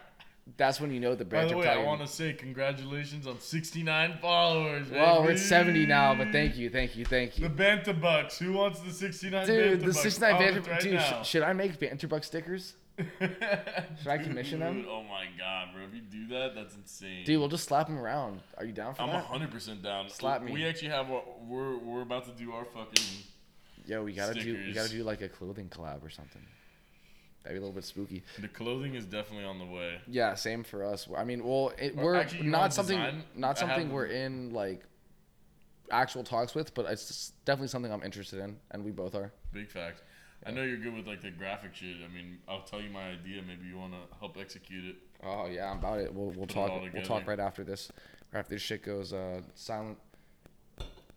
[SPEAKER 3] that's when you know the
[SPEAKER 2] By
[SPEAKER 3] brand.
[SPEAKER 2] the way, I want to say congratulations on 69 followers.
[SPEAKER 3] Well, we're
[SPEAKER 2] baby.
[SPEAKER 3] at seventy now, but thank you, thank you, thank
[SPEAKER 2] The
[SPEAKER 3] you,
[SPEAKER 2] Banta Bucks. Who wants the 69
[SPEAKER 3] dude.
[SPEAKER 2] Banta
[SPEAKER 3] The
[SPEAKER 2] Bucks?
[SPEAKER 3] sixty-nine
[SPEAKER 2] Comment
[SPEAKER 3] banter.
[SPEAKER 2] right
[SPEAKER 3] dude,
[SPEAKER 2] now.
[SPEAKER 3] sh- should I make banter buck stickers? Should I commission them?
[SPEAKER 2] Dude, Oh my god, bro! If you do that, that's insane.
[SPEAKER 3] Dude, we'll just slap them around. Are you down for
[SPEAKER 2] I'm
[SPEAKER 3] that?
[SPEAKER 2] 100 percent down.
[SPEAKER 3] Slap me.
[SPEAKER 2] We actually have our, we're we're about to do our fucking.
[SPEAKER 3] Yo, we gotta do, we gotta
[SPEAKER 2] Stickers.
[SPEAKER 3] do like a clothing collab or something. That'd be a little bit spooky.
[SPEAKER 2] The clothing is definitely on the way.
[SPEAKER 3] Yeah, same for us. I mean, well, it,
[SPEAKER 2] Or
[SPEAKER 3] we're
[SPEAKER 2] actually, you wanna
[SPEAKER 3] not something
[SPEAKER 2] design?
[SPEAKER 3] not
[SPEAKER 2] I have
[SPEAKER 3] something
[SPEAKER 2] the-
[SPEAKER 3] we're in like actual talks with, but it's just definitely something I'm interested in, and we both are.
[SPEAKER 2] Big fact. I know you're good with like the graphic shit. I mean, I'll tell you my idea. Maybe you want to help execute it.
[SPEAKER 3] Oh yeah, I'm about it. We'll we'll
[SPEAKER 2] it
[SPEAKER 3] talk.
[SPEAKER 2] all
[SPEAKER 3] We'll
[SPEAKER 2] together.
[SPEAKER 3] talk right after this. Right after this shit goes uh, silent.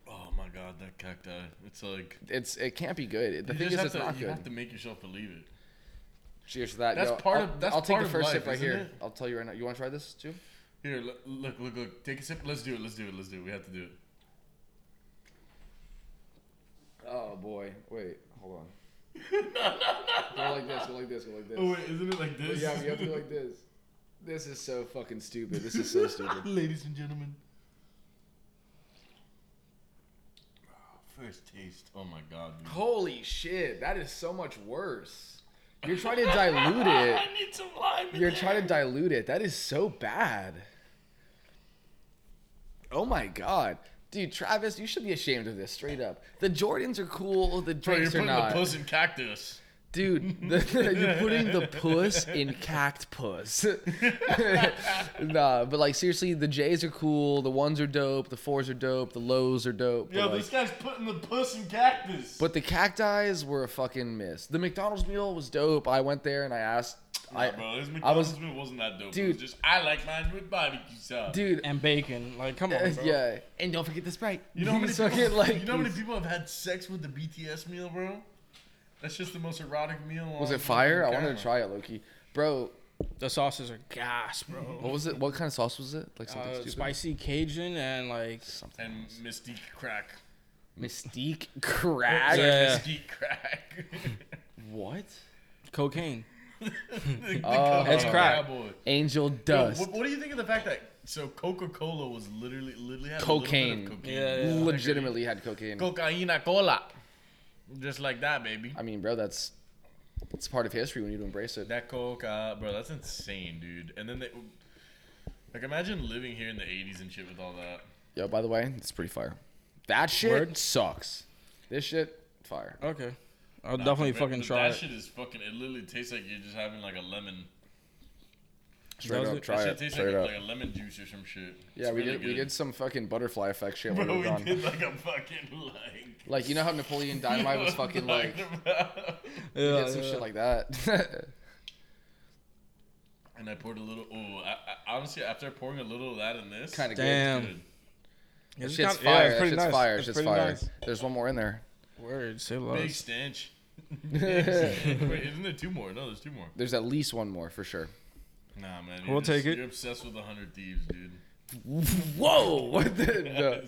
[SPEAKER 2] Oh my god, that cacti! It's like
[SPEAKER 3] It's it can't be good. The
[SPEAKER 2] you
[SPEAKER 3] thing
[SPEAKER 2] just
[SPEAKER 3] is,
[SPEAKER 2] have
[SPEAKER 3] it's
[SPEAKER 2] to
[SPEAKER 3] not
[SPEAKER 2] you have
[SPEAKER 3] good.
[SPEAKER 2] to make yourself believe it.
[SPEAKER 3] Cheers to that.
[SPEAKER 2] That's
[SPEAKER 3] yo.
[SPEAKER 2] part
[SPEAKER 3] I'll-
[SPEAKER 2] of- that's
[SPEAKER 3] I'll take
[SPEAKER 2] part
[SPEAKER 3] the
[SPEAKER 2] of
[SPEAKER 3] first
[SPEAKER 2] life,
[SPEAKER 3] sip right
[SPEAKER 2] isn't
[SPEAKER 3] here.
[SPEAKER 2] it?
[SPEAKER 3] I'll tell you right now. You want to try this too?
[SPEAKER 2] Here, look, look, look, look. Take a sip. Let's do it. Let's do it. Let's do it. We have to do it.
[SPEAKER 3] Oh boy, wait, hold on. go like this. Go like this. Go like this.
[SPEAKER 2] Oh wait, isn't it like this?
[SPEAKER 3] yeah, we have to go like this. This is so fucking stupid. This is so stupid.
[SPEAKER 2] Ladies and gentlemen. Oh, First taste. Oh my god. dude.
[SPEAKER 3] Holy shit, that is so much worse. You're trying to dilute it.
[SPEAKER 2] I need some lime. in
[SPEAKER 3] You're
[SPEAKER 2] there.
[SPEAKER 3] trying to dilute it. That is so bad. Oh my god. Dude, Travis, you should be ashamed of this straight up. The Jordans are cool, the
[SPEAKER 2] Bro, you're
[SPEAKER 3] drinks are
[SPEAKER 2] putting the
[SPEAKER 3] not.
[SPEAKER 2] puss in cactus.
[SPEAKER 3] Dude, the, you're putting the puss in cactus. nah, but like seriously, the J's are cool, the ones are dope, the fours are dope, the lows are dope.
[SPEAKER 2] Yo,
[SPEAKER 3] but, like-
[SPEAKER 2] this guy's putting the puss in cactus.
[SPEAKER 3] But the cacti's were a fucking miss. The McDonald's meal was dope. I went there and I asked, I,
[SPEAKER 2] Nah, bro, this
[SPEAKER 3] I was,
[SPEAKER 2] McDonald's meal wasn't that dope. Dude,
[SPEAKER 3] Dude.
[SPEAKER 2] just I like mine with barbecue sauce.
[SPEAKER 3] dude,
[SPEAKER 4] And bacon. Like, come on, bro.
[SPEAKER 3] yeah. And don't forget the sprite.
[SPEAKER 2] you know how many
[SPEAKER 3] He's fucking
[SPEAKER 2] people,
[SPEAKER 3] like,
[SPEAKER 2] you know how many people have had sex with the BTS meal, bro? That's just the most erotic meal.
[SPEAKER 3] Was
[SPEAKER 2] on
[SPEAKER 3] it fire? I
[SPEAKER 2] fucking
[SPEAKER 3] wanted
[SPEAKER 2] camera.
[SPEAKER 3] to try it, Loki. Bro,
[SPEAKER 4] The sauces are gas, bro.
[SPEAKER 3] what was it? What kind of sauce was it? Like something
[SPEAKER 4] Uh,
[SPEAKER 3] stupid.
[SPEAKER 4] spicy Cajun and like
[SPEAKER 3] Something.
[SPEAKER 2] And mystique crack.
[SPEAKER 3] Mystique
[SPEAKER 2] Sorry,
[SPEAKER 3] crack.
[SPEAKER 4] Ah, Yeah.
[SPEAKER 2] Mystique crack.
[SPEAKER 3] What?
[SPEAKER 4] cocaine.
[SPEAKER 2] The
[SPEAKER 3] Oh.
[SPEAKER 2] Coke
[SPEAKER 4] It's crack.
[SPEAKER 2] Cowboy.
[SPEAKER 3] Angel
[SPEAKER 2] Yo,
[SPEAKER 3] dust.
[SPEAKER 2] what, what do you think of the fact that so Coca Cola was literally literally had A little
[SPEAKER 3] Cocaine.
[SPEAKER 2] bit of cocaine.
[SPEAKER 4] Yeah, yeah.
[SPEAKER 3] Legitimately had cocaine.
[SPEAKER 2] Cocaina cola. Just like that, baby.
[SPEAKER 3] I mean, bro, that's it's part of history. We need to embrace it.
[SPEAKER 2] That coca, bro, that's insane, dude. And then they like imagine living here in the '80s and shit with all that.
[SPEAKER 3] Yo, by the way, it's pretty fire. That shit
[SPEAKER 4] Word?
[SPEAKER 3] sucks. This shit fire.
[SPEAKER 4] Okay, I'll definitely
[SPEAKER 2] But
[SPEAKER 4] fucking
[SPEAKER 2] that
[SPEAKER 4] try
[SPEAKER 2] That
[SPEAKER 4] it.
[SPEAKER 2] shit is fucking. It literally tastes like you're just having like a lemon.
[SPEAKER 3] Straight
[SPEAKER 4] Does
[SPEAKER 3] up,
[SPEAKER 4] it?
[SPEAKER 3] try
[SPEAKER 2] that
[SPEAKER 3] it.
[SPEAKER 2] shit tastes
[SPEAKER 3] Oh, Straight
[SPEAKER 2] like,
[SPEAKER 3] up.
[SPEAKER 2] like a lemon juice or some shit.
[SPEAKER 3] Yeah,
[SPEAKER 2] It's
[SPEAKER 3] we
[SPEAKER 2] really
[SPEAKER 3] did we
[SPEAKER 2] good.
[SPEAKER 3] did some fucking butterfly effect shit when we
[SPEAKER 2] Bro,
[SPEAKER 3] were
[SPEAKER 2] we
[SPEAKER 3] gone.
[SPEAKER 2] did like a fucking like.
[SPEAKER 3] Like you know how Napoleon Dynamite was fucking like we
[SPEAKER 4] Yeah,
[SPEAKER 3] did some
[SPEAKER 4] yeah.
[SPEAKER 3] shit like that.
[SPEAKER 2] And I poured a little. Oh, I, I, honestly, after pouring a little of that in this,
[SPEAKER 3] Kinda good.
[SPEAKER 4] Damn,
[SPEAKER 2] good.
[SPEAKER 4] It's
[SPEAKER 3] Shit's
[SPEAKER 4] kinda- yeah,
[SPEAKER 3] fire.
[SPEAKER 4] it's
[SPEAKER 3] that
[SPEAKER 4] pretty
[SPEAKER 3] shit's
[SPEAKER 4] nice.
[SPEAKER 3] fire.
[SPEAKER 4] It's
[SPEAKER 3] shit's
[SPEAKER 4] pretty
[SPEAKER 3] fire.
[SPEAKER 4] nice.
[SPEAKER 3] There's one more in there.
[SPEAKER 4] Word, say
[SPEAKER 2] Big
[SPEAKER 4] less.
[SPEAKER 2] stench. Big stench. Wait, isn't there two more? No, there's two more.
[SPEAKER 3] There's at least one more for sure.
[SPEAKER 2] Nah, man.
[SPEAKER 4] We'll
[SPEAKER 2] you're just-
[SPEAKER 4] take it.
[SPEAKER 2] You're obsessed with the hundred thieves, dude.
[SPEAKER 3] Whoa! What the? no.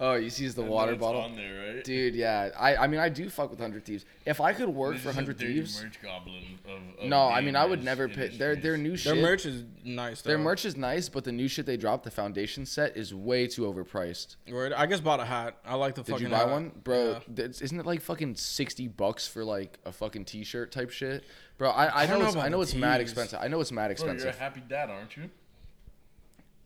[SPEAKER 3] Oh, you see, is the
[SPEAKER 2] I know
[SPEAKER 3] water
[SPEAKER 2] it's
[SPEAKER 3] bottle,
[SPEAKER 2] on there, right?
[SPEAKER 3] dude. Yeah, I, I mean, I do fuck with Hundred Thieves. If I could work
[SPEAKER 2] This
[SPEAKER 3] for
[SPEAKER 2] is a
[SPEAKER 3] Hundred
[SPEAKER 2] dirty
[SPEAKER 3] Thieves,
[SPEAKER 2] merch goblin of- of
[SPEAKER 3] no,
[SPEAKER 2] the
[SPEAKER 3] I mean, I would
[SPEAKER 2] indus-
[SPEAKER 3] never pick their their
[SPEAKER 2] industries.
[SPEAKER 3] new shit.
[SPEAKER 4] Their merch is nice. Though.
[SPEAKER 3] their merch is nice, but the new shit they dropped, the foundation set, is way too overpriced.
[SPEAKER 4] Word. I just bought a hat. I like the
[SPEAKER 3] Did
[SPEAKER 4] fucking.
[SPEAKER 3] you buy
[SPEAKER 4] hat.
[SPEAKER 3] one, bro?
[SPEAKER 4] Yeah.
[SPEAKER 3] that's- Isn't it like fucking sixty bucks for like a fucking T-shirt type shit, bro? I, I,
[SPEAKER 4] don't
[SPEAKER 3] know,
[SPEAKER 4] know
[SPEAKER 3] it's, I
[SPEAKER 4] about
[SPEAKER 3] know
[SPEAKER 4] the
[SPEAKER 3] it's mad
[SPEAKER 4] tees.
[SPEAKER 3] expensive. I know it's mad
[SPEAKER 2] Bro, you're a
[SPEAKER 3] expensive.
[SPEAKER 2] happy dad, aren't you?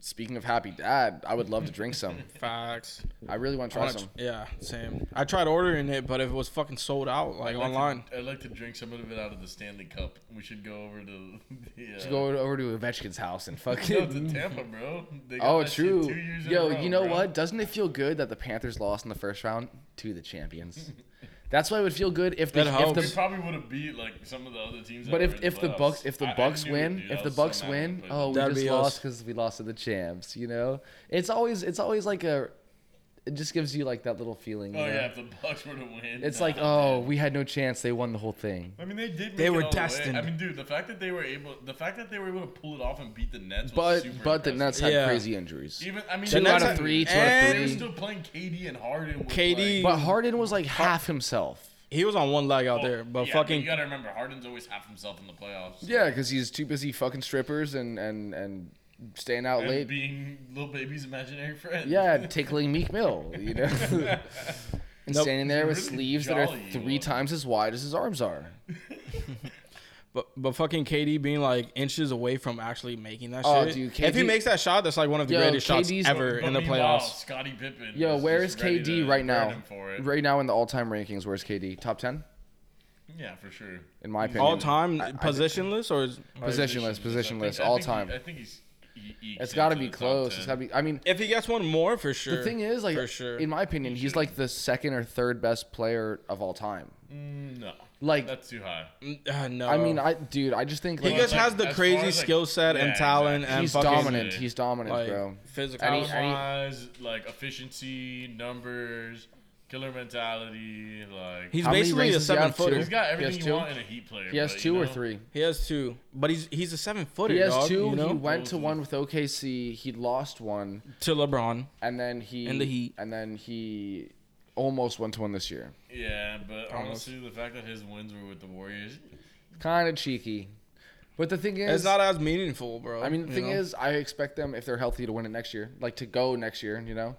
[SPEAKER 3] Speaking of happy dad, I would love to drink some.
[SPEAKER 4] Facts.
[SPEAKER 3] I really want to
[SPEAKER 4] I
[SPEAKER 3] try
[SPEAKER 4] wanna
[SPEAKER 3] some.
[SPEAKER 4] tr- yeah, same. I tried ordering it, but if it was fucking sold out, like
[SPEAKER 2] I'd like to-
[SPEAKER 4] online.
[SPEAKER 2] I'd like to drink some of it out of the Stanley Cup. We should go over to the. Uh,
[SPEAKER 3] Just go over to Ovechkin's house and
[SPEAKER 2] no, to
[SPEAKER 3] fucking
[SPEAKER 2] Tampa, bro. They got
[SPEAKER 3] Oh,
[SPEAKER 2] that shit
[SPEAKER 3] true.
[SPEAKER 2] two years in a
[SPEAKER 3] Yo,
[SPEAKER 2] row,
[SPEAKER 3] you know
[SPEAKER 2] bro.
[SPEAKER 3] what? Doesn't it feel good that the Panthers lost in the first round to the champions? That's why it would feel good if the,
[SPEAKER 4] That
[SPEAKER 3] if
[SPEAKER 2] We
[SPEAKER 4] helps.
[SPEAKER 3] the
[SPEAKER 2] probably would have beat like some of the other teams.
[SPEAKER 3] but
[SPEAKER 2] that were
[SPEAKER 3] if
[SPEAKER 2] in
[SPEAKER 3] if the
[SPEAKER 2] playoffs.
[SPEAKER 3] Bucks if the
[SPEAKER 2] I- I
[SPEAKER 3] Bucks
[SPEAKER 2] knew it,
[SPEAKER 3] win
[SPEAKER 2] dude. I
[SPEAKER 3] if the
[SPEAKER 2] was so
[SPEAKER 3] Bucks
[SPEAKER 2] mad when
[SPEAKER 3] win
[SPEAKER 2] they played
[SPEAKER 3] oh we
[SPEAKER 2] them.
[SPEAKER 4] That'd
[SPEAKER 3] just
[SPEAKER 4] be
[SPEAKER 3] lost
[SPEAKER 4] us.
[SPEAKER 3] because we lost to the champs you know it's always it's always like a it just gives you like that little feeling you
[SPEAKER 2] oh
[SPEAKER 3] know?
[SPEAKER 2] yeah, if the Bucks were to win,
[SPEAKER 3] it's
[SPEAKER 2] nah,
[SPEAKER 3] like oh we had no chance they won the whole thing
[SPEAKER 2] I mean, they did. Make
[SPEAKER 4] They
[SPEAKER 2] it
[SPEAKER 4] were
[SPEAKER 2] all the way.
[SPEAKER 4] destined.
[SPEAKER 2] I mean, dude, the fact that they were able, the fact that they were able to pull it off and beat the Nets, was
[SPEAKER 3] but
[SPEAKER 2] super
[SPEAKER 3] but the
[SPEAKER 2] impressive.
[SPEAKER 3] Nets had
[SPEAKER 4] Yeah.
[SPEAKER 3] crazy injuries
[SPEAKER 2] Even I mean,
[SPEAKER 3] Two
[SPEAKER 2] the
[SPEAKER 3] out
[SPEAKER 2] Nets
[SPEAKER 3] of
[SPEAKER 2] had-
[SPEAKER 3] three, two out of
[SPEAKER 2] and they were
[SPEAKER 3] three.
[SPEAKER 2] still playing KD and Harden. With
[SPEAKER 4] KD
[SPEAKER 2] like,
[SPEAKER 3] but Harden was like half himself
[SPEAKER 4] He was on one leg out
[SPEAKER 2] oh,
[SPEAKER 4] there, but
[SPEAKER 2] yeah,
[SPEAKER 4] fucking
[SPEAKER 2] you gotta remember, Harden's always half himself in the playoffs.
[SPEAKER 3] yeah because he's too busy fucking strippers and and and staying out
[SPEAKER 2] and
[SPEAKER 3] late
[SPEAKER 2] being little baby's imaginary friend.
[SPEAKER 3] Yeah, tickling Meek Mill, you know. and
[SPEAKER 4] Nope.
[SPEAKER 3] standing there with
[SPEAKER 2] Really
[SPEAKER 3] sleeves that are
[SPEAKER 2] jolly you
[SPEAKER 3] three
[SPEAKER 2] are.
[SPEAKER 3] times as wide as his arms are.
[SPEAKER 4] but, but fucking KD being like inches away from actually making that
[SPEAKER 3] Oh,
[SPEAKER 4] shit.
[SPEAKER 3] dude,
[SPEAKER 4] if he
[SPEAKER 3] KD
[SPEAKER 4] makes that shot, that's like one of the
[SPEAKER 3] Yo,
[SPEAKER 4] greatest
[SPEAKER 3] KD's
[SPEAKER 4] shots ever
[SPEAKER 2] But
[SPEAKER 4] in the
[SPEAKER 2] meanwhile,
[SPEAKER 4] playoffs.
[SPEAKER 2] Scottie Pippen.
[SPEAKER 3] Yo,
[SPEAKER 2] is
[SPEAKER 3] where is
[SPEAKER 2] just ready
[SPEAKER 3] KD
[SPEAKER 2] to
[SPEAKER 3] right
[SPEAKER 2] burn
[SPEAKER 3] now?
[SPEAKER 2] him for it.
[SPEAKER 3] Right now in the all-time rankings, where's KD? Top 10
[SPEAKER 2] Yeah, for sure.
[SPEAKER 3] in my opinion.
[SPEAKER 4] All time
[SPEAKER 3] I- I-
[SPEAKER 4] positionless or is,
[SPEAKER 3] Positionless,
[SPEAKER 2] I
[SPEAKER 3] positionless,
[SPEAKER 2] think- I
[SPEAKER 3] all
[SPEAKER 2] think he-
[SPEAKER 3] time.
[SPEAKER 2] I think he's. he- he
[SPEAKER 3] It's
[SPEAKER 2] ekes
[SPEAKER 3] got to
[SPEAKER 2] into
[SPEAKER 3] be
[SPEAKER 2] the top
[SPEAKER 3] close.
[SPEAKER 2] 10.
[SPEAKER 3] It's got to be I mean,
[SPEAKER 4] if he gets one more for sure.
[SPEAKER 3] the thing is like
[SPEAKER 4] for sure.
[SPEAKER 3] in my opinion, he's like the second or third best player of all time.
[SPEAKER 2] Mm, no,
[SPEAKER 3] Like
[SPEAKER 2] that's too high.
[SPEAKER 4] uh, no,
[SPEAKER 3] I mean, I dude, I just think
[SPEAKER 4] he
[SPEAKER 3] like,
[SPEAKER 4] just
[SPEAKER 2] like,
[SPEAKER 4] has the
[SPEAKER 2] as far
[SPEAKER 4] crazy
[SPEAKER 2] as, like-
[SPEAKER 4] skill set
[SPEAKER 2] Yeah,
[SPEAKER 4] and talent
[SPEAKER 2] exactly.
[SPEAKER 4] and
[SPEAKER 3] he's
[SPEAKER 4] fucking
[SPEAKER 3] dominant. He's dominant,
[SPEAKER 4] like,
[SPEAKER 3] bro.
[SPEAKER 4] physical.
[SPEAKER 3] And he-
[SPEAKER 2] Talent wise, like efficiency, numbers, killer mentality, like
[SPEAKER 4] he's
[SPEAKER 3] How many
[SPEAKER 4] basically a
[SPEAKER 3] rings does he
[SPEAKER 4] seven
[SPEAKER 3] have? Two?
[SPEAKER 4] footer.
[SPEAKER 2] he's got everything
[SPEAKER 3] PS2?
[SPEAKER 2] you want in a Heat player.
[SPEAKER 3] He has
[SPEAKER 2] but,
[SPEAKER 3] two
[SPEAKER 2] you
[SPEAKER 3] or
[SPEAKER 2] know,
[SPEAKER 3] three.
[SPEAKER 4] He has two, but he's he's a seven footer.
[SPEAKER 3] He has
[SPEAKER 4] dog,
[SPEAKER 3] two.
[SPEAKER 4] you know?
[SPEAKER 3] He went to
[SPEAKER 2] Both of
[SPEAKER 3] one with OKC. He lost one.
[SPEAKER 4] to LeBron.
[SPEAKER 3] and then he
[SPEAKER 4] And the Heat.
[SPEAKER 3] and then he almost went to one this year.
[SPEAKER 2] Yeah, but
[SPEAKER 4] Almost.
[SPEAKER 2] honestly, the fact that his wins were with the Warriors,
[SPEAKER 3] Kind of cheeky, but the thing is,
[SPEAKER 4] It's not as meaningful, bro.
[SPEAKER 3] I mean, the
[SPEAKER 4] you
[SPEAKER 3] thing
[SPEAKER 4] know?
[SPEAKER 3] is, I expect them if they're healthy to win it next year, like to go next year. You know,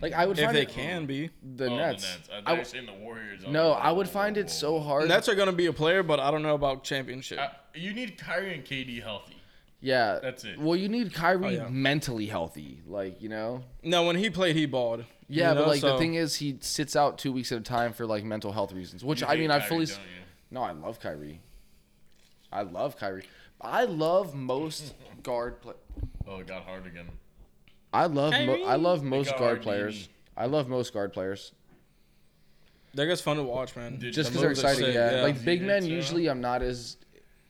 [SPEAKER 3] like I would
[SPEAKER 4] if
[SPEAKER 3] find
[SPEAKER 4] they
[SPEAKER 3] it,
[SPEAKER 4] can be,
[SPEAKER 3] the,
[SPEAKER 2] Hmm. oh,
[SPEAKER 3] Nets.
[SPEAKER 2] the Nets.
[SPEAKER 3] I
[SPEAKER 2] I,
[SPEAKER 3] w-
[SPEAKER 2] they're Oh. saying the Warriors. I'm
[SPEAKER 3] no,
[SPEAKER 2] like,
[SPEAKER 3] I would
[SPEAKER 2] whoa,
[SPEAKER 3] find
[SPEAKER 2] whoa,
[SPEAKER 3] it
[SPEAKER 2] whoa.
[SPEAKER 3] so hard.
[SPEAKER 4] Nets are gonna be a player, but I don't know about championship.
[SPEAKER 2] I- you need Kyrie and KD healthy.
[SPEAKER 3] yeah,
[SPEAKER 2] That's it.
[SPEAKER 3] Well, you need Kyrie
[SPEAKER 4] Oh, yeah.
[SPEAKER 3] mentally healthy, like you know.
[SPEAKER 4] no, when he played, he balled. you
[SPEAKER 3] Yeah,
[SPEAKER 4] know,
[SPEAKER 3] but like
[SPEAKER 4] so-
[SPEAKER 3] the thing is, he sits out two weeks at a time for like mental health reasons, which
[SPEAKER 2] You
[SPEAKER 3] I
[SPEAKER 2] hate
[SPEAKER 3] mean, I
[SPEAKER 2] Kyrie,
[SPEAKER 3] fully. s-
[SPEAKER 2] don't you?
[SPEAKER 3] No, I love Kyrie. I love Kyrie. I love most guard play.
[SPEAKER 2] Oh, it got hard again.
[SPEAKER 3] I love mo- I
[SPEAKER 4] Kyrie.
[SPEAKER 3] love most
[SPEAKER 2] got
[SPEAKER 3] guard
[SPEAKER 2] Hardini.
[SPEAKER 3] players. I love most guard players
[SPEAKER 4] they're just fun to watch, man.
[SPEAKER 2] Dude,
[SPEAKER 3] just
[SPEAKER 2] The
[SPEAKER 3] because they're
[SPEAKER 4] moves are
[SPEAKER 3] exciting.
[SPEAKER 4] sick,
[SPEAKER 3] yeah.
[SPEAKER 4] yeah.
[SPEAKER 3] like big
[SPEAKER 2] Dude,
[SPEAKER 3] men.
[SPEAKER 2] it's, uh,
[SPEAKER 3] Usually, I'm not as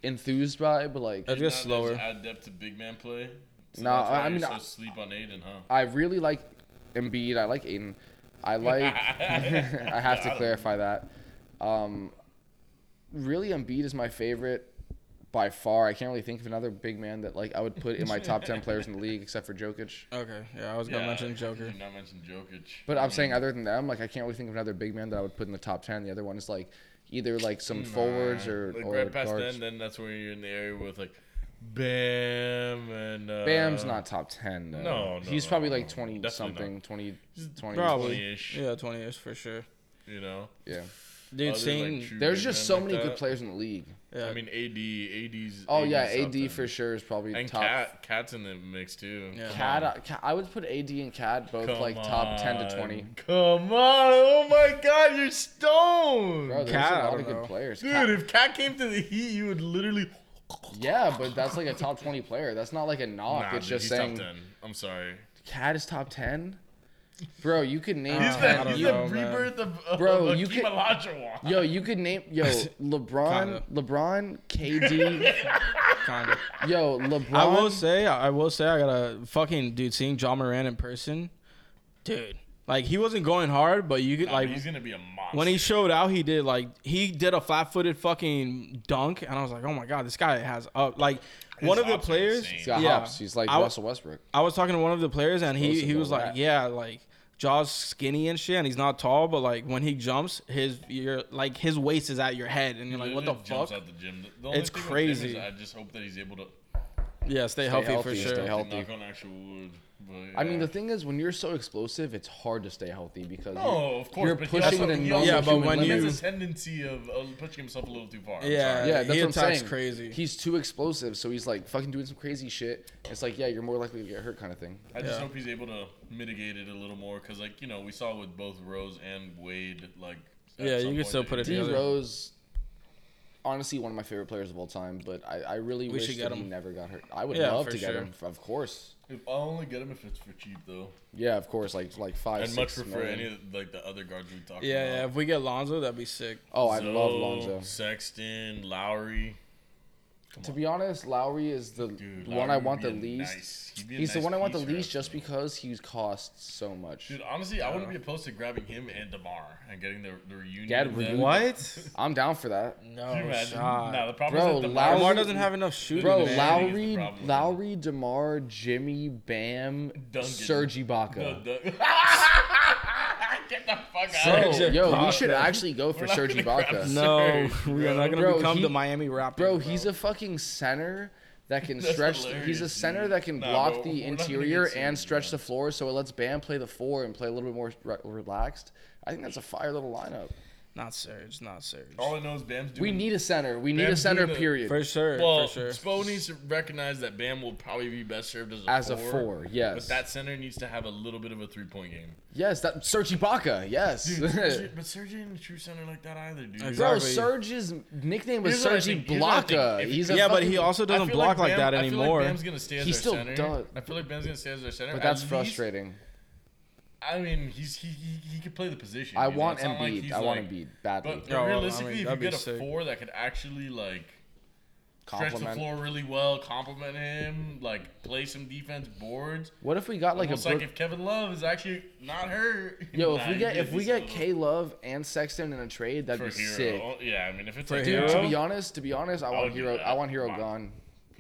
[SPEAKER 3] enthused by, but like
[SPEAKER 4] That's just
[SPEAKER 2] You're not
[SPEAKER 4] slower.
[SPEAKER 2] as Adept to big man play. So
[SPEAKER 3] Nah,
[SPEAKER 2] that's why
[SPEAKER 3] I- I
[SPEAKER 2] you're
[SPEAKER 3] mean,
[SPEAKER 2] so
[SPEAKER 3] I-
[SPEAKER 2] sleep on Aiden, huh?
[SPEAKER 3] I really like Embiid. I like Aiden. I like. I have to clarify that. Um, really Embiid is my favorite by far. I can't really think of another big man that like I would put in my top ten players in the league except for Jokic.
[SPEAKER 4] Okay, yeah, I was gonna mention Joker.
[SPEAKER 2] Not mention Jokic.
[SPEAKER 3] But I'm
[SPEAKER 2] Mm.
[SPEAKER 3] saying other than them, like I can't really think of another big man that I would put in the top ten. The other one is like either like some forwards or,
[SPEAKER 2] like
[SPEAKER 3] or
[SPEAKER 2] right past
[SPEAKER 3] guards.
[SPEAKER 2] then, then that's when you're in the area with like Bam and uh,
[SPEAKER 3] Bam's not top ten. Though.
[SPEAKER 2] no, no,
[SPEAKER 3] he's
[SPEAKER 2] no,
[SPEAKER 3] probably
[SPEAKER 2] no,
[SPEAKER 3] like
[SPEAKER 2] no,
[SPEAKER 3] twenty
[SPEAKER 2] definitely
[SPEAKER 3] something, 20, 20
[SPEAKER 4] Probably.
[SPEAKER 2] 20-ish.
[SPEAKER 4] Yeah, 20 ish for sure.
[SPEAKER 2] You know,
[SPEAKER 3] Yeah,
[SPEAKER 4] Dude,
[SPEAKER 2] Other,
[SPEAKER 4] seeing.
[SPEAKER 2] like, true
[SPEAKER 3] there's
[SPEAKER 2] big
[SPEAKER 3] just
[SPEAKER 2] men
[SPEAKER 3] so
[SPEAKER 2] like
[SPEAKER 3] many good
[SPEAKER 2] that.
[SPEAKER 3] players in the league.
[SPEAKER 4] yeah.
[SPEAKER 2] I mean, AD, AD's.
[SPEAKER 3] Oh yeah, AD
[SPEAKER 2] something.
[SPEAKER 3] for sure is probably
[SPEAKER 2] And
[SPEAKER 3] top.
[SPEAKER 2] Cat, Cat's in the mix too.
[SPEAKER 4] Yeah.
[SPEAKER 3] Cad, I- Ca- I would put AD and Cad both
[SPEAKER 2] Come
[SPEAKER 3] like top ten to
[SPEAKER 2] on.
[SPEAKER 3] twenty.
[SPEAKER 2] Come on! Oh my God, you're stoned,
[SPEAKER 3] Bro, there's
[SPEAKER 4] Cat, I
[SPEAKER 3] a lot
[SPEAKER 4] don't
[SPEAKER 3] of good
[SPEAKER 4] know.
[SPEAKER 3] players.
[SPEAKER 2] dude.
[SPEAKER 3] Cat-
[SPEAKER 2] If Cat came to the Heat, you would literally.
[SPEAKER 3] yeah, but that's like a top twenty player. That's not like a knock.
[SPEAKER 2] Nah,
[SPEAKER 3] it's
[SPEAKER 2] dude,
[SPEAKER 3] just
[SPEAKER 2] he's
[SPEAKER 3] saying
[SPEAKER 2] Top 10. I'm sorry.
[SPEAKER 3] Cat is top ten. Bro, you could name.
[SPEAKER 2] He's
[SPEAKER 4] I
[SPEAKER 2] the,
[SPEAKER 4] don't
[SPEAKER 2] he's
[SPEAKER 4] know,
[SPEAKER 2] the
[SPEAKER 4] man.
[SPEAKER 2] rebirth of, of
[SPEAKER 3] Bro,
[SPEAKER 2] of
[SPEAKER 3] you
[SPEAKER 2] Akeem
[SPEAKER 3] could-
[SPEAKER 2] Olajuwon.
[SPEAKER 3] Yo, you could name yo LeBron,
[SPEAKER 4] Kinda.
[SPEAKER 3] LeBron, KD,
[SPEAKER 4] kind of.
[SPEAKER 3] yo LeBron.
[SPEAKER 4] I will say, I will say, I gotta fucking dude. Seeing John Moran in person, dude, like he wasn't going hard, but you could
[SPEAKER 2] Nah,
[SPEAKER 4] like
[SPEAKER 2] he's gonna be a monster.
[SPEAKER 4] when he showed out, he did like he did a flat-footed fucking dunk, and I was like, oh my god, this guy has up like one of the
[SPEAKER 2] hops are
[SPEAKER 4] players.
[SPEAKER 2] insane.
[SPEAKER 3] He's got
[SPEAKER 4] yeah,
[SPEAKER 3] hops. He's like
[SPEAKER 4] I-
[SPEAKER 3] Russell Westbrook.
[SPEAKER 4] I was talking to one of the players, and he
[SPEAKER 3] Explosive
[SPEAKER 4] he was
[SPEAKER 3] little
[SPEAKER 4] like,
[SPEAKER 3] rat.
[SPEAKER 4] yeah, like Jaw's skinny and shit, and he's not tall, but like when he jumps, his your like his waist is at your head, and you're like, what the
[SPEAKER 2] Literally jumps
[SPEAKER 4] fuck?
[SPEAKER 2] out the gym. The- the only
[SPEAKER 4] It's
[SPEAKER 2] thing with him is
[SPEAKER 4] crazy.
[SPEAKER 2] I just hope that he's able to
[SPEAKER 4] Yeah, stay, healthy, for
[SPEAKER 3] healthy,
[SPEAKER 4] sure.
[SPEAKER 3] stay healthy.
[SPEAKER 2] knock on actual wood. But,
[SPEAKER 3] I mean,
[SPEAKER 2] yeah.
[SPEAKER 3] the thing is, when you're so explosive, it's hard to stay healthy because
[SPEAKER 4] Oh,
[SPEAKER 2] No, of course.
[SPEAKER 3] you're
[SPEAKER 2] but
[SPEAKER 3] pushing
[SPEAKER 2] he also,
[SPEAKER 3] the
[SPEAKER 2] he
[SPEAKER 3] normal
[SPEAKER 2] also-
[SPEAKER 4] Yeah, but
[SPEAKER 2] human
[SPEAKER 4] when
[SPEAKER 2] limits.
[SPEAKER 4] you-
[SPEAKER 2] He has a tendency of uh, pushing himself a little too far. I'm
[SPEAKER 4] Yeah.
[SPEAKER 2] sorry.
[SPEAKER 3] yeah, that's
[SPEAKER 4] he
[SPEAKER 3] what I'm
[SPEAKER 4] attacks
[SPEAKER 3] saying.
[SPEAKER 4] crazy.
[SPEAKER 3] He's too explosive, so he's like fucking doing some crazy shit. It's like, yeah, you're more likely to get hurt, kind of thing.
[SPEAKER 2] I just
[SPEAKER 4] Yeah.
[SPEAKER 2] hope he's able to mitigate it a little more because, like, you know, we saw with both Rose and Wade, like. at
[SPEAKER 4] Yeah,
[SPEAKER 2] some
[SPEAKER 4] you could
[SPEAKER 2] point
[SPEAKER 4] still
[SPEAKER 2] they-
[SPEAKER 4] put it
[SPEAKER 3] D
[SPEAKER 4] together.
[SPEAKER 3] Rose, honestly, one of my favorite players of all time, but I, I really wish
[SPEAKER 4] should
[SPEAKER 3] that
[SPEAKER 4] get
[SPEAKER 3] he
[SPEAKER 4] him.
[SPEAKER 3] never got hurt. I would
[SPEAKER 4] Yeah,
[SPEAKER 3] love
[SPEAKER 4] for
[SPEAKER 3] to get
[SPEAKER 4] sure.
[SPEAKER 3] him, of course.
[SPEAKER 2] If I only get him if it's for cheap though,
[SPEAKER 3] Yeah, of course, like like five.
[SPEAKER 2] I'd much
[SPEAKER 3] six
[SPEAKER 2] prefer
[SPEAKER 3] million.
[SPEAKER 2] any of like the other guards we talked
[SPEAKER 4] Yeah, yeah.
[SPEAKER 2] about.
[SPEAKER 4] If we get Lonzo, that'd be sick.
[SPEAKER 3] Oh, I love
[SPEAKER 2] Zoe,
[SPEAKER 3] Lonzo.
[SPEAKER 2] Sexton, Lowry.
[SPEAKER 3] To be honest, Lowry is the
[SPEAKER 2] Dude,
[SPEAKER 3] one
[SPEAKER 2] Lowry
[SPEAKER 3] I
[SPEAKER 2] would
[SPEAKER 3] want
[SPEAKER 2] be
[SPEAKER 3] the
[SPEAKER 2] a
[SPEAKER 3] least.
[SPEAKER 2] nice- he'd be a
[SPEAKER 3] He's the
[SPEAKER 2] nice
[SPEAKER 3] one I want the
[SPEAKER 2] piece for
[SPEAKER 3] least
[SPEAKER 2] us,
[SPEAKER 3] just
[SPEAKER 2] though.
[SPEAKER 3] because he costs so much.
[SPEAKER 2] Dude, honestly, I wouldn't be opposed to grabbing him and Demar and getting the, the reunion.
[SPEAKER 3] Get
[SPEAKER 2] of them.
[SPEAKER 3] reunion.
[SPEAKER 4] What?
[SPEAKER 3] I'm down for that.
[SPEAKER 2] Can you
[SPEAKER 4] No
[SPEAKER 2] imagine? Nah,
[SPEAKER 4] shot.
[SPEAKER 2] the problem
[SPEAKER 3] Bro,
[SPEAKER 2] is that
[SPEAKER 3] Lowry-
[SPEAKER 2] Demar.
[SPEAKER 4] Lamar doesn't have enough shooting.
[SPEAKER 3] Bro,
[SPEAKER 2] Low-
[SPEAKER 4] man.
[SPEAKER 2] Manning is the
[SPEAKER 3] Lowry,
[SPEAKER 2] problem.
[SPEAKER 3] Lowry, Demar, Jimmy, Bam,
[SPEAKER 2] Duncan.
[SPEAKER 3] Serge Ibaka.
[SPEAKER 2] No, the- Get the fuck out
[SPEAKER 3] Bro,
[SPEAKER 2] of here.
[SPEAKER 4] Serge
[SPEAKER 3] yo, we
[SPEAKER 4] Ibaka.
[SPEAKER 3] should actually go for
[SPEAKER 2] We're not
[SPEAKER 3] Serge
[SPEAKER 2] gonna grab
[SPEAKER 3] Ibaka.
[SPEAKER 2] Serge.
[SPEAKER 4] No, we are not gonna
[SPEAKER 3] Bro,
[SPEAKER 4] become
[SPEAKER 3] he-
[SPEAKER 4] the Miami Raptors.
[SPEAKER 3] Bro, he's a fucking center that can
[SPEAKER 2] That's
[SPEAKER 3] stretch. he's
[SPEAKER 2] hilarious,
[SPEAKER 3] a center
[SPEAKER 2] dude.
[SPEAKER 3] that can
[SPEAKER 2] Nah,
[SPEAKER 3] block
[SPEAKER 2] bro,
[SPEAKER 3] the
[SPEAKER 2] we're not gonna
[SPEAKER 3] interior
[SPEAKER 2] get Serge
[SPEAKER 3] and stretch
[SPEAKER 2] Ibaka.
[SPEAKER 3] the floor, so it lets Bam play the four and play a little bit more re- relaxed. I think that's a fire little lineup.
[SPEAKER 4] not Serge, not Serge.
[SPEAKER 2] All I know is Bam's doing.
[SPEAKER 3] We need a center. We need
[SPEAKER 2] Bam's
[SPEAKER 3] a center.
[SPEAKER 2] doing the-
[SPEAKER 3] Period.
[SPEAKER 4] For sure,
[SPEAKER 2] Well,
[SPEAKER 4] for sure.
[SPEAKER 2] Spo needs to recognize that Bam will probably be best served as a
[SPEAKER 3] As a
[SPEAKER 2] four.
[SPEAKER 3] four, yes.
[SPEAKER 2] But that center needs to have a little bit of a three point game.
[SPEAKER 3] Yes, that Serge Ibaka. Yes.
[SPEAKER 2] Dude, Serge- but Serge ain't a true center like that either, dude.
[SPEAKER 4] Exactly.
[SPEAKER 3] Bro,
[SPEAKER 4] Exactly.
[SPEAKER 3] Serge's nickname was
[SPEAKER 2] Here's what I
[SPEAKER 3] Serge
[SPEAKER 2] think- here's what I think.
[SPEAKER 3] Ibaka.
[SPEAKER 2] If-
[SPEAKER 3] He's a
[SPEAKER 4] Yeah, but he
[SPEAKER 3] fucking-
[SPEAKER 4] also
[SPEAKER 2] I
[SPEAKER 4] doesn't
[SPEAKER 2] feel
[SPEAKER 4] block like,
[SPEAKER 2] Bam-
[SPEAKER 4] that anymore.
[SPEAKER 2] I feel like Bam's gonna stay as
[SPEAKER 3] He
[SPEAKER 2] our
[SPEAKER 3] still
[SPEAKER 2] center.
[SPEAKER 3] does.
[SPEAKER 2] I feel like Bam's gonna stay as our center.
[SPEAKER 3] But
[SPEAKER 2] At
[SPEAKER 3] that's
[SPEAKER 2] least-
[SPEAKER 3] frustrating.
[SPEAKER 2] I mean, he's he he, he could play the position.
[SPEAKER 3] I
[SPEAKER 2] you know?
[SPEAKER 3] want
[SPEAKER 2] It's not like
[SPEAKER 3] Embiid.
[SPEAKER 2] he's
[SPEAKER 3] I want
[SPEAKER 2] like-
[SPEAKER 3] Embiid badly.
[SPEAKER 2] But, but
[SPEAKER 4] No, I mean,
[SPEAKER 2] realistically, if you
[SPEAKER 4] that'd be
[SPEAKER 2] get a
[SPEAKER 4] sick.
[SPEAKER 2] four that could actually like stretch the
[SPEAKER 3] Compliment.
[SPEAKER 2] floor really well, compliment him, like play some defense boards.
[SPEAKER 3] What if we got like
[SPEAKER 2] Almost
[SPEAKER 3] a
[SPEAKER 2] like
[SPEAKER 3] Brook-
[SPEAKER 2] if Kevin Love is actually not hurt.
[SPEAKER 3] yo? If
[SPEAKER 2] Nah,
[SPEAKER 3] we
[SPEAKER 2] he
[SPEAKER 3] get
[SPEAKER 2] gets
[SPEAKER 3] if we
[SPEAKER 2] this
[SPEAKER 3] get
[SPEAKER 2] little-
[SPEAKER 3] K Love and Sexton in a trade, that'd
[SPEAKER 2] for
[SPEAKER 3] be
[SPEAKER 2] hero.
[SPEAKER 3] sick.
[SPEAKER 2] Oh, Yeah, I mean, if it's
[SPEAKER 4] For
[SPEAKER 2] like,
[SPEAKER 4] Hero?
[SPEAKER 3] Dude, to be honest, to be honest, I want
[SPEAKER 2] would do
[SPEAKER 3] hero.
[SPEAKER 2] that.
[SPEAKER 3] I want hero
[SPEAKER 2] Wow.
[SPEAKER 3] gone.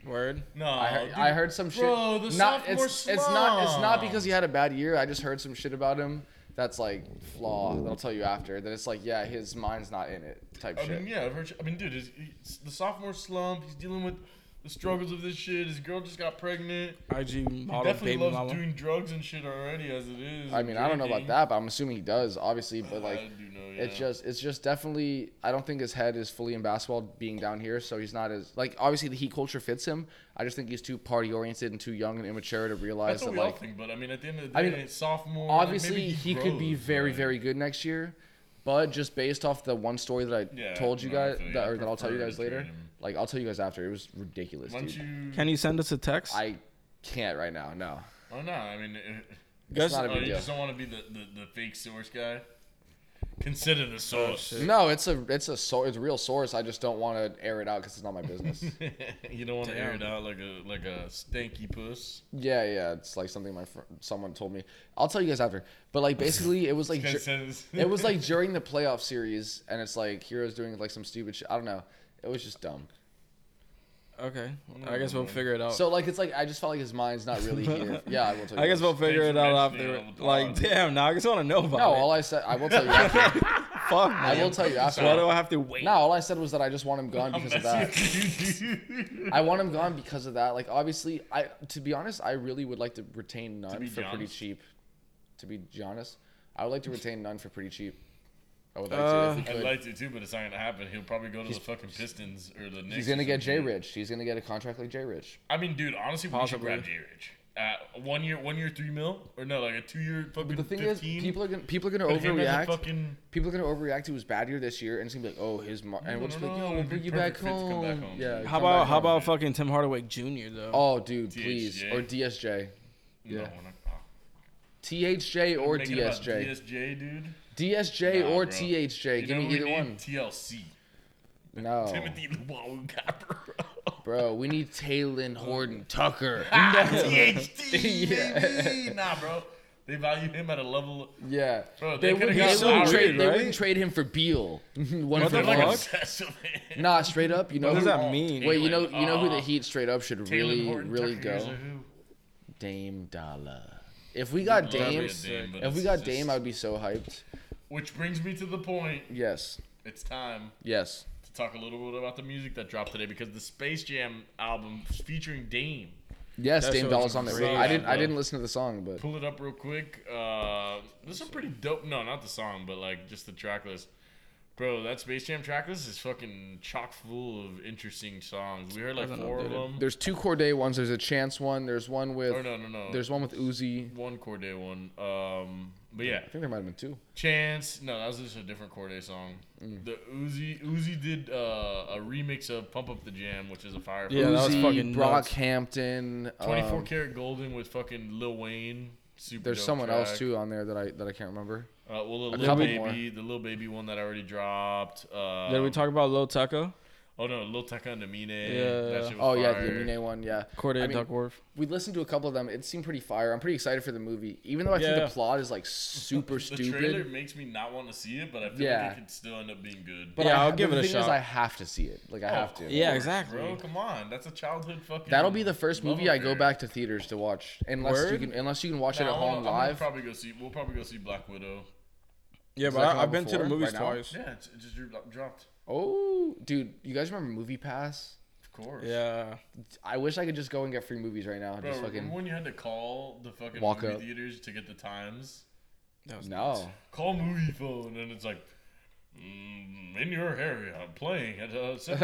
[SPEAKER 4] Word.
[SPEAKER 2] no,
[SPEAKER 3] I heard,
[SPEAKER 2] dude,
[SPEAKER 3] I heard some shit.
[SPEAKER 2] Bro, the
[SPEAKER 3] not,
[SPEAKER 2] sophomore
[SPEAKER 3] it's, it's not it's not
[SPEAKER 2] slump.
[SPEAKER 3] because he had a bad year. I just heard some shit about him that's like flaw. That I'll tell you after. That it's like yeah, his mind's not in it type
[SPEAKER 2] I
[SPEAKER 3] shit.
[SPEAKER 2] mean, yeah, I've heard- I mean, dude, his, he's- the sophomore slump. He's dealing with the struggles of this shit. His girl just got pregnant.
[SPEAKER 4] IG
[SPEAKER 2] He
[SPEAKER 4] model
[SPEAKER 2] definitely
[SPEAKER 4] baby
[SPEAKER 2] loves
[SPEAKER 4] mama.
[SPEAKER 2] doing drugs and shit already, as it is.
[SPEAKER 3] I mean, I don't know about
[SPEAKER 2] drinking.
[SPEAKER 3] that, but I'm assuming he does, obviously. But like,
[SPEAKER 2] I do know,
[SPEAKER 3] it's
[SPEAKER 2] yeah.
[SPEAKER 3] just, it's just definitely. I don't think his head is fully in basketball, being down here, so he's not as like. Obviously, the Heat culture fits him. I just think he's too party oriented and too young and immature to realize
[SPEAKER 2] That's what
[SPEAKER 3] that
[SPEAKER 2] we all
[SPEAKER 3] like.
[SPEAKER 2] think, but I mean, at the end of the
[SPEAKER 3] I
[SPEAKER 2] day,
[SPEAKER 3] mean,
[SPEAKER 2] it's sophomore. like,
[SPEAKER 3] Obviously,
[SPEAKER 2] maybe
[SPEAKER 3] he, could be
[SPEAKER 2] grows,
[SPEAKER 3] very,
[SPEAKER 2] right?
[SPEAKER 3] very good next year, but just based off the one story that I
[SPEAKER 2] Yeah,
[SPEAKER 3] told you
[SPEAKER 2] no, I
[SPEAKER 3] guys,
[SPEAKER 2] feel you.
[SPEAKER 3] that,
[SPEAKER 2] I
[SPEAKER 3] or that I'll tell you
[SPEAKER 2] prefer
[SPEAKER 3] guys
[SPEAKER 2] to trade
[SPEAKER 3] later.
[SPEAKER 2] him.
[SPEAKER 3] Like, I'll tell you guys after. It was ridiculous,
[SPEAKER 2] Why
[SPEAKER 3] dude.
[SPEAKER 2] don't you?
[SPEAKER 4] Can you send us a text?
[SPEAKER 3] I can't right now. No,
[SPEAKER 2] Oh no, I mean, it,
[SPEAKER 3] it's
[SPEAKER 4] Guess-
[SPEAKER 3] not a
[SPEAKER 2] oh,
[SPEAKER 3] big
[SPEAKER 2] you
[SPEAKER 3] deal.
[SPEAKER 2] just don't want to be the, the, the fake source guy. Consider
[SPEAKER 3] Oh,
[SPEAKER 2] the source.
[SPEAKER 3] No, it's a it's a so, it's a real source. I just don't want to air it out because it's not my business.
[SPEAKER 2] you don't want to air
[SPEAKER 4] Damn.
[SPEAKER 2] it out like a like a stanky puss.
[SPEAKER 3] yeah, yeah, it's like something my fr- someone told me. I'll tell you guys after. But like basically, it was like dur-
[SPEAKER 2] Considers-
[SPEAKER 3] it was like during the playoff series, and it's like heroes doing like some stupid shit. I don't know. It was just dumb.
[SPEAKER 4] Okay. I guess we'll figure it out.
[SPEAKER 3] So like it's like I just felt like his mind's not really here. Yeah, I will tell you.
[SPEAKER 4] Oh. I guess
[SPEAKER 3] guys.
[SPEAKER 4] we'll figure it
[SPEAKER 2] Thanks
[SPEAKER 4] out
[SPEAKER 2] for
[SPEAKER 4] after.
[SPEAKER 2] mentioning it on the
[SPEAKER 4] Like,
[SPEAKER 2] pod.
[SPEAKER 4] damn, now I just want to know about
[SPEAKER 3] No,
[SPEAKER 4] it.
[SPEAKER 3] all I said I will tell you. After.
[SPEAKER 4] Fuck,
[SPEAKER 3] I
[SPEAKER 4] man.
[SPEAKER 3] will tell you after.
[SPEAKER 4] Why do I have to wait?
[SPEAKER 3] No, all I said was that I just want him gone
[SPEAKER 2] I'm
[SPEAKER 3] because of
[SPEAKER 2] messing
[SPEAKER 3] that.
[SPEAKER 2] with you.
[SPEAKER 3] I want him gone because of that. Like obviously, I to be honest, I really would like to retain none
[SPEAKER 2] be
[SPEAKER 3] for pretty
[SPEAKER 2] honest?
[SPEAKER 3] cheap. To be honest, I would like to retain none for pretty cheap. I would like
[SPEAKER 4] Uh,
[SPEAKER 3] to. If we
[SPEAKER 2] I'd
[SPEAKER 3] could.
[SPEAKER 2] like to too, but it's not gonna happen. He'll probably go to the fucking Pistons or the Knicks.
[SPEAKER 3] He's
[SPEAKER 2] or
[SPEAKER 3] gonna get
[SPEAKER 2] some
[SPEAKER 3] Jay
[SPEAKER 2] shit.
[SPEAKER 3] Rich. He's gonna get a contract like Jay Rich.
[SPEAKER 2] I mean, dude, honestly,
[SPEAKER 4] Possibly.
[SPEAKER 2] we should grab Jay Rich. Uh, one year, one year, three mil, or no, like a two year fucking.
[SPEAKER 3] But the thing
[SPEAKER 2] 15,
[SPEAKER 3] is, people are gonna people are gonna
[SPEAKER 2] put him as a
[SPEAKER 3] overreact.
[SPEAKER 2] Fucking,
[SPEAKER 3] people are gonna overreact to his bad year this year, and it's gonna be like, oh, his mar- and we'll just be like,
[SPEAKER 2] no,
[SPEAKER 3] yo,
[SPEAKER 2] no,
[SPEAKER 3] we'll
[SPEAKER 2] it'd be
[SPEAKER 3] bring you back
[SPEAKER 2] perfect fit to
[SPEAKER 3] home.
[SPEAKER 2] come back home,
[SPEAKER 3] Yeah.
[SPEAKER 2] dude.
[SPEAKER 4] How
[SPEAKER 3] come back
[SPEAKER 4] about how
[SPEAKER 3] home.
[SPEAKER 4] about fucking Tim Hardaway Jr. though?
[SPEAKER 3] Oh, dude, please,
[SPEAKER 2] THJ?
[SPEAKER 3] or DSJ. Yeah.
[SPEAKER 2] No, we're not- oh.
[SPEAKER 3] THJ or
[SPEAKER 2] Make it about
[SPEAKER 3] DSJ.
[SPEAKER 2] DSJ, dude.
[SPEAKER 3] DSJ
[SPEAKER 2] Nah,
[SPEAKER 3] or
[SPEAKER 2] bro.
[SPEAKER 3] THJ.
[SPEAKER 2] You
[SPEAKER 3] Give
[SPEAKER 2] know
[SPEAKER 3] me
[SPEAKER 2] we
[SPEAKER 3] either
[SPEAKER 2] need?
[SPEAKER 3] one.
[SPEAKER 2] TLC.
[SPEAKER 3] No.
[SPEAKER 2] Timothy Luau Capper.
[SPEAKER 3] Bro, we need Taylon Horton Tucker.
[SPEAKER 2] THD,
[SPEAKER 3] Yeah.
[SPEAKER 2] baby. Nah, bro. They value him at a level.
[SPEAKER 3] Yeah.
[SPEAKER 2] Bro,
[SPEAKER 3] They,
[SPEAKER 2] they
[SPEAKER 3] wouldn't,
[SPEAKER 2] could've
[SPEAKER 3] they,
[SPEAKER 2] got
[SPEAKER 3] wouldn't
[SPEAKER 2] Lowry,
[SPEAKER 3] trade, they
[SPEAKER 4] right?
[SPEAKER 3] wouldn't trade him for Beal. One
[SPEAKER 4] What
[SPEAKER 3] for
[SPEAKER 4] the
[SPEAKER 2] They're like
[SPEAKER 4] fuck?
[SPEAKER 3] one.
[SPEAKER 2] obsessed with him.
[SPEAKER 3] Nah, straight up, you know.
[SPEAKER 4] What does
[SPEAKER 3] who-
[SPEAKER 4] that mean?
[SPEAKER 3] oh, Wait, you know, you know who the
[SPEAKER 2] Aw.
[SPEAKER 3] Heat straight up should
[SPEAKER 2] Taylor
[SPEAKER 3] really,
[SPEAKER 2] Horton
[SPEAKER 3] really
[SPEAKER 2] Tucker is
[SPEAKER 3] go.
[SPEAKER 2] a who.
[SPEAKER 3] Dame Dalla. If we got
[SPEAKER 2] Love
[SPEAKER 3] Dame,
[SPEAKER 2] it, Dame, but
[SPEAKER 3] if we
[SPEAKER 2] it's
[SPEAKER 3] got
[SPEAKER 2] just-
[SPEAKER 3] Dame, I'd be so hyped.
[SPEAKER 2] Which brings me to the point.
[SPEAKER 3] Yes,
[SPEAKER 2] It's time
[SPEAKER 3] yes.
[SPEAKER 2] to talk a little bit about the music that dropped today because the Space Jam album featuring Dame.
[SPEAKER 3] Yes,
[SPEAKER 4] That
[SPEAKER 3] Dame
[SPEAKER 4] show's
[SPEAKER 3] Dalla's on there.
[SPEAKER 4] great,
[SPEAKER 3] I didn't. I
[SPEAKER 2] bro.
[SPEAKER 3] didn't listen to the song, but
[SPEAKER 2] Pull it up real quick. Uh, this is a pretty dope. No, not the song, but like just the track list. Bro, that Space Jam track list is fucking chock full of interesting songs. We heard like
[SPEAKER 4] Hasn't
[SPEAKER 2] four of
[SPEAKER 4] updated.
[SPEAKER 2] them.
[SPEAKER 3] there's two Corday ones. There's a Chance one. There's one with.
[SPEAKER 2] Or Oh, no, no, no.
[SPEAKER 3] There's one with Uzi.
[SPEAKER 2] one Corday one. Um, but yeah,
[SPEAKER 3] I think there might have been two.
[SPEAKER 2] Chance. No, that was just a different Corday song.
[SPEAKER 3] Mm.
[SPEAKER 2] The Uzi Uzi did uh, a remix of Pump Up the Jam, which is a fire.
[SPEAKER 4] Yeah, that was
[SPEAKER 3] Uzi,
[SPEAKER 4] fucking nuts.
[SPEAKER 3] Brockhampton.
[SPEAKER 2] Twenty four
[SPEAKER 3] um,
[SPEAKER 2] karat golden with fucking Lil Wayne. Super
[SPEAKER 3] There's
[SPEAKER 2] dope
[SPEAKER 3] someone else
[SPEAKER 2] track.
[SPEAKER 3] too on there that I that I can't remember.
[SPEAKER 2] Uh, well, the
[SPEAKER 3] A
[SPEAKER 2] Lil
[SPEAKER 3] couple
[SPEAKER 2] Baby,
[SPEAKER 3] more.
[SPEAKER 2] the Lil Baby one that I already dropped. Uh,
[SPEAKER 4] Did we talk about Lil Tucker?
[SPEAKER 2] Oh no, Lil Tecca and Amine.
[SPEAKER 4] Yeah.
[SPEAKER 2] That shit was
[SPEAKER 3] Oh yeah,
[SPEAKER 2] fire.
[SPEAKER 3] the Amine one. Yeah.
[SPEAKER 4] Corday
[SPEAKER 3] I mean,
[SPEAKER 4] Duckworth.
[SPEAKER 3] we listened to a couple of them. It seemed pretty fire. I'm pretty excited for the movie, even though I think
[SPEAKER 4] Yeah.
[SPEAKER 3] the plot is like super
[SPEAKER 2] The trailer
[SPEAKER 3] stupid.
[SPEAKER 2] makes me not want to see it, but I feel
[SPEAKER 3] Yeah.
[SPEAKER 2] like it could still end up being good.
[SPEAKER 3] But
[SPEAKER 4] Yeah,
[SPEAKER 3] I,
[SPEAKER 4] I'll
[SPEAKER 3] the
[SPEAKER 4] give it a
[SPEAKER 3] thing Is
[SPEAKER 4] shot.
[SPEAKER 3] I have to see it. Like
[SPEAKER 2] Oh,
[SPEAKER 3] I have to.
[SPEAKER 2] Of
[SPEAKER 4] Yeah,
[SPEAKER 2] course,
[SPEAKER 4] exactly.
[SPEAKER 2] Bro, come on, that's a childhood fucking.
[SPEAKER 3] That'll be the first
[SPEAKER 2] love
[SPEAKER 3] movie I go
[SPEAKER 2] affair.
[SPEAKER 3] back to theaters to watch, unless you
[SPEAKER 4] Word?
[SPEAKER 3] can unless you can watch it
[SPEAKER 2] Nah,
[SPEAKER 3] at
[SPEAKER 2] I'm gonna-
[SPEAKER 3] home
[SPEAKER 2] I'm gonna
[SPEAKER 3] live.
[SPEAKER 2] Probably go see. We'll probably go see Black Widow.
[SPEAKER 4] Yeah,
[SPEAKER 3] that
[SPEAKER 4] but
[SPEAKER 3] come
[SPEAKER 4] I,
[SPEAKER 3] out
[SPEAKER 4] I've been to the
[SPEAKER 3] before,
[SPEAKER 4] movies
[SPEAKER 3] right now?
[SPEAKER 4] twice.
[SPEAKER 2] Yeah, it's, it just dro- dropped.
[SPEAKER 3] Oh, dude, you guys remember Movie Pass?
[SPEAKER 2] Of course.
[SPEAKER 4] Yeah.
[SPEAKER 3] I wish I could just go and get free movies right now.
[SPEAKER 2] Bro,
[SPEAKER 3] just
[SPEAKER 2] remember
[SPEAKER 3] fucking
[SPEAKER 2] when you had to call the fucking
[SPEAKER 3] Walk
[SPEAKER 2] movie
[SPEAKER 3] up.
[SPEAKER 2] theaters to get the times?
[SPEAKER 4] That was nuts.
[SPEAKER 3] no.
[SPEAKER 2] Call movie phone, and it's like, mm, in your area, I'm playing at uh, 7:45. Some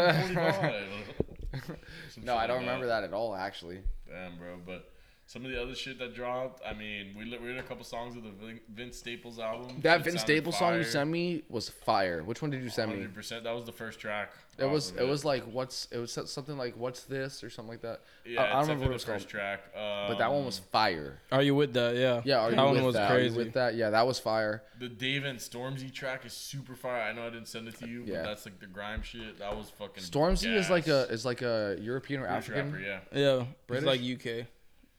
[SPEAKER 3] No,
[SPEAKER 2] shit
[SPEAKER 3] I don't
[SPEAKER 2] like
[SPEAKER 3] remember that at all. Actually,
[SPEAKER 2] Damn, bro. But some of the other shit that dropped, I mean, we li- we heard a couple songs of the Vin- Vince Staples album.
[SPEAKER 3] that Vince Staples song you sent me was fire. Which one did you send me?
[SPEAKER 2] Hundred percent. That was the first track.
[SPEAKER 3] It was
[SPEAKER 2] off of
[SPEAKER 3] it was like what's it was so- something like what's this or something like that.
[SPEAKER 2] Yeah,
[SPEAKER 3] I, I don't
[SPEAKER 2] it's
[SPEAKER 3] remember what it
[SPEAKER 2] definitely the
[SPEAKER 3] was
[SPEAKER 2] first
[SPEAKER 3] called,
[SPEAKER 2] track. Um,
[SPEAKER 3] but that one was fire.
[SPEAKER 4] Are you with that? Yeah.
[SPEAKER 3] Yeah, are
[SPEAKER 4] that
[SPEAKER 3] you
[SPEAKER 4] one
[SPEAKER 3] with
[SPEAKER 4] was
[SPEAKER 3] that? Are you
[SPEAKER 4] crazy.
[SPEAKER 3] with that? Yeah, that was fire.
[SPEAKER 2] the Dave and Stormzy track is super fire. I know I didn't send it to you,
[SPEAKER 3] Yeah.
[SPEAKER 2] but that's like the grime shit. That was fucking.
[SPEAKER 3] Stormzy is like
[SPEAKER 2] gas.
[SPEAKER 3] a is like a European or
[SPEAKER 2] British
[SPEAKER 3] African.
[SPEAKER 2] rapper, yeah.
[SPEAKER 4] Yeah,
[SPEAKER 3] British?
[SPEAKER 4] it's like UK,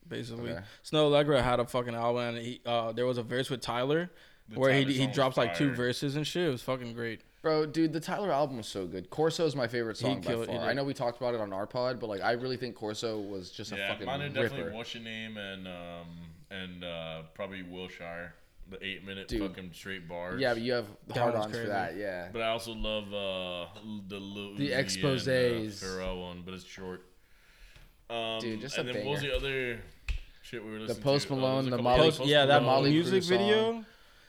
[SPEAKER 4] basically.
[SPEAKER 3] Okay.
[SPEAKER 4] Snow Allegra had a fucking album, and he, uh, there was a verse with Tyler
[SPEAKER 2] The
[SPEAKER 4] where
[SPEAKER 2] Tyler
[SPEAKER 4] he he
[SPEAKER 2] song was
[SPEAKER 4] drops like two
[SPEAKER 2] fire.
[SPEAKER 4] verses and shit. It was fucking great.
[SPEAKER 3] Bro, dude, the Tyler album was so good. Corso is my favorite song by
[SPEAKER 4] killed it, he
[SPEAKER 3] far.
[SPEAKER 4] did.
[SPEAKER 3] I know we talked about it on our pod, but like I really think Corso was just a
[SPEAKER 2] Yeah,
[SPEAKER 3] fucking
[SPEAKER 2] mine are
[SPEAKER 3] ripper.
[SPEAKER 2] definitely what's your name and um and uh probably Wilshire, the eight minute
[SPEAKER 3] Dude.
[SPEAKER 2] fucking straight bars.
[SPEAKER 3] Yeah, but you have
[SPEAKER 4] That
[SPEAKER 3] hard
[SPEAKER 4] one's
[SPEAKER 3] ons for
[SPEAKER 4] crazy.
[SPEAKER 3] that. Yeah.
[SPEAKER 2] But I also love uh, the Lil
[SPEAKER 3] The
[SPEAKER 2] Uzi and, uh,
[SPEAKER 3] exposés.
[SPEAKER 2] Pharrell one, but it's short. Um,
[SPEAKER 3] Dude, just
[SPEAKER 2] and
[SPEAKER 3] a
[SPEAKER 2] then what was
[SPEAKER 3] banger.
[SPEAKER 2] the other shit we were listening to?
[SPEAKER 3] Post
[SPEAKER 2] Oh, there was
[SPEAKER 3] Malone,
[SPEAKER 2] a
[SPEAKER 3] the
[SPEAKER 2] couple
[SPEAKER 3] Molly-
[SPEAKER 2] other
[SPEAKER 4] Post,
[SPEAKER 3] Post
[SPEAKER 4] yeah, that
[SPEAKER 3] Malone. Molly
[SPEAKER 4] music
[SPEAKER 3] Crew
[SPEAKER 4] video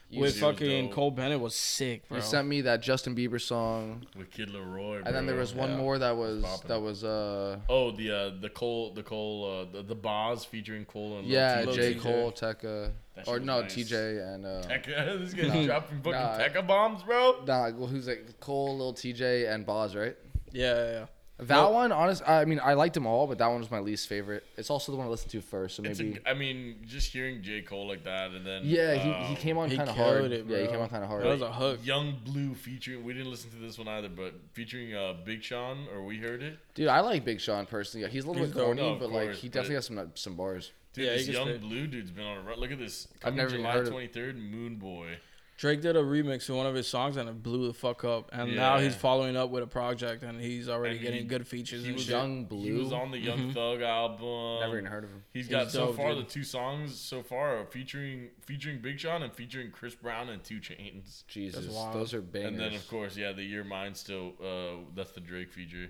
[SPEAKER 3] You
[SPEAKER 4] with
[SPEAKER 2] She was
[SPEAKER 4] fucking
[SPEAKER 2] dope.
[SPEAKER 4] Cole Bennett was sick, bro.
[SPEAKER 3] you sent me that Justin Bieber song,
[SPEAKER 2] with Kid Leroy.
[SPEAKER 3] and then there
[SPEAKER 2] bro.
[SPEAKER 3] was one
[SPEAKER 4] yeah.
[SPEAKER 3] more that was
[SPEAKER 2] poppin'.
[SPEAKER 3] that was uh
[SPEAKER 2] Oh, the uh, the Cole, the Cole, uh, the, the Boz featuring Cole and Lil
[SPEAKER 3] yeah
[SPEAKER 2] T.
[SPEAKER 3] J
[SPEAKER 4] TJ.
[SPEAKER 3] Cole, Tekka,
[SPEAKER 2] That
[SPEAKER 3] or
[SPEAKER 2] shit was
[SPEAKER 3] no
[SPEAKER 2] nice.
[SPEAKER 3] TJ and uh,
[SPEAKER 2] Tekka. this guy's dropping fucking
[SPEAKER 3] Nah.
[SPEAKER 2] Tekka bombs, bro.
[SPEAKER 3] Nah, well, who's like Cole, Lil TJ, and Boz, right?
[SPEAKER 4] Yeah, yeah, yeah.
[SPEAKER 3] That one, honest, I mean, I liked them all, but that one was my least favorite. It's also the one I listened to first, so
[SPEAKER 2] It's
[SPEAKER 3] maybe.
[SPEAKER 2] a, I mean, just hearing J. Cole like that and then.
[SPEAKER 3] yeah, he, he
[SPEAKER 2] um,
[SPEAKER 3] came on
[SPEAKER 4] he
[SPEAKER 3] kind of
[SPEAKER 4] killed
[SPEAKER 3] hard.
[SPEAKER 4] it,
[SPEAKER 3] yeah, he
[SPEAKER 4] bro.
[SPEAKER 3] came on kind of hard.
[SPEAKER 4] That was a hook.
[SPEAKER 2] Young Blue featuring. We didn't listen to this one either, but featuring uh, Big Sean, or we heard it.
[SPEAKER 3] Dude, I like Big Sean personally. He's a little
[SPEAKER 4] He's
[SPEAKER 3] bit corny,
[SPEAKER 2] dope. No, of
[SPEAKER 3] but like
[SPEAKER 2] course,
[SPEAKER 3] he
[SPEAKER 2] but-
[SPEAKER 3] definitely has some uh, some bars.
[SPEAKER 2] Dude,
[SPEAKER 4] Yeah, he
[SPEAKER 2] this
[SPEAKER 4] gets
[SPEAKER 2] Young
[SPEAKER 4] paid.
[SPEAKER 2] Blue dude's been on a run. Look at this. Coming
[SPEAKER 3] never even
[SPEAKER 2] July
[SPEAKER 3] heard of-
[SPEAKER 2] 23rd, Moon Boy.
[SPEAKER 4] Drake did a remix to one of his songs and it blew the fuck up. And now
[SPEAKER 2] Yeah.
[SPEAKER 4] he's following up with a project and he's already
[SPEAKER 2] And
[SPEAKER 4] getting
[SPEAKER 2] he-
[SPEAKER 4] good features
[SPEAKER 2] he
[SPEAKER 4] and
[SPEAKER 2] was
[SPEAKER 4] shit.
[SPEAKER 3] Young
[SPEAKER 2] He
[SPEAKER 3] Blue. Mm-hmm.
[SPEAKER 2] was on the Young Thug album.
[SPEAKER 3] Never even heard of him.
[SPEAKER 2] He's got
[SPEAKER 4] He's
[SPEAKER 2] so
[SPEAKER 4] dope,
[SPEAKER 2] far
[SPEAKER 4] dude.
[SPEAKER 2] the two songs so far are featuring featuring Big Sean and featuring Chris Brown and Two Chains.
[SPEAKER 3] Jesus,
[SPEAKER 4] wild.
[SPEAKER 3] those are bangers.
[SPEAKER 2] And then of course, yeah, the Year Mine still. Uh, that's the Drake feature.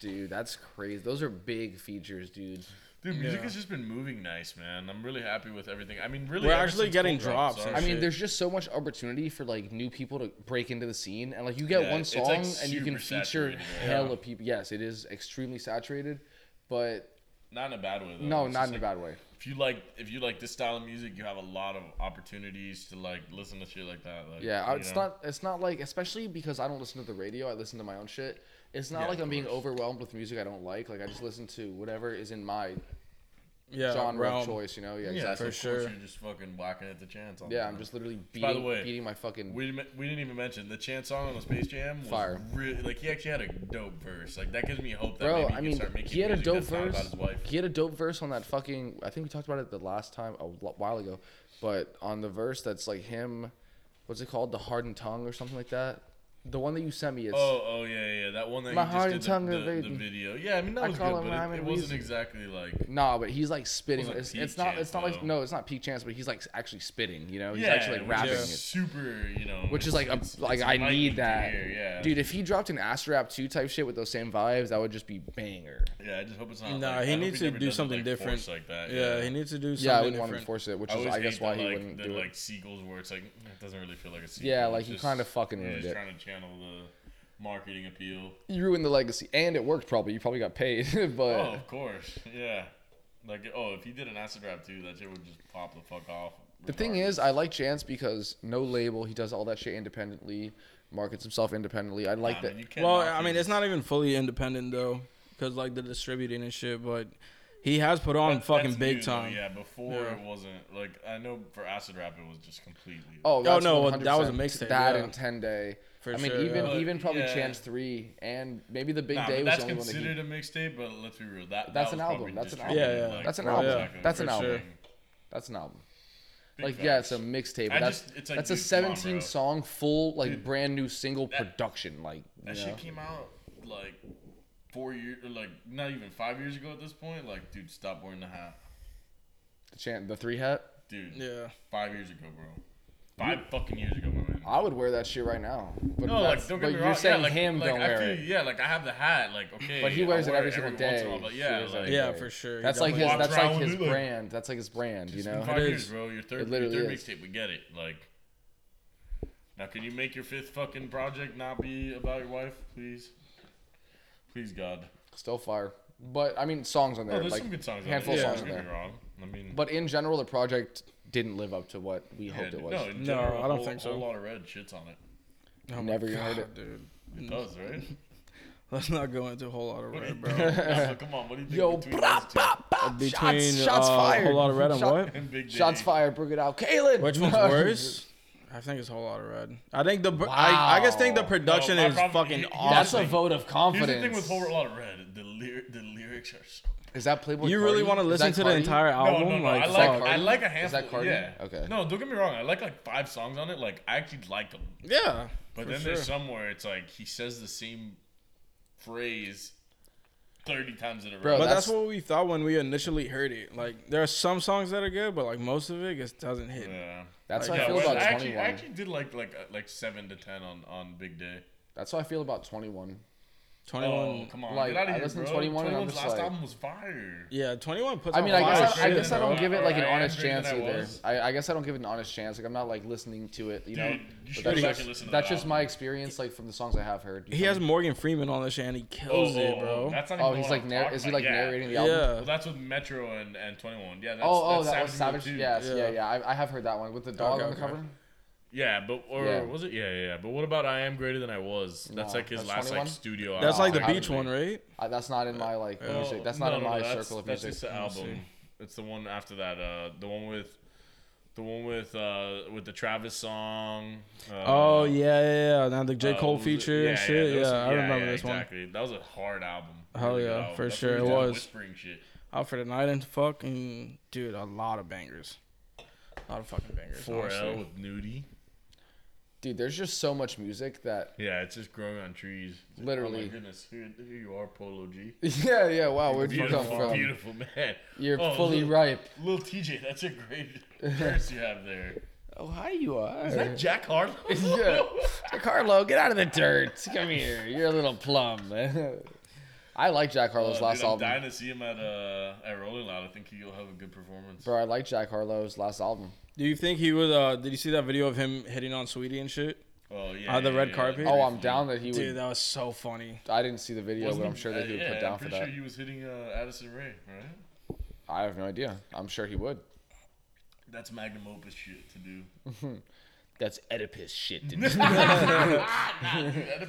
[SPEAKER 3] Dude, that's crazy. Those are big features, dude.
[SPEAKER 2] Dude, music
[SPEAKER 4] Yeah.
[SPEAKER 2] has just been moving nice, man. I'm really happy with everything. I mean, really,
[SPEAKER 4] We're
[SPEAKER 2] ever
[SPEAKER 4] actually
[SPEAKER 2] since
[SPEAKER 4] getting
[SPEAKER 2] Cold Drop
[SPEAKER 4] drops and
[SPEAKER 2] started.
[SPEAKER 3] I mean,
[SPEAKER 4] shit.
[SPEAKER 3] there's just so much opportunity for like new people to break into the scene, and like you get
[SPEAKER 2] Yeah,
[SPEAKER 3] one
[SPEAKER 2] it's, like,
[SPEAKER 3] song and you can
[SPEAKER 2] super
[SPEAKER 3] feature
[SPEAKER 2] saturated, right?
[SPEAKER 3] hell hella people. Yes, it is extremely saturated, but
[SPEAKER 2] not in a bad way though.
[SPEAKER 3] no,
[SPEAKER 2] Oh, It's
[SPEAKER 3] not
[SPEAKER 2] just
[SPEAKER 3] in a
[SPEAKER 2] like,
[SPEAKER 3] bad way.
[SPEAKER 2] If you like, if you like this style of music, you have a lot of opportunities to like listen to shit like that. Like,
[SPEAKER 3] Yeah, I-
[SPEAKER 2] you
[SPEAKER 3] it's
[SPEAKER 2] know?
[SPEAKER 3] not. It's not like, especially because I don't listen to the radio. I listen to my own shit. It's not
[SPEAKER 2] Yeah,
[SPEAKER 3] like
[SPEAKER 2] of
[SPEAKER 3] I'm being
[SPEAKER 2] course.
[SPEAKER 3] overwhelmed with music I don't like. Like I just listen to whatever is in my
[SPEAKER 4] yeah,
[SPEAKER 3] genre
[SPEAKER 4] realm.
[SPEAKER 3] of choice. You know?
[SPEAKER 2] Yeah,
[SPEAKER 3] Yeah,
[SPEAKER 2] so
[SPEAKER 3] exactly.
[SPEAKER 4] for
[SPEAKER 2] of course
[SPEAKER 4] sure.
[SPEAKER 2] You're just fucking whacking at the chance. all the
[SPEAKER 3] Yeah, I'm
[SPEAKER 2] time.
[SPEAKER 3] just literally beating,
[SPEAKER 2] By the way,
[SPEAKER 3] beating my fucking.
[SPEAKER 2] We, didn't- we didn't even mention the chance song on the Space Jam was
[SPEAKER 3] Fire.
[SPEAKER 2] really like he actually had a dope verse. Like that gives me hope that
[SPEAKER 3] Bro,
[SPEAKER 2] maybe he
[SPEAKER 3] I
[SPEAKER 2] can
[SPEAKER 3] mean,
[SPEAKER 2] start making
[SPEAKER 3] he had a
[SPEAKER 2] music
[SPEAKER 3] dope
[SPEAKER 2] that's not about
[SPEAKER 3] verse.
[SPEAKER 2] his wife.
[SPEAKER 3] He had a dope verse on that fucking. I think we talked about it the last time a lo- while ago, but on the verse that's like him, what's it called? The hardened tongue or something like that. The one that you sent me. It's,
[SPEAKER 2] Oh, oh yeah, yeah, yeah, that one that
[SPEAKER 3] My
[SPEAKER 2] he
[SPEAKER 3] heart
[SPEAKER 2] just did
[SPEAKER 3] and
[SPEAKER 2] the,
[SPEAKER 3] tongue
[SPEAKER 2] the-
[SPEAKER 3] are
[SPEAKER 2] the
[SPEAKER 3] beating.
[SPEAKER 2] video. Yeah, I mean that
[SPEAKER 3] I
[SPEAKER 2] was
[SPEAKER 3] call
[SPEAKER 2] good,
[SPEAKER 3] him
[SPEAKER 2] but
[SPEAKER 3] rhyme
[SPEAKER 2] it, it
[SPEAKER 3] and
[SPEAKER 2] wasn't
[SPEAKER 3] reason.
[SPEAKER 2] exactly like
[SPEAKER 3] Nah, but he's like spitting.
[SPEAKER 2] Wasn't
[SPEAKER 3] It's,
[SPEAKER 2] peak
[SPEAKER 3] it's not.
[SPEAKER 2] chance,
[SPEAKER 3] It's not like
[SPEAKER 2] though.
[SPEAKER 3] no. It's not peak chance, but he's like actually spitting. You know, he's
[SPEAKER 2] yeah,
[SPEAKER 3] actually like
[SPEAKER 2] which
[SPEAKER 3] rapping
[SPEAKER 2] is
[SPEAKER 3] it.
[SPEAKER 2] super, you know,
[SPEAKER 3] Which is
[SPEAKER 2] it's-
[SPEAKER 3] like a,
[SPEAKER 2] it's-
[SPEAKER 3] like
[SPEAKER 2] it's
[SPEAKER 3] I
[SPEAKER 2] enlightening
[SPEAKER 3] need
[SPEAKER 2] to
[SPEAKER 3] that,
[SPEAKER 2] hear, yeah,
[SPEAKER 3] dude. If he dropped an Astro Rap two type shit with those same vibes, that would just be banger.
[SPEAKER 2] Yeah, I just hope it's not.
[SPEAKER 4] Nah,
[SPEAKER 2] like,
[SPEAKER 4] he
[SPEAKER 2] I hope
[SPEAKER 4] needs to
[SPEAKER 2] never
[SPEAKER 4] do
[SPEAKER 2] does it,
[SPEAKER 4] something
[SPEAKER 2] like,
[SPEAKER 4] different.
[SPEAKER 2] forced like that.
[SPEAKER 4] Yeah, he needs to do something
[SPEAKER 3] yeah, I wouldn't want him
[SPEAKER 4] different.
[SPEAKER 3] to force it, which
[SPEAKER 2] I
[SPEAKER 3] is
[SPEAKER 2] always
[SPEAKER 3] I guess
[SPEAKER 2] hate
[SPEAKER 3] why
[SPEAKER 2] that,
[SPEAKER 3] he
[SPEAKER 2] like,
[SPEAKER 3] wouldn't
[SPEAKER 2] the,
[SPEAKER 3] do
[SPEAKER 2] like
[SPEAKER 3] it.
[SPEAKER 2] sequels where it's like it doesn't really feel like a sequel.
[SPEAKER 3] Yeah, like,
[SPEAKER 2] It's
[SPEAKER 3] he
[SPEAKER 2] just-
[SPEAKER 3] kinda fucking
[SPEAKER 2] you're
[SPEAKER 3] ruined
[SPEAKER 2] just
[SPEAKER 3] it.
[SPEAKER 2] trying to channel the marketing appeal.
[SPEAKER 3] You ruined the legacy, and it worked probably. You probably got paid, but
[SPEAKER 2] Oh, of course, yeah. Like oh, if he did an acid rap too, that shit would just pop the fuck off.
[SPEAKER 3] the thing is, I like Chance because no label, he does all that shit independently, markets himself independently. I like that.
[SPEAKER 4] Well, I mean, it's not even fully independent though, because like the distributing and shit. But he has put on fucking big time.
[SPEAKER 2] Yeah, before
[SPEAKER 4] Yeah.
[SPEAKER 2] it wasn't like I know for acid rap it was just completely.
[SPEAKER 3] Oh, that's
[SPEAKER 4] no, well, that was a
[SPEAKER 3] 100%.
[SPEAKER 4] mixtape,
[SPEAKER 3] That
[SPEAKER 4] yeah.
[SPEAKER 3] and Ten Day.
[SPEAKER 4] For
[SPEAKER 3] I mean,
[SPEAKER 4] sure,
[SPEAKER 3] even
[SPEAKER 2] yeah.
[SPEAKER 3] even probably
[SPEAKER 2] Yeah.
[SPEAKER 3] Chance three, and maybe the Big
[SPEAKER 2] Nah,
[SPEAKER 3] Day
[SPEAKER 2] but
[SPEAKER 3] was
[SPEAKER 2] that's
[SPEAKER 3] the only one that he
[SPEAKER 2] considered a mixtape, but let's be real. That, that
[SPEAKER 3] That's an
[SPEAKER 2] was
[SPEAKER 3] album,
[SPEAKER 2] probably
[SPEAKER 3] that's an
[SPEAKER 2] distributed,
[SPEAKER 4] album. Yeah, yeah.
[SPEAKER 2] like,
[SPEAKER 3] That's an
[SPEAKER 2] well,
[SPEAKER 3] album.
[SPEAKER 2] exactly,
[SPEAKER 3] That's
[SPEAKER 2] for
[SPEAKER 3] an album.
[SPEAKER 2] sure.
[SPEAKER 3] That's an album.
[SPEAKER 2] Big
[SPEAKER 3] like yeah,
[SPEAKER 2] facts.
[SPEAKER 3] it's a mixtape.
[SPEAKER 2] I
[SPEAKER 3] but That's
[SPEAKER 2] just- it's like,
[SPEAKER 3] that's a
[SPEAKER 2] dude, come on, bro.
[SPEAKER 3] 17 song full like
[SPEAKER 2] Dude,
[SPEAKER 3] brand new single
[SPEAKER 2] that-
[SPEAKER 3] production. Like
[SPEAKER 2] That
[SPEAKER 3] you know?
[SPEAKER 2] shit came out like four years, or like not even five years ago at this point. Like, dude, stop wearing the hat,
[SPEAKER 3] the chan- the three hat.
[SPEAKER 2] dude.
[SPEAKER 4] Yeah.
[SPEAKER 2] Five years ago, bro. Five fucking years ago, my man.
[SPEAKER 3] I would wear that shit right now. But
[SPEAKER 2] No,
[SPEAKER 3] Oh, that's-
[SPEAKER 2] like don't get
[SPEAKER 3] but
[SPEAKER 2] me
[SPEAKER 3] you're
[SPEAKER 2] wrong.
[SPEAKER 3] saying
[SPEAKER 2] yeah, like,
[SPEAKER 3] him
[SPEAKER 2] like,
[SPEAKER 3] don't
[SPEAKER 2] I
[SPEAKER 3] wear
[SPEAKER 2] feel,
[SPEAKER 3] it.
[SPEAKER 2] Yeah, like I have the hat. Like okay,
[SPEAKER 3] But he
[SPEAKER 2] I
[SPEAKER 3] wears it
[SPEAKER 2] wear
[SPEAKER 3] every single
[SPEAKER 2] once in
[SPEAKER 3] day.
[SPEAKER 2] a while, but
[SPEAKER 3] He
[SPEAKER 2] yeah,
[SPEAKER 3] wears it
[SPEAKER 2] like,
[SPEAKER 3] every
[SPEAKER 4] Yeah,
[SPEAKER 3] day.
[SPEAKER 4] for sure. He
[SPEAKER 3] That's like his.
[SPEAKER 4] definitely-
[SPEAKER 2] Walks
[SPEAKER 3] That's
[SPEAKER 2] around
[SPEAKER 3] like
[SPEAKER 2] with
[SPEAKER 3] his
[SPEAKER 2] Lulu.
[SPEAKER 3] brand. That's like his brand. You know.
[SPEAKER 2] five
[SPEAKER 4] It
[SPEAKER 2] years,
[SPEAKER 4] is.
[SPEAKER 2] bro. Your third,
[SPEAKER 3] It literally
[SPEAKER 2] your third
[SPEAKER 3] is.
[SPEAKER 2] mixtape, we get it. Like, now can you make your fifth fucking project not be about your wife, please? Please, God.
[SPEAKER 3] Still fire. But I mean, songs on
[SPEAKER 2] Oh,
[SPEAKER 3] there.
[SPEAKER 2] there's
[SPEAKER 3] like
[SPEAKER 2] some good songs.
[SPEAKER 3] handful
[SPEAKER 2] on there.
[SPEAKER 3] of
[SPEAKER 2] don't
[SPEAKER 3] songs
[SPEAKER 2] get
[SPEAKER 3] on
[SPEAKER 2] me
[SPEAKER 3] there.
[SPEAKER 2] wrong. I mean,
[SPEAKER 3] But in general, the project didn't live up to what we
[SPEAKER 2] yeah,
[SPEAKER 3] hoped it was.
[SPEAKER 2] No, in
[SPEAKER 4] No,
[SPEAKER 2] general,
[SPEAKER 4] I don't
[SPEAKER 2] whole-
[SPEAKER 4] think so.
[SPEAKER 2] Whole lot of red shits on it.
[SPEAKER 4] Oh my
[SPEAKER 3] Never even heard
[SPEAKER 4] God,
[SPEAKER 3] it.
[SPEAKER 4] dude.
[SPEAKER 2] It does, right?
[SPEAKER 4] Let's not go into a whole lot of
[SPEAKER 2] What do you-
[SPEAKER 4] red, bro.
[SPEAKER 2] Nah, come on, what do you think
[SPEAKER 3] Yo,
[SPEAKER 2] between
[SPEAKER 3] brah,
[SPEAKER 2] those two?
[SPEAKER 3] brah, brah,
[SPEAKER 4] Between
[SPEAKER 3] shots,
[SPEAKER 4] uh,
[SPEAKER 3] shots fired.
[SPEAKER 4] a whole lot of red and
[SPEAKER 3] Shot-
[SPEAKER 4] what?
[SPEAKER 2] And Big
[SPEAKER 3] Shots
[SPEAKER 2] Diddy.
[SPEAKER 3] fired. Bring it out, Kalen.
[SPEAKER 4] Which one's worse? I think it's a whole lot of red. I think the pr- I, I guess think the
[SPEAKER 3] Wow.
[SPEAKER 4] production
[SPEAKER 2] No, my
[SPEAKER 4] is
[SPEAKER 2] problem-
[SPEAKER 4] fucking
[SPEAKER 2] he- he-
[SPEAKER 4] awesome.
[SPEAKER 3] That's a vote of
[SPEAKER 2] Here's
[SPEAKER 3] confidence.
[SPEAKER 2] the thing with whole lot of red. The, lyri- the lyrics are so.
[SPEAKER 3] Is that Playboy?
[SPEAKER 4] you really
[SPEAKER 3] Cardi?
[SPEAKER 4] want to
[SPEAKER 3] Is
[SPEAKER 4] listen
[SPEAKER 3] that
[SPEAKER 4] to the
[SPEAKER 3] Cardi?
[SPEAKER 4] entire
[SPEAKER 2] No,
[SPEAKER 4] album?
[SPEAKER 2] no, no.
[SPEAKER 4] Like,
[SPEAKER 2] I like
[SPEAKER 4] fuck.
[SPEAKER 2] I like a
[SPEAKER 3] Is
[SPEAKER 2] handful.
[SPEAKER 3] that Cardi?
[SPEAKER 2] Yeah.
[SPEAKER 3] Okay.
[SPEAKER 2] No, don't get me wrong. I like like five songs on it. Like I actually like them.
[SPEAKER 4] yeah.
[SPEAKER 2] But
[SPEAKER 4] for
[SPEAKER 2] then
[SPEAKER 4] sure.
[SPEAKER 2] there's somewhere it's like he says the same phrase thirty times in a row.
[SPEAKER 3] Bro,
[SPEAKER 4] But
[SPEAKER 3] that's-
[SPEAKER 4] that's, what we thought when we initially heard it. Like, there are some songs that are good, but like most of it just doesn't hit.
[SPEAKER 2] yeah.
[SPEAKER 3] That's how
[SPEAKER 2] Yeah,
[SPEAKER 3] I feel
[SPEAKER 2] well,
[SPEAKER 3] about
[SPEAKER 2] I actually, I
[SPEAKER 3] 21.
[SPEAKER 2] actually did like like uh, like seven to ten on on Big Day.
[SPEAKER 3] That's how I feel about 21.
[SPEAKER 4] Twenty One.
[SPEAKER 2] Oh come on,
[SPEAKER 3] like,
[SPEAKER 2] get out
[SPEAKER 3] I
[SPEAKER 2] of here,
[SPEAKER 3] listened
[SPEAKER 2] bro.
[SPEAKER 3] to 21 and I'm
[SPEAKER 2] 21's
[SPEAKER 3] just
[SPEAKER 2] last
[SPEAKER 3] like-
[SPEAKER 2] album was fire.
[SPEAKER 4] Yeah, Twenty One puts.
[SPEAKER 3] I mean, I
[SPEAKER 4] out fire
[SPEAKER 3] guess I, I
[SPEAKER 4] shit,
[SPEAKER 3] guess I
[SPEAKER 4] bro.
[SPEAKER 3] don't give it like an
[SPEAKER 2] Or I am
[SPEAKER 3] honest
[SPEAKER 2] greater
[SPEAKER 3] chance
[SPEAKER 2] than I
[SPEAKER 3] either.
[SPEAKER 2] was.
[SPEAKER 3] I, I guess I don't give it an honest chance. Like I'm not like listening to it, you know.
[SPEAKER 2] Dude, you
[SPEAKER 3] But
[SPEAKER 2] should go
[SPEAKER 3] that's
[SPEAKER 2] back
[SPEAKER 3] just,
[SPEAKER 2] and listen to
[SPEAKER 3] that's
[SPEAKER 2] that
[SPEAKER 3] just
[SPEAKER 2] album.
[SPEAKER 3] my experience, like from the songs I have heard.
[SPEAKER 4] He has Morgan Freeman on this shit, and he
[SPEAKER 2] Oh,
[SPEAKER 4] kills
[SPEAKER 2] oh,
[SPEAKER 4] it, bro.
[SPEAKER 2] oh, that's not even
[SPEAKER 3] Oh,
[SPEAKER 2] the
[SPEAKER 3] he's
[SPEAKER 2] one
[SPEAKER 3] like,
[SPEAKER 2] I'm
[SPEAKER 3] narr-
[SPEAKER 2] talking
[SPEAKER 3] is he
[SPEAKER 2] about.
[SPEAKER 3] like
[SPEAKER 2] yeah.
[SPEAKER 3] narrating the album?
[SPEAKER 4] yeah.
[SPEAKER 2] Well, that's with Metro and, and 21. Yeah, that's,
[SPEAKER 3] Oh, oh,
[SPEAKER 2] that's
[SPEAKER 3] that was
[SPEAKER 2] Savage
[SPEAKER 3] Savage.
[SPEAKER 2] Mode too.
[SPEAKER 3] Yes, yeah,
[SPEAKER 4] Yeah.
[SPEAKER 3] yeah. I, I have heard that one with the dog
[SPEAKER 4] Okay,
[SPEAKER 3] on the
[SPEAKER 4] okay.
[SPEAKER 3] cover.
[SPEAKER 2] Yeah, but or
[SPEAKER 3] Yeah.
[SPEAKER 2] was it? Yeah, yeah, yeah. But what about I am greater than I was? That's
[SPEAKER 3] No,
[SPEAKER 2] like his
[SPEAKER 3] that's
[SPEAKER 2] last
[SPEAKER 3] 21?
[SPEAKER 2] like studio.
[SPEAKER 4] That's
[SPEAKER 2] album.
[SPEAKER 4] like the
[SPEAKER 3] Wow.
[SPEAKER 4] beach one, right?
[SPEAKER 3] Uh, that's not in my like
[SPEAKER 2] Oh,
[SPEAKER 3] music. That's not
[SPEAKER 2] no,
[SPEAKER 3] in
[SPEAKER 2] no,
[SPEAKER 3] my
[SPEAKER 2] that's-
[SPEAKER 3] circle of
[SPEAKER 2] that's just
[SPEAKER 3] music.
[SPEAKER 2] the
[SPEAKER 4] Let me
[SPEAKER 2] album. It's the one after that. Uh, the one with, the one with uh with the Travis song. Uh,
[SPEAKER 4] Oh yeah, yeah, yeah. Now the J
[SPEAKER 2] uh,
[SPEAKER 4] Cole
[SPEAKER 2] was it-
[SPEAKER 4] feature and
[SPEAKER 2] yeah,
[SPEAKER 4] shit.
[SPEAKER 2] there
[SPEAKER 4] Yeah,
[SPEAKER 2] was-
[SPEAKER 4] I remember
[SPEAKER 2] yeah,
[SPEAKER 4] this one.
[SPEAKER 2] exactly. That was a hard album.
[SPEAKER 4] Hell
[SPEAKER 2] Really good
[SPEAKER 4] yeah,
[SPEAKER 2] album.
[SPEAKER 4] for
[SPEAKER 2] That's when
[SPEAKER 4] sure
[SPEAKER 2] he
[SPEAKER 4] it
[SPEAKER 2] did
[SPEAKER 4] was.
[SPEAKER 2] Whispering shit.
[SPEAKER 4] Alfred and Iden, fucking dude, a lot of bangers, a lot of fucking bangers.
[SPEAKER 2] Four L
[SPEAKER 4] honestly.
[SPEAKER 2] uh, with Nudie.
[SPEAKER 3] Dude, there's just so much music that.
[SPEAKER 2] Yeah, it's just growing on trees. It's like, Oh
[SPEAKER 3] Literally.
[SPEAKER 2] my goodness, here, here you are, Polo G.
[SPEAKER 3] Yeah, yeah. Wow, where'd you come
[SPEAKER 2] Beautiful,
[SPEAKER 3] from?
[SPEAKER 2] beautiful man.
[SPEAKER 3] You're
[SPEAKER 2] Oh,
[SPEAKER 3] fully
[SPEAKER 2] look.
[SPEAKER 3] ripe.
[SPEAKER 2] Little TJ, that's a great curse you have there.
[SPEAKER 4] Oh, hi you are.
[SPEAKER 2] Is that Jack Harlow?
[SPEAKER 3] yeah. Carlo, get out of the dirt. Come here. You're a little plum. I like Jack Harlow's
[SPEAKER 2] Oh,
[SPEAKER 3] last
[SPEAKER 2] dude, I'm
[SPEAKER 3] album.
[SPEAKER 2] dying to see him at uh at Rolling Loud. I think he'll have a good performance.
[SPEAKER 3] Bro, I like Jack Harlow's last album.
[SPEAKER 4] Do you think he would? Uh, did you see that video of him hitting on Sweetie and shit?
[SPEAKER 2] Oh yeah.
[SPEAKER 4] Uh, the
[SPEAKER 2] yeah,
[SPEAKER 4] red
[SPEAKER 2] yeah,
[SPEAKER 4] carpet?
[SPEAKER 2] yeah.
[SPEAKER 3] Oh, I'm down that he would.
[SPEAKER 4] Dude, that was so funny.
[SPEAKER 3] I didn't see the video,
[SPEAKER 2] Wasn't
[SPEAKER 3] but
[SPEAKER 2] he-
[SPEAKER 3] I'm sure that
[SPEAKER 2] uh,
[SPEAKER 3] he would
[SPEAKER 2] yeah,
[SPEAKER 3] put down
[SPEAKER 2] I'm
[SPEAKER 3] for
[SPEAKER 2] pretty
[SPEAKER 3] that.
[SPEAKER 2] Sure he was hitting uh, Addison Ray, right?
[SPEAKER 3] I have no idea. I'm sure he would.
[SPEAKER 2] That's magnum opus shit to do.
[SPEAKER 3] That's Oedipus shit.
[SPEAKER 2] Oedipus.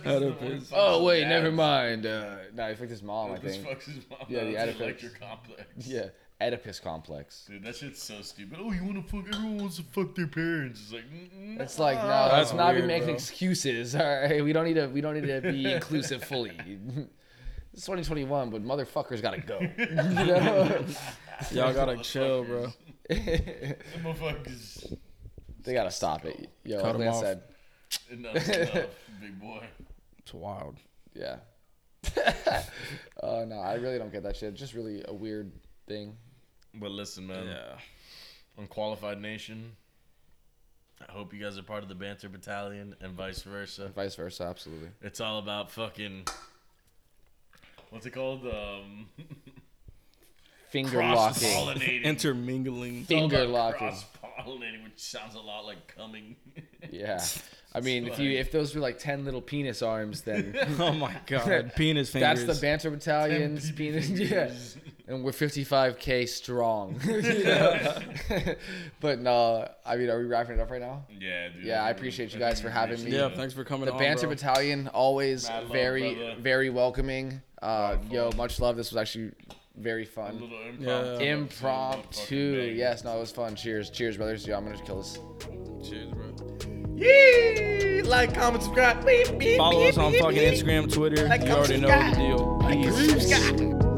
[SPEAKER 2] Oedipus.
[SPEAKER 3] oh wait, never mind. Uh, no, he fucked his mom. I
[SPEAKER 2] Oedipus
[SPEAKER 3] think.
[SPEAKER 2] fucks his mom.
[SPEAKER 3] Yeah,
[SPEAKER 2] Yeah,
[SPEAKER 3] the
[SPEAKER 2] the
[SPEAKER 3] Oedipus.
[SPEAKER 2] Electro complex.
[SPEAKER 3] Yeah, Oedipus complex.
[SPEAKER 2] Dude, that shit's so stupid. Oh, you want to fuck? Everyone wants to fuck their parents. It's like, mm,
[SPEAKER 3] It's like no,
[SPEAKER 4] That's
[SPEAKER 3] let's not be
[SPEAKER 4] weird,
[SPEAKER 3] making
[SPEAKER 4] bro.
[SPEAKER 3] excuses. All right, we don't need to. We don't need to be inclusive fully. It's 2021, but motherfuckers gotta go. You know?
[SPEAKER 4] Y'all gotta chill, bro.
[SPEAKER 2] motherfuckers.
[SPEAKER 3] they gotta stop it. Yo, like
[SPEAKER 4] Cut 'em
[SPEAKER 3] Lance
[SPEAKER 4] off.
[SPEAKER 3] said,
[SPEAKER 2] Enough, enough, big boy.
[SPEAKER 4] It's wild.
[SPEAKER 3] yeah. Oh no, I really don't get that shit. Just really a weird thing.
[SPEAKER 2] But listen, man.
[SPEAKER 4] Yeah.
[SPEAKER 2] Unqualified Nation. I hope you guys are part of the Banter Battalion and vice versa.
[SPEAKER 3] Vice versa, absolutely.
[SPEAKER 2] It's all about fucking. What's it called? Um,
[SPEAKER 3] Finger
[SPEAKER 2] cross
[SPEAKER 3] locking.
[SPEAKER 2] pollinating.
[SPEAKER 4] Intermingling.
[SPEAKER 3] Finger locking.
[SPEAKER 2] Cross pollinating, which sounds a lot like coming.
[SPEAKER 3] Yeah. I mean, if you
[SPEAKER 2] like-
[SPEAKER 3] if those were like ten little penis arms, then
[SPEAKER 4] Oh my god. Penis
[SPEAKER 3] that's
[SPEAKER 4] fingers.
[SPEAKER 3] the banter battalions penis. Yeah. And we're 55k strong. You know? but no, I mean, are we wrapping it up right now?
[SPEAKER 2] yeah, dude.
[SPEAKER 3] Yeah, I appreciate you guys for having me.
[SPEAKER 4] Yeah. Thanks for coming
[SPEAKER 3] The
[SPEAKER 4] on.
[SPEAKER 3] banter
[SPEAKER 4] bro.
[SPEAKER 3] battalion always
[SPEAKER 2] Mad love,
[SPEAKER 3] very
[SPEAKER 2] brother.
[SPEAKER 3] very welcoming. Uh,
[SPEAKER 2] Lot of
[SPEAKER 3] yo,
[SPEAKER 2] fun.
[SPEAKER 3] much love. This was actually very
[SPEAKER 2] A
[SPEAKER 3] fun.
[SPEAKER 2] little impromptu.
[SPEAKER 4] Yeah.
[SPEAKER 3] Impromptu.
[SPEAKER 2] Fucking bang.
[SPEAKER 3] Yes, no, it was fun. Cheers, cheers, brothers. Yo, I'm gonna kill this.
[SPEAKER 4] Cheers, bro.
[SPEAKER 5] Yeah! Like, comment, subscribe. Beep, beep,
[SPEAKER 4] Follow
[SPEAKER 5] beep,
[SPEAKER 4] us on
[SPEAKER 5] beep,
[SPEAKER 4] fucking
[SPEAKER 5] beep.
[SPEAKER 4] Instagram, Twitter.
[SPEAKER 5] Like
[SPEAKER 4] You
[SPEAKER 5] I'm
[SPEAKER 4] already know
[SPEAKER 5] Scott.
[SPEAKER 4] the deal.
[SPEAKER 5] Like,
[SPEAKER 4] Peace.
[SPEAKER 5] I'm Scott.